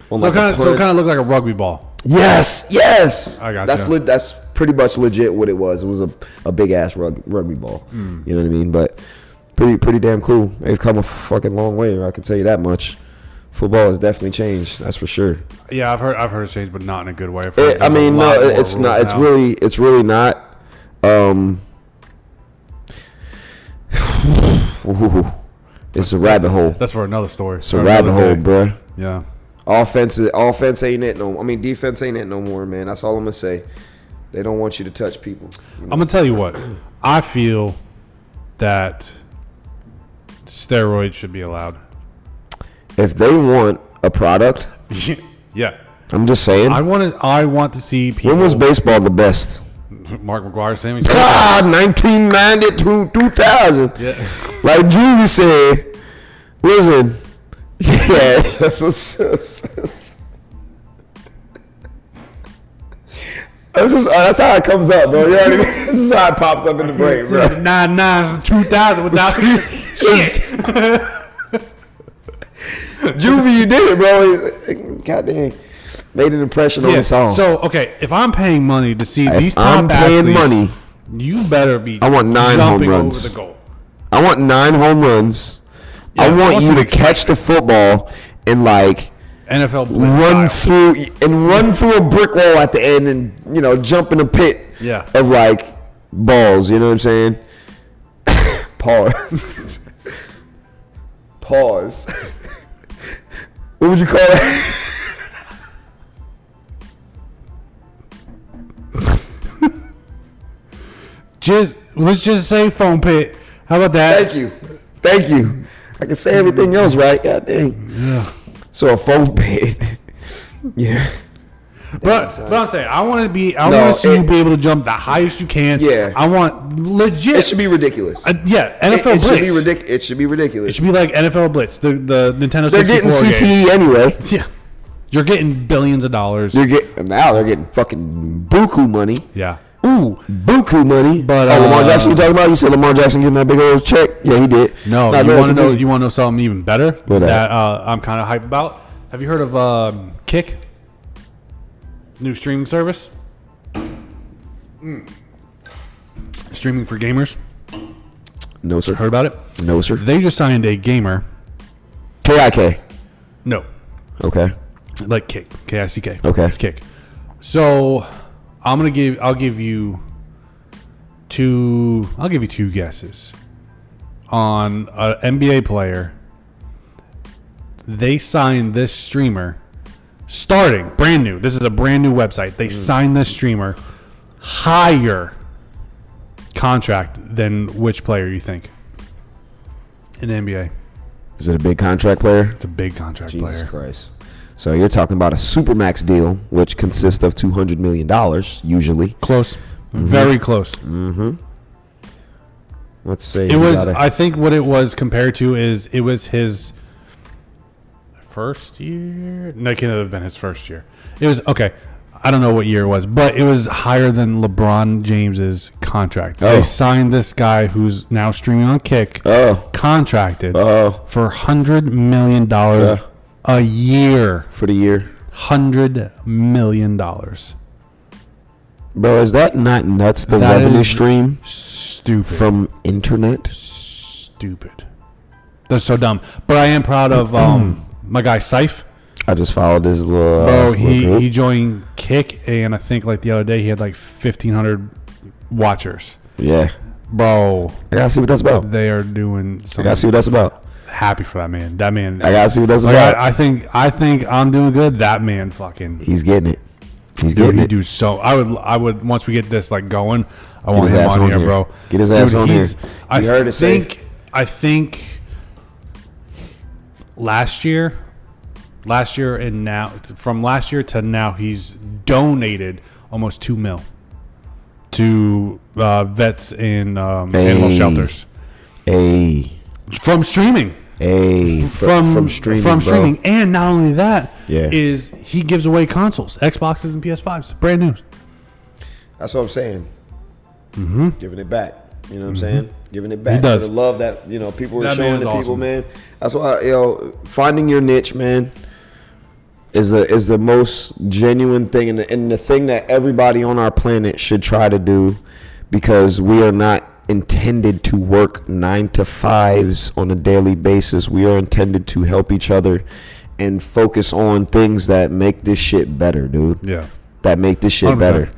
Speaker 1: on, like, a
Speaker 3: bit. So kind of so
Speaker 1: punt.
Speaker 3: kind of looked like a rugby ball.
Speaker 1: Yes, yes.
Speaker 3: I gotcha.
Speaker 1: That's le- that's pretty much legit what it was. It was a, a big ass rug- rugby ball.
Speaker 3: Hmm.
Speaker 1: You know what I mean? But pretty pretty damn cool. They've come a fucking long way. I can tell you that much. Football has definitely changed. That's for sure.
Speaker 3: Yeah, I've heard I've heard it changed, but not in a good way. I've heard
Speaker 1: It, Eh, I
Speaker 3: there's a
Speaker 1: mean, no,
Speaker 3: lot more
Speaker 1: it's
Speaker 3: rules
Speaker 1: not. It's
Speaker 3: now.
Speaker 1: really, it's really not. Um, ooh, it's a rabbit hole.
Speaker 3: That's for another story.
Speaker 1: It's a rabbit hole, bruh.
Speaker 3: Yeah.
Speaker 1: Offense, offense ain't it no. I mean, defense ain't it no more, man. That's all I'm gonna say. They don't want you to touch people.
Speaker 3: I'm gonna tell you what. I feel that steroids should be allowed.
Speaker 1: If they want a product,
Speaker 3: yeah.
Speaker 1: I'm just saying.
Speaker 3: I want to. I want to see people.
Speaker 1: when was baseball the best?
Speaker 3: Mark McGuire, Sammy.
Speaker 1: Ah, 1990 to 2000. Like Juvie said, listen. Yeah, that's what's. That's, that's, that's, just, uh, that's how it comes up, bro. You already, this is how it pops up in the brain, bro.
Speaker 3: Nine nines, two thousand without shit.
Speaker 1: Juvie, you did it, bro. God dang. Made an impression on
Speaker 3: Yeah,
Speaker 1: the song.
Speaker 3: So okay, if I'm paying money to see these top
Speaker 1: I'm paying
Speaker 3: athletes,
Speaker 1: money.
Speaker 3: you better be.
Speaker 1: I want nine home
Speaker 3: jumping
Speaker 1: runs.
Speaker 3: over the goal.
Speaker 1: I want nine home runs. I
Speaker 3: Yeah, I
Speaker 1: want
Speaker 3: want
Speaker 1: you
Speaker 3: some
Speaker 1: to catch the football and like
Speaker 3: NFL blitz
Speaker 1: run
Speaker 3: style.
Speaker 1: through and run through a brick wall at the end and you know jump in a pit
Speaker 3: Yeah.
Speaker 1: of like balls. You know what I'm saying? Pause. Pause. what would you call that?
Speaker 3: Just let's just say foam pit. How about that?
Speaker 1: Thank you. Thank you. I can say everything else right. God dang. So a foam pit. yeah.
Speaker 3: But but I'm saying I want to be. I
Speaker 1: No,
Speaker 3: want to see you
Speaker 1: it-
Speaker 3: be able to jump the highest you can.
Speaker 1: Yeah.
Speaker 3: I want legit.
Speaker 1: It should be ridiculous.
Speaker 3: uh, yeah,
Speaker 1: It,
Speaker 3: NFL
Speaker 1: it
Speaker 3: blitz.
Speaker 1: should be ridiculous. It should be ridiculous.
Speaker 3: It should be like NFL blitz. The the Nintendo.
Speaker 1: They're getting E.
Speaker 3: 64
Speaker 1: CTE
Speaker 3: game.
Speaker 1: anyway.
Speaker 3: Yeah. You're getting billions of dollars.
Speaker 1: They're getting now. They're getting fucking buku money.
Speaker 3: yeah. Ooh.
Speaker 1: Buku money.
Speaker 3: But,
Speaker 1: oh, Lamar
Speaker 3: uh,
Speaker 1: Jackson, you talking about? You said Lamar Jackson getting that big old check? Yeah, he did.
Speaker 3: No,
Speaker 1: Nah,
Speaker 3: you
Speaker 1: go ahead,
Speaker 3: want to know?
Speaker 1: continue.
Speaker 3: You want to know something even better
Speaker 1: What
Speaker 3: that uh, I'm kind of hype about? Have you heard of um, Kick? New streaming service.
Speaker 1: Hmm.
Speaker 3: Mm. Streaming for gamers.
Speaker 1: No sir.
Speaker 3: Heard about it?
Speaker 1: No sir.
Speaker 3: They just signed a gamer.
Speaker 1: Kik.
Speaker 3: No,
Speaker 1: Okay.
Speaker 3: like kick K I C K.
Speaker 1: Okay.
Speaker 3: it's kick. So I'm gonna give. I'll give you two. I'll give you two guesses on an NBA player. They signed this streamer starting brand new. This is a brand new website.
Speaker 1: Mm.
Speaker 3: They sign this streamer higher contract than which player you think in the NBA.
Speaker 1: Is it a big contract player?
Speaker 3: It's a big contract
Speaker 1: Jesus
Speaker 3: player.
Speaker 1: Christ. So you're talking about a supermax deal, which consists of two hundred million dollars usually.
Speaker 3: Close.
Speaker 1: Mm-hmm.
Speaker 3: Very close.
Speaker 1: Let's say
Speaker 3: It was I think what it was compared to is it was his first year. No, it couldn't have been his first year. It was okay. I don't know what year it was, but it was higher than LeBron James's contract.
Speaker 1: Oh.
Speaker 3: They signed this guy who's now streaming on Kick,
Speaker 1: oh
Speaker 3: contracted
Speaker 1: oh
Speaker 3: for hundred million dollars a year.
Speaker 1: for the year,
Speaker 3: Hundred million dollars.
Speaker 1: bro. Is that not nuts? The
Speaker 3: That
Speaker 1: revenue
Speaker 3: is-
Speaker 1: stream
Speaker 3: Stupid.
Speaker 1: from internet.
Speaker 3: Stupid. They're so dumb. But I am proud of um, my guy Syfe.
Speaker 1: I just followed this little. uh,
Speaker 3: Oh,
Speaker 1: little
Speaker 3: he,
Speaker 1: group.
Speaker 3: he joined Kick, and I think like the other day he had like fifteen hundred watchers.
Speaker 1: yeah.
Speaker 3: Bro,
Speaker 1: I gotta see what that's about.
Speaker 3: they are doing
Speaker 1: I gotta
Speaker 3: something.
Speaker 1: see what that's about.
Speaker 3: Happy for that man. That man.
Speaker 1: I gotta see what that's
Speaker 3: like,
Speaker 1: about.
Speaker 3: I, I think I think I'm doing good. That man, fucking.
Speaker 1: He's getting it. He's
Speaker 3: Dude,
Speaker 1: getting
Speaker 3: he
Speaker 1: it.
Speaker 3: do so. I would. I would. Once we get this like going, I
Speaker 1: his
Speaker 3: want him
Speaker 1: ass
Speaker 3: on,
Speaker 1: on
Speaker 3: here,
Speaker 1: here.
Speaker 3: bro.
Speaker 1: Get his ass on
Speaker 3: he's-
Speaker 1: here.
Speaker 3: I
Speaker 5: You heard it,
Speaker 3: think.
Speaker 5: Safe.
Speaker 3: I think. Last year, last year and now, from last year to now, he's donated almost two mil to uh, vets in um, animal
Speaker 1: Hey.
Speaker 3: shelters
Speaker 1: Hey,
Speaker 3: from streaming
Speaker 1: hey, fr-
Speaker 3: from
Speaker 1: from streaming,
Speaker 3: from
Speaker 1: bro.
Speaker 3: streaming. and not only that
Speaker 1: Yeah.
Speaker 3: is he gives away consoles xboxes and ps5s brand new
Speaker 5: That's what I'm saying. Giving it back. You know what I'm saying? Giving it back.
Speaker 3: He does.
Speaker 5: The love that you know people are
Speaker 3: That
Speaker 5: showing
Speaker 3: man's
Speaker 5: to people,
Speaker 3: awesome.
Speaker 5: man. That's why you know finding your niche, man, is the is the most genuine thing and the, and the thing that everybody on our planet should try to do because we are not intended to work nine to fives on a daily basis. We are intended to help each other and focus on things that make this shit better, dude
Speaker 3: yeah
Speaker 1: that make this shit
Speaker 3: 100%.
Speaker 1: better.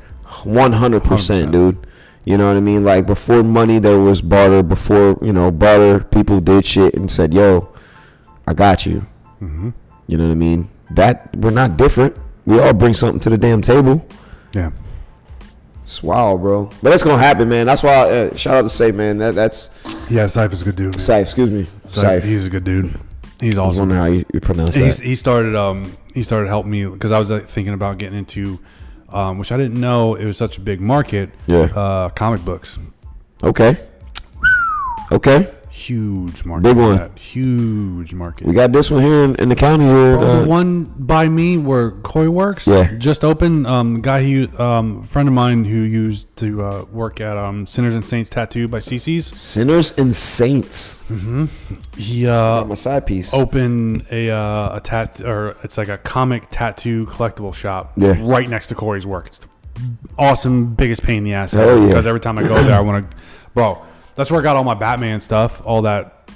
Speaker 1: 100%,
Speaker 3: 100%.
Speaker 1: dude. You know what I mean? Like before money there was barter, before, you know, barter people did shit and said, "Yo, I got you."
Speaker 5: Mm-hmm.
Speaker 1: You know what I mean? That we're not different. We all bring something to the damn table.
Speaker 3: yeah
Speaker 5: It's wild, bro.
Speaker 1: But that's going to happen, man. That's why uh, shout out to Safe, man. That that's
Speaker 3: yeah Syfe is a good dude man.
Speaker 1: Safe, excuse me.
Speaker 3: Syfe,
Speaker 1: Safe. I
Speaker 3: he's a good dude he's
Speaker 1: was
Speaker 3: awesome
Speaker 1: wondering how you, you pronounce
Speaker 3: And he's,
Speaker 1: that.
Speaker 3: he started um he started helping me because I was like, thinking about getting into um, which I didn't know it was such a big market
Speaker 1: Yeah.
Speaker 3: uh, comic books
Speaker 1: Okay. Okay.
Speaker 3: huge market
Speaker 1: Big
Speaker 3: for
Speaker 1: one.
Speaker 3: that. huge market
Speaker 1: We got this one here in, in the county here.
Speaker 3: Well,
Speaker 1: uh,
Speaker 3: the one by me where Koi works
Speaker 1: Yeah.
Speaker 3: just opened. Um, guy who um, friend of mine who used to uh, work at um, Sinners and Saints Tattoo by
Speaker 5: Oh.
Speaker 3: CC's.
Speaker 1: Sinners and Saints.
Speaker 3: He uh,
Speaker 1: My side piece.
Speaker 3: opened a uh, a tat or it's like a comic tattoo collectible shop.
Speaker 1: Yeah.
Speaker 3: right next to Corey's work. It's the awesome, biggest pain in the ass ever
Speaker 1: Hell yeah.
Speaker 3: because every time I go there, I want to, bro. That's where I got all my Batman stuff, all that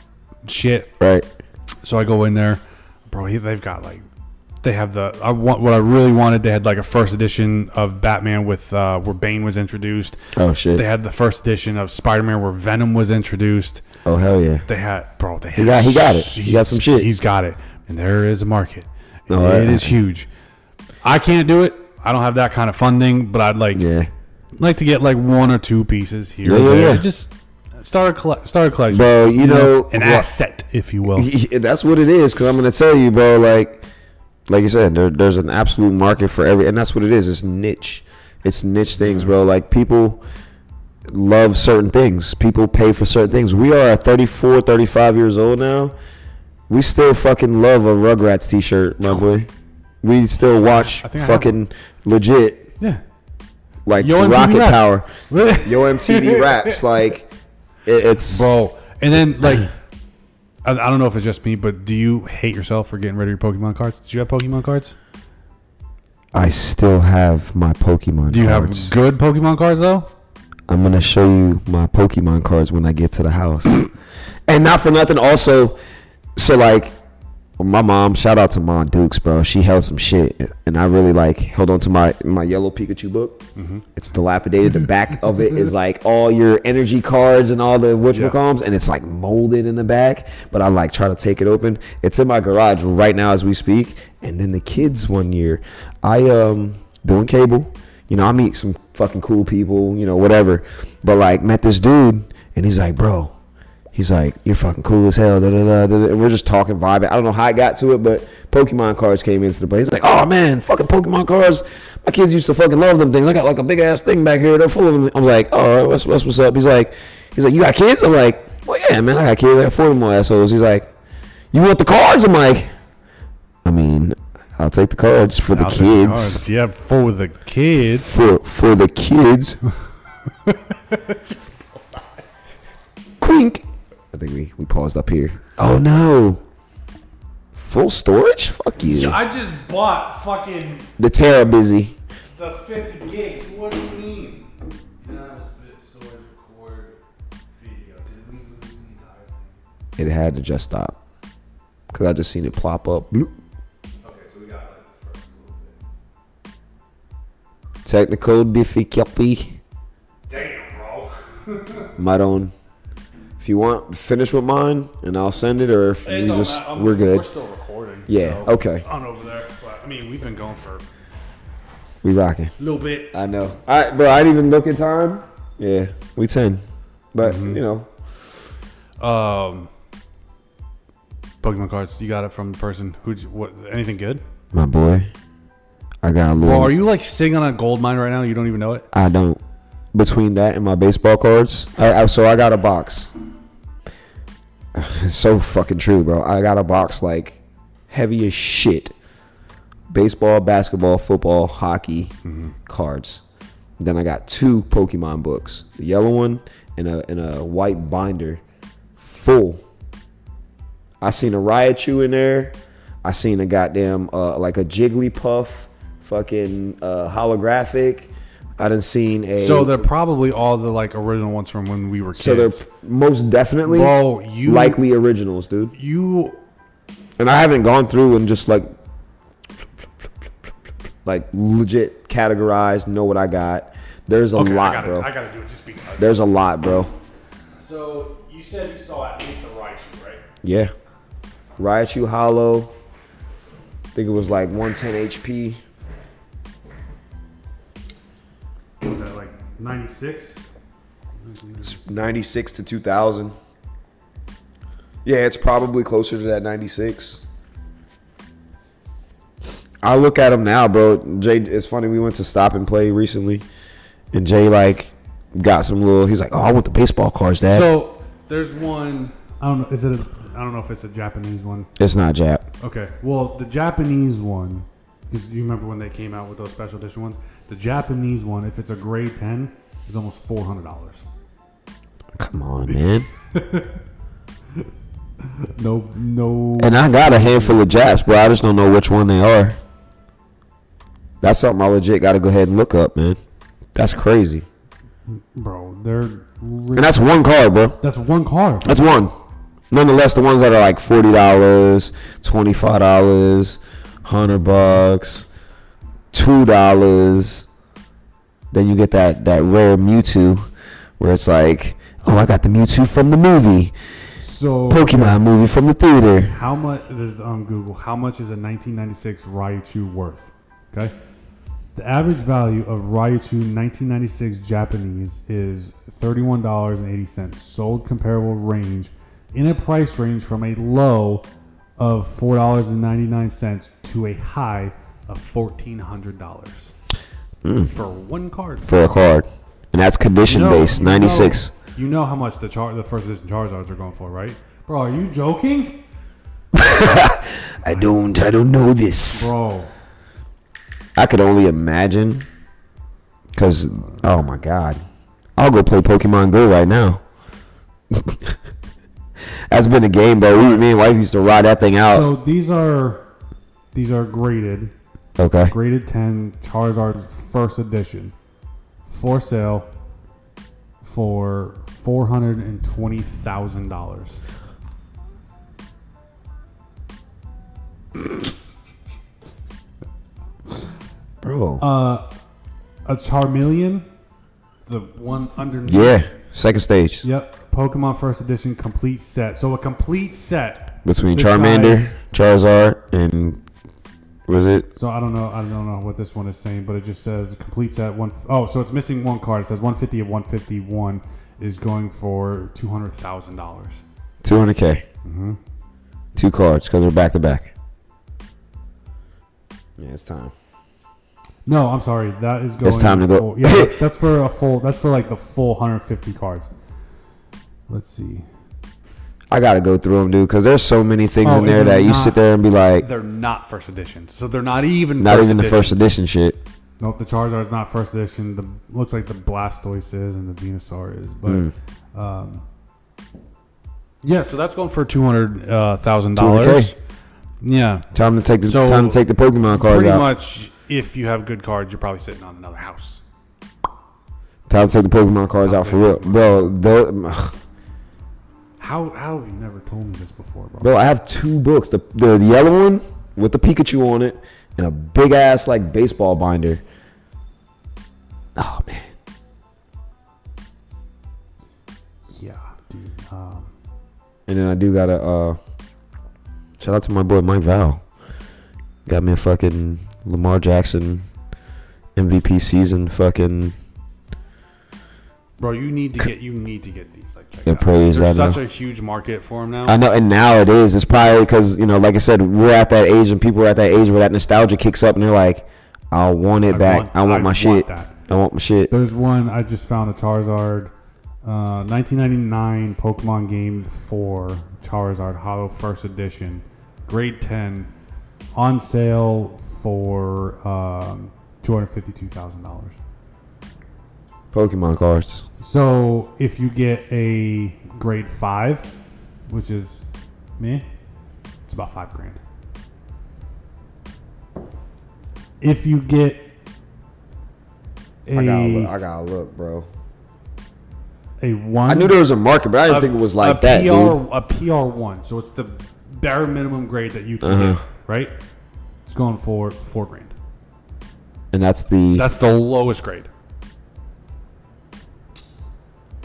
Speaker 3: shit.
Speaker 1: Right.
Speaker 3: So I go in there, bro. he- They've got like, they have the I want what I really wanted. They had like a first edition of Batman with uh, where Bane was introduced.
Speaker 1: Oh shit.
Speaker 3: They had the first edition of Spider Man where Venom was introduced.
Speaker 1: Oh hell yeah!
Speaker 3: They had bro. They had
Speaker 1: got- he got it.
Speaker 3: s-
Speaker 1: He got some shit.
Speaker 3: He's got it, and there is a market. And
Speaker 1: No, I-
Speaker 3: it is huge. I can't do it. I don't have that kind of funding, but I'd like
Speaker 1: Yeah,
Speaker 3: like to get like one or two pieces here.
Speaker 1: Yeah,
Speaker 3: or
Speaker 1: yeah,
Speaker 3: there.
Speaker 1: yeah.
Speaker 3: Just start a colle- start a collection,
Speaker 1: bro. You know,
Speaker 3: an
Speaker 1: well,
Speaker 3: asset, if you will.
Speaker 1: that's what it is. Because I'm gonna tell you, bro. Like, like you said, there, there's an absolute market for every, and that's what it is. It's niche. It's niche things, bro. Like people love certain things. People pay for certain things. We are at 34, 35 years old now. We still fucking love a Rugrats t-shirt, my boy. We still watch
Speaker 3: I think I have
Speaker 1: fucking legit
Speaker 3: yeah.
Speaker 1: like
Speaker 3: Yo, MTV
Speaker 1: Rocket
Speaker 3: Raps.
Speaker 1: Power.
Speaker 3: Really?
Speaker 5: Yo MTV raps like
Speaker 1: It, it's
Speaker 3: bro. And then like, I, I don't know if it's just me, but do you hate yourself for getting rid of your Pokemon cards? Do you have Pokemon cards?
Speaker 1: I still have my Pokemon
Speaker 3: Do you
Speaker 1: cards.
Speaker 3: have good Pokemon cards though?
Speaker 1: I'm gonna show you my Pokemon cards when I get to the house. and not for nothing, also, so like Well, my mom, shout out to Mom Dukes, bro. She held some shit, and I really like held on to my my yellow Pikachu book. It's dilapidated. The back of it is like all your energy cards and all the whatchamacallits, and it's like molded in the back. But I like try to take it open. It's in my garage right now as we speak. And then the kids one year, I um doing cable. You know, I meet some fucking cool people. You know, whatever. But like met this dude, and he's like, bro, He's like, "You're fucking cool as hell." Da, da, da, da, da. And we're just talking vibing. I don't know how I got to it, but Pokemon cards came into the play. He's like, "Oh man, fucking Pokemon cards! My kids used to fucking love them things. I got like a big ass thing back here. They're full of them." I'm like, "All right, what's, what's what's up?" He's like, "He's like, you got kids?" I'm like, "Well, yeah, man, I got kids. I got four of them little assholes." He's like, "You want the cards?" I'm like, "I mean, I'll take the cards for the
Speaker 3: Out there,
Speaker 1: kids."
Speaker 3: cards. Yeah, for the kids.
Speaker 1: For, for the kids. Clink. I think we, we paused up here. Oh no. Full storage? Fuck you.
Speaker 6: I just bought fucking
Speaker 1: The Terra busy.
Speaker 6: the 50 gigs. What do you mean? You don't have a split storage record video. Did we lose the entire thing?
Speaker 1: It had to just stop. Cause I just seen it plop up. Bloop.
Speaker 6: Okay, so we got like the first little bit.
Speaker 1: Technical difficulty.
Speaker 6: Damn, bro.
Speaker 1: My own. If you want, finish with mine, and I'll send it. Or if
Speaker 6: It
Speaker 1: we
Speaker 6: don't
Speaker 1: just
Speaker 6: matter. I'm-
Speaker 1: we're
Speaker 6: We're
Speaker 1: good.
Speaker 6: still recording.
Speaker 1: Yeah.
Speaker 6: so
Speaker 1: Okay.
Speaker 6: On over there. But, I mean, we've been going for a
Speaker 1: We rocking.
Speaker 6: little bit.
Speaker 1: I know. I bro. I didn't even look at time. Yeah. We ten. Mm-hmm. But you know.
Speaker 3: Um, Pokemon cards. You got it from the person who. What? Anything good?
Speaker 1: My boy. I got a little.
Speaker 3: Well, are you like sitting on a gold mine right now? You don't even know it.
Speaker 1: I don't. Between that and my baseball cards, I, I, so I got a box. It's so fucking true, bro. I got a box like heavy as shit. Baseball, basketball, football, hockey, cards. Then I got two Pokemon books: the yellow one and a and a white binder, full. I seen a Raichu in there. I seen a goddamn uh, like a Jigglypuff, fucking uh, holographic. I done seen a
Speaker 3: So they're probably all the like original ones from when we were kids.
Speaker 1: so they're most definitely
Speaker 3: Bro, you-
Speaker 1: likely originals, dude.
Speaker 3: you
Speaker 1: And I haven't gone through and just like like legit categorized, know what I got. There's a
Speaker 3: okay,
Speaker 1: lot,
Speaker 3: I gotta,
Speaker 1: bro.
Speaker 3: I gotta do it just because.
Speaker 1: There's a lot, bro.
Speaker 6: So you said you saw at least a Raichu, right?
Speaker 1: Yeah. Raichu Hollow. I think it was like 110 HP.
Speaker 3: What was that like '96?
Speaker 1: It's 96 to 2000. Yeah, it's probably closer to that 96. I look at him now, bro. Jay, it's funny. We went to Stop and Play recently, and Jay like got some little. He's like, "Oh, I want the baseball cards, Dad."
Speaker 3: So there's one. I don't know. Is it? A, I don't know if it's a Japanese one.
Speaker 1: it's not Jap.
Speaker 3: Okay. Well, the Japanese one, because you remember when they came out with those special edition ones. The Japanese one, if it's a grade ten, is almost four hundred dollars.
Speaker 1: Come on, man.
Speaker 3: No, no.
Speaker 1: And I got a handful of Japs, bro. I just don't know which one they are. That's something I legit got to go ahead and look up, man. That's crazy.
Speaker 3: Bro, they're. Re-
Speaker 1: And that's one card, bro.
Speaker 3: that's one car.
Speaker 1: That's one. Nonetheless, the ones that are like forty dollars, twenty five dollars, hundred bucks, two dollars. Then you get that that rare Mewtwo, where it's like, oh, I got the Mewtwo from the movie,
Speaker 3: So
Speaker 1: Pokemon movie from the theater.
Speaker 3: How much this is on Google? How much is a 1996 Raichu worth? Okay, the average value of Raichu 1996 Japanese is thirty-one dollars and eighty cents. Sold comparable range in a price range from a low of four dollars and ninety-nine cents to a high of fourteen hundred dollars for one card.
Speaker 1: for a card, and that's condition
Speaker 3: You know-
Speaker 1: based.
Speaker 3: you know-
Speaker 1: Ninety six.
Speaker 3: You know how much the char- the first edition Charizards are going for, right? Bro, are you joking?
Speaker 1: I don't. I don't know this.
Speaker 3: Bro.
Speaker 1: I could only imagine. Cause oh my god, I'll go play Pokemon Go right now. That's been a game, bro. We, me and wife used to ride that thing out.
Speaker 3: So these are these are graded
Speaker 1: Okay.
Speaker 3: graded ten Charizard's first edition for sale for four hundred and twenty thousand dollars.
Speaker 7: Bro.
Speaker 3: Uh, a Charmeleon, the one underneath.
Speaker 1: Yeah, second stage
Speaker 3: Yep. Pokemon First Edition complete set. So a complete set.
Speaker 1: between
Speaker 3: This
Speaker 1: Charmander, Charizard, and was it?
Speaker 3: So I don't know. I don't know what this one is saying, but it just says complete set one. Oh, so it's missing one card. It says 150 of 151 is going for two hundred thousand dollars.
Speaker 1: 200k. Two cards because they're back to back.
Speaker 7: yeah, it's time.
Speaker 3: No, I'm sorry. That is going.
Speaker 1: time to go.
Speaker 3: for- yeah, that's for a full. That's for like the full 150 cards. Let's see.
Speaker 1: I gotta go through them, dude, because there's so many things
Speaker 3: Oh,
Speaker 1: in there
Speaker 3: and
Speaker 1: that
Speaker 3: they're
Speaker 1: you
Speaker 3: not-
Speaker 1: sit there and be like,
Speaker 8: They're not first edition, so they're not even
Speaker 1: not even the first edition shit.
Speaker 3: Nope, the Charizard is not first edition. The looks like the Blastoise is and the Venusaur is, but
Speaker 1: Hmm.
Speaker 3: um,
Speaker 8: Yeah, so that's going for two hundred
Speaker 3: uh,
Speaker 8: thousand dollars.
Speaker 1: 200K.
Speaker 8: Yeah,
Speaker 1: Time to take the
Speaker 8: So,
Speaker 1: time to take the Pokemon cards
Speaker 8: pretty
Speaker 1: out.
Speaker 8: much. If you have good cards, you're probably sitting on another house.
Speaker 1: Time to take the Pokemon cards out for real, bro. tho-
Speaker 3: how how have you never told me this before, bro?
Speaker 1: Bro, I have two books. The, the the yellow one with the Pikachu on it and a big ass like baseball binder. Oh man.
Speaker 3: Yeah, dude. Um,
Speaker 1: And then I do got a uh shout out to my boy Mike Val. Got me a fucking Lamar Jackson MVP season fucking
Speaker 8: Bro, you need to get you need to get these like checked
Speaker 1: Yeah,
Speaker 8: out.
Speaker 1: praise
Speaker 8: There's
Speaker 1: that,
Speaker 8: such a huge market for them now.
Speaker 1: I know, and now it is. It's probably because you know, like I said, we're at that age, and people are at that age where that nostalgia kicks up, and they're like, "I want it
Speaker 3: I
Speaker 1: back.
Speaker 3: want-
Speaker 1: I want
Speaker 3: I
Speaker 1: my
Speaker 3: want
Speaker 1: shit.
Speaker 3: that."
Speaker 1: I want my shit."
Speaker 3: there's one I just found a Charizard, uh, 1999 Pokemon game for Charizard Hollow First Edition, Grade 10, on sale for um, two hundred fifty-two thousand dollars.
Speaker 1: Pokemon cards.
Speaker 3: So if you get a grade five, which is me, it's about five grand. If you get a
Speaker 1: I gotta look. I gotta look, bro.
Speaker 3: a one,
Speaker 1: I knew there was a market, but I didn't think it was like
Speaker 3: a
Speaker 1: that,
Speaker 3: PR,
Speaker 1: dude.
Speaker 3: A PR one, so it's the bare minimum grade that you can
Speaker 1: Uh-huh.
Speaker 3: get, right? It's going for four grand.
Speaker 1: And that's the.
Speaker 8: That's the lowest grade.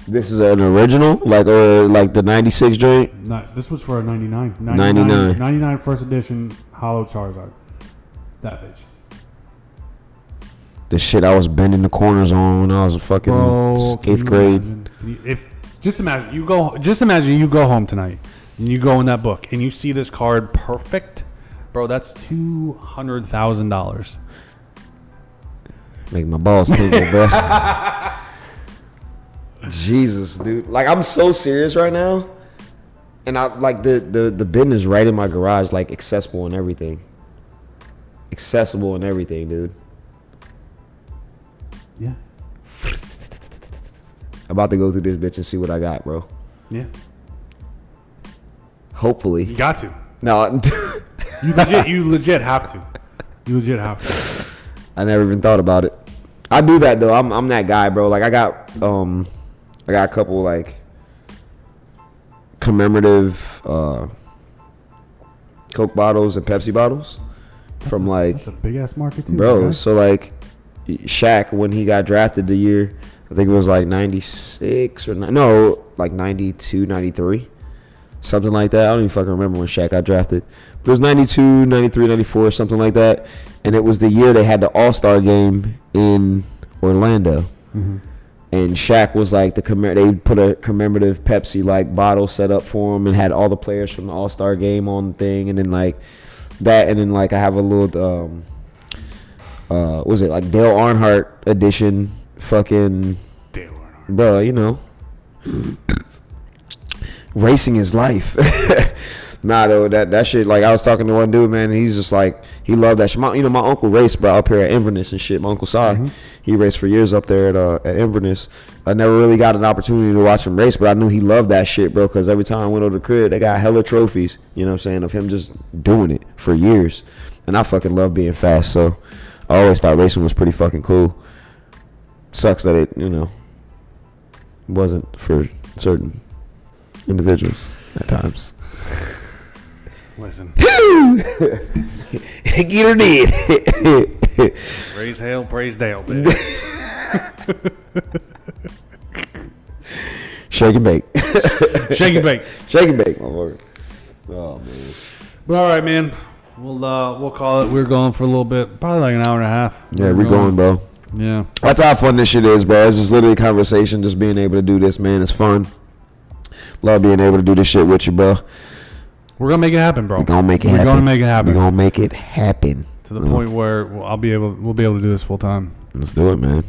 Speaker 1: this is an original, like or like the '96 joint.
Speaker 3: Not, this was for a 99.
Speaker 1: 99.
Speaker 3: 99 first edition Hollow Charizard. That bitch.
Speaker 1: The shit I was bending the corners on when I was a fucking
Speaker 3: Bro, can
Speaker 1: eighth
Speaker 3: you
Speaker 1: grade.
Speaker 3: imagine? Can you-
Speaker 8: If just imagine you go just imagine you go home tonight and you go in that book and you see this card perfect, bro, that's two hundred thousand dollars.
Speaker 1: Make my balls tingle, bro. Jesus, dude. Like I'm so serious right now. And I like the the the bin is right in my garage, like accessible and everything. Accessible and everything, dude.
Speaker 3: Yeah.
Speaker 1: About to go through this bitch and see what I got, bro.
Speaker 3: Yeah.
Speaker 1: Hopefully.
Speaker 8: You got to.
Speaker 1: No,
Speaker 8: You legit you legit have to. You legit have to.
Speaker 1: I never even thought about it. I do that though. I'm I'm that guy, bro. Like I got um I got a couple like commemorative uh Coke bottles and Pepsi bottles from like
Speaker 3: That's a big ass market too.
Speaker 1: bro,
Speaker 3: right?
Speaker 1: so like Shaq when he got drafted the year I think it was like 96 or ni- no, like 92, 93. Something like that. I don't even fucking remember when Shaq got drafted. But it was 92, 93, 94, something like that. And it was the year they had the All-Star game in Orlando. And Shaq was like the commem- they put a commemorative Pepsi like bottle set up for him and had all the players from the All Star game on the thing and then like that and then like I have a little um, uh, what was it like Dale Earnhardt edition? Fucking
Speaker 8: Dale Earnhardt.
Speaker 1: bro, you know, racing is life. nah, though that that shit. Like I was talking to one dude, man. And he's just like he loved that shit. My, you know, my uncle raced, bro, up here at Inverness and shit. My uncle Si, he raced for years up there at uh, at Inverness. I never really got an opportunity to watch him race, but I knew he loved that shit, bro. Because every time I went over the crib, they got hella trophies. You know what I'm saying? Of him just doing it for years, and I fucking love being fast. So I always thought racing was pretty fucking cool. Sucks that it, you know, wasn't for certain individuals at times.
Speaker 3: Listen,
Speaker 1: Get her dead.
Speaker 3: praise hell, praise Dale, baby.
Speaker 1: Shake and bake.
Speaker 3: Shake and bake.
Speaker 1: Shake and bake, motherfucker. Oh man.
Speaker 3: But all right, man. We'll uh, we'll call it. We're going for a little bit, probably like an hour and a half.
Speaker 1: Yeah, we're going, bro.
Speaker 3: Yeah,
Speaker 1: That's how fun this shit is, bro. It's just literally a conversation. Just being able to do this, man, it's fun. Love being able to do this shit with you, bro.
Speaker 3: we're gonna make it happen, bro. We're
Speaker 1: Gonna make it
Speaker 3: We're
Speaker 1: happen.
Speaker 3: gonna make it happen
Speaker 1: We're gonna make it happen.
Speaker 3: to the point where we'll, I'll be able. We'll be able to do this full time.
Speaker 1: Let's do it, man.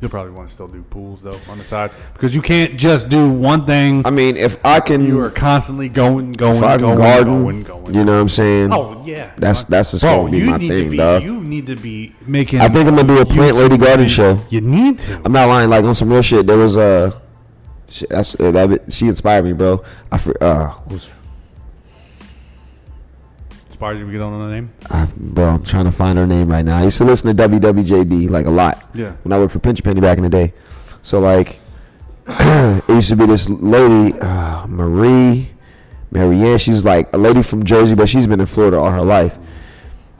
Speaker 3: You'll probably want to still do pools though on the side because you can't just do one thing.
Speaker 1: I mean, if I can,
Speaker 3: You are constantly going, going,
Speaker 1: if I can
Speaker 3: going, going,
Speaker 1: garden,
Speaker 3: going, going.
Speaker 1: you know what I'm saying?
Speaker 3: Oh yeah,
Speaker 1: That's- that's just
Speaker 3: Bro,
Speaker 1: gonna be
Speaker 3: you
Speaker 1: my
Speaker 3: need
Speaker 1: thing,
Speaker 3: to be,
Speaker 1: dog.
Speaker 3: You need to be making.
Speaker 1: I think I'm gonna do a Plant Lady
Speaker 3: YouTube
Speaker 1: Garden
Speaker 3: videos.
Speaker 1: show.
Speaker 3: You need to.
Speaker 1: I'm not lying. Like on some real shit, there was a. She, that's, uh, that, bit- she inspired me, bro. I for, uh, what was-
Speaker 3: Inspires you to get on the name.
Speaker 1: I, bro, I'm trying to find her name right now. I used to listen to WWJB like a lot.
Speaker 3: Yeah.
Speaker 1: When I worked for Pinch Penny back in the day, so like, it used to be this lady, uh, Marie, Marianne. She's like a lady from Jersey, but she's been in Florida all her life,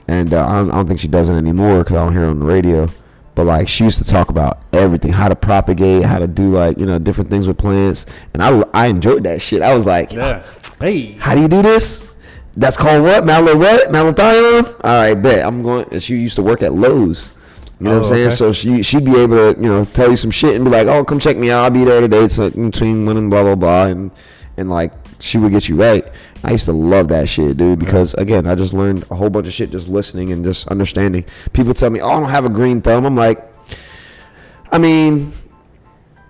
Speaker 1: and uh, I, don't, I don't think she does it anymore because I don't hear her on the radio. But like, she used to talk about everything, how to propagate, how to do like you know different things with plants, and I I enjoyed that shit. I was like,
Speaker 3: Yeah. Hey.
Speaker 1: how do you do this? That's called what? Malaret? Malathion? All right, bet. I'm going. and She used to work at Lowe's. You know what I'm
Speaker 3: Oh,
Speaker 1: saying?
Speaker 3: okay.
Speaker 1: So she she'd be able to you know tell you some shit and be like, oh, come check me out. I'll be there today. It's like between one and blah blah blah, and and like she would get you right. I used to love that shit, dude, because again, I just learned a whole bunch of shit just listening and just understanding. People tell me, oh, I don't have a green thumb. I'm like, I mean,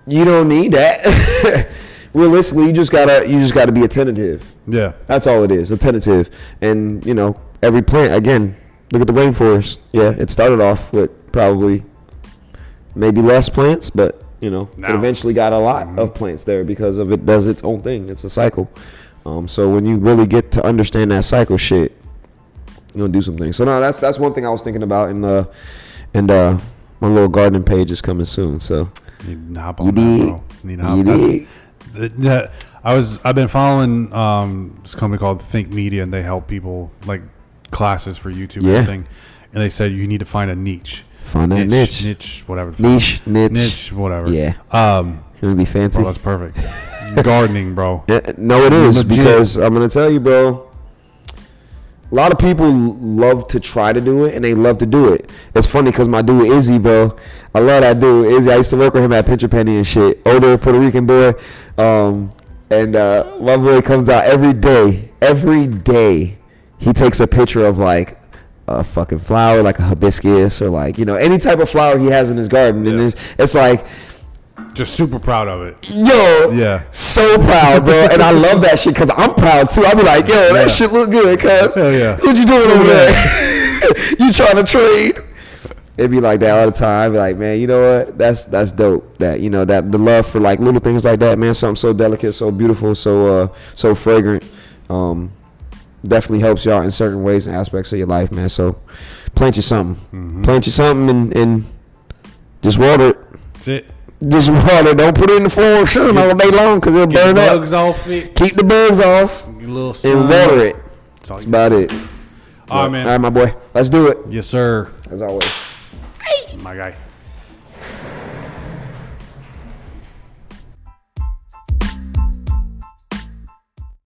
Speaker 1: you don't need that. Realistically, you just gotta you just gotta be attentive.
Speaker 3: Yeah.
Speaker 1: That's all it is, a tentative. And, you know, every plant, again, look at the rainforest. Yeah, it started off with probably maybe less plants, but, you know, it
Speaker 3: Now.
Speaker 1: eventually got a lot of plants there because of it does its own thing. It's a cycle. Um, so when you really get to understand that cycle shit, you're gonna do some things. So no, that's that's one thing I was thinking about and uh and uh my little gardening page is coming soon. So
Speaker 3: Need to hop
Speaker 1: You
Speaker 3: on that,
Speaker 1: dig?
Speaker 3: bro. Need to hop.
Speaker 1: You
Speaker 3: That's,
Speaker 1: dig?
Speaker 3: th- that- I was. I've been following um, this company called Think Media, and they help people like classes for YouTube
Speaker 1: Yeah.
Speaker 3: and everything. And they said you need to find a niche,
Speaker 1: find that niche.
Speaker 3: niche, niche, whatever, the fuck.
Speaker 1: Niche, niche,
Speaker 3: niche, whatever.
Speaker 1: Yeah.
Speaker 3: Um,
Speaker 1: Gonna be fancy.
Speaker 3: bro, that's perfect. Gardening, bro.
Speaker 1: Uh, No, it is
Speaker 3: Legit.
Speaker 1: because I'm gonna tell you, bro. A lot of people love to try to do it, and they love to do it. It's funny because my dude Izzy, bro, I love that dude Izzy. I used to work with him at Pincher Penny and shit. Older Puerto Rican boy, um, and uh, my boy comes out every day. Every day, he takes a picture of like a fucking flower, like a hibiscus, or like you know any type of flower he has in his garden, and
Speaker 3: Yeah.
Speaker 1: it's, it's like
Speaker 3: Just super proud of it.
Speaker 1: yo,
Speaker 3: Yeah.
Speaker 1: so proud, bro. and I love that shit because I'm proud too. I'll be like, yo, that
Speaker 3: Yeah.
Speaker 1: shit look good, cuz.
Speaker 3: Hell yeah.
Speaker 1: What you doing over there? you trying to trade? It'd be like that all the time. Be like, man, you know what? That's that's dope. That you know that the love for like little things like that, man. Something so delicate, so beautiful, so uh, so fragrant. Um, definitely helps y'all in certain ways and aspects of your life, man. So plant you something,
Speaker 3: Mm-hmm.
Speaker 1: plant you something, and and just water it.
Speaker 3: That's it.
Speaker 1: Just water. Don't put it in the floor and sun all day long because it'll
Speaker 3: Get
Speaker 1: burn
Speaker 3: the
Speaker 1: up.
Speaker 3: bugs off it.
Speaker 1: Keep the bugs off
Speaker 3: Your little sun.
Speaker 1: and water it.
Speaker 3: That's all
Speaker 1: That's
Speaker 3: you-
Speaker 1: about it.
Speaker 3: All right,
Speaker 1: All right,
Speaker 3: man.
Speaker 1: my boy. Let's do it.
Speaker 3: Yes, sir.
Speaker 1: As always.
Speaker 3: My guy.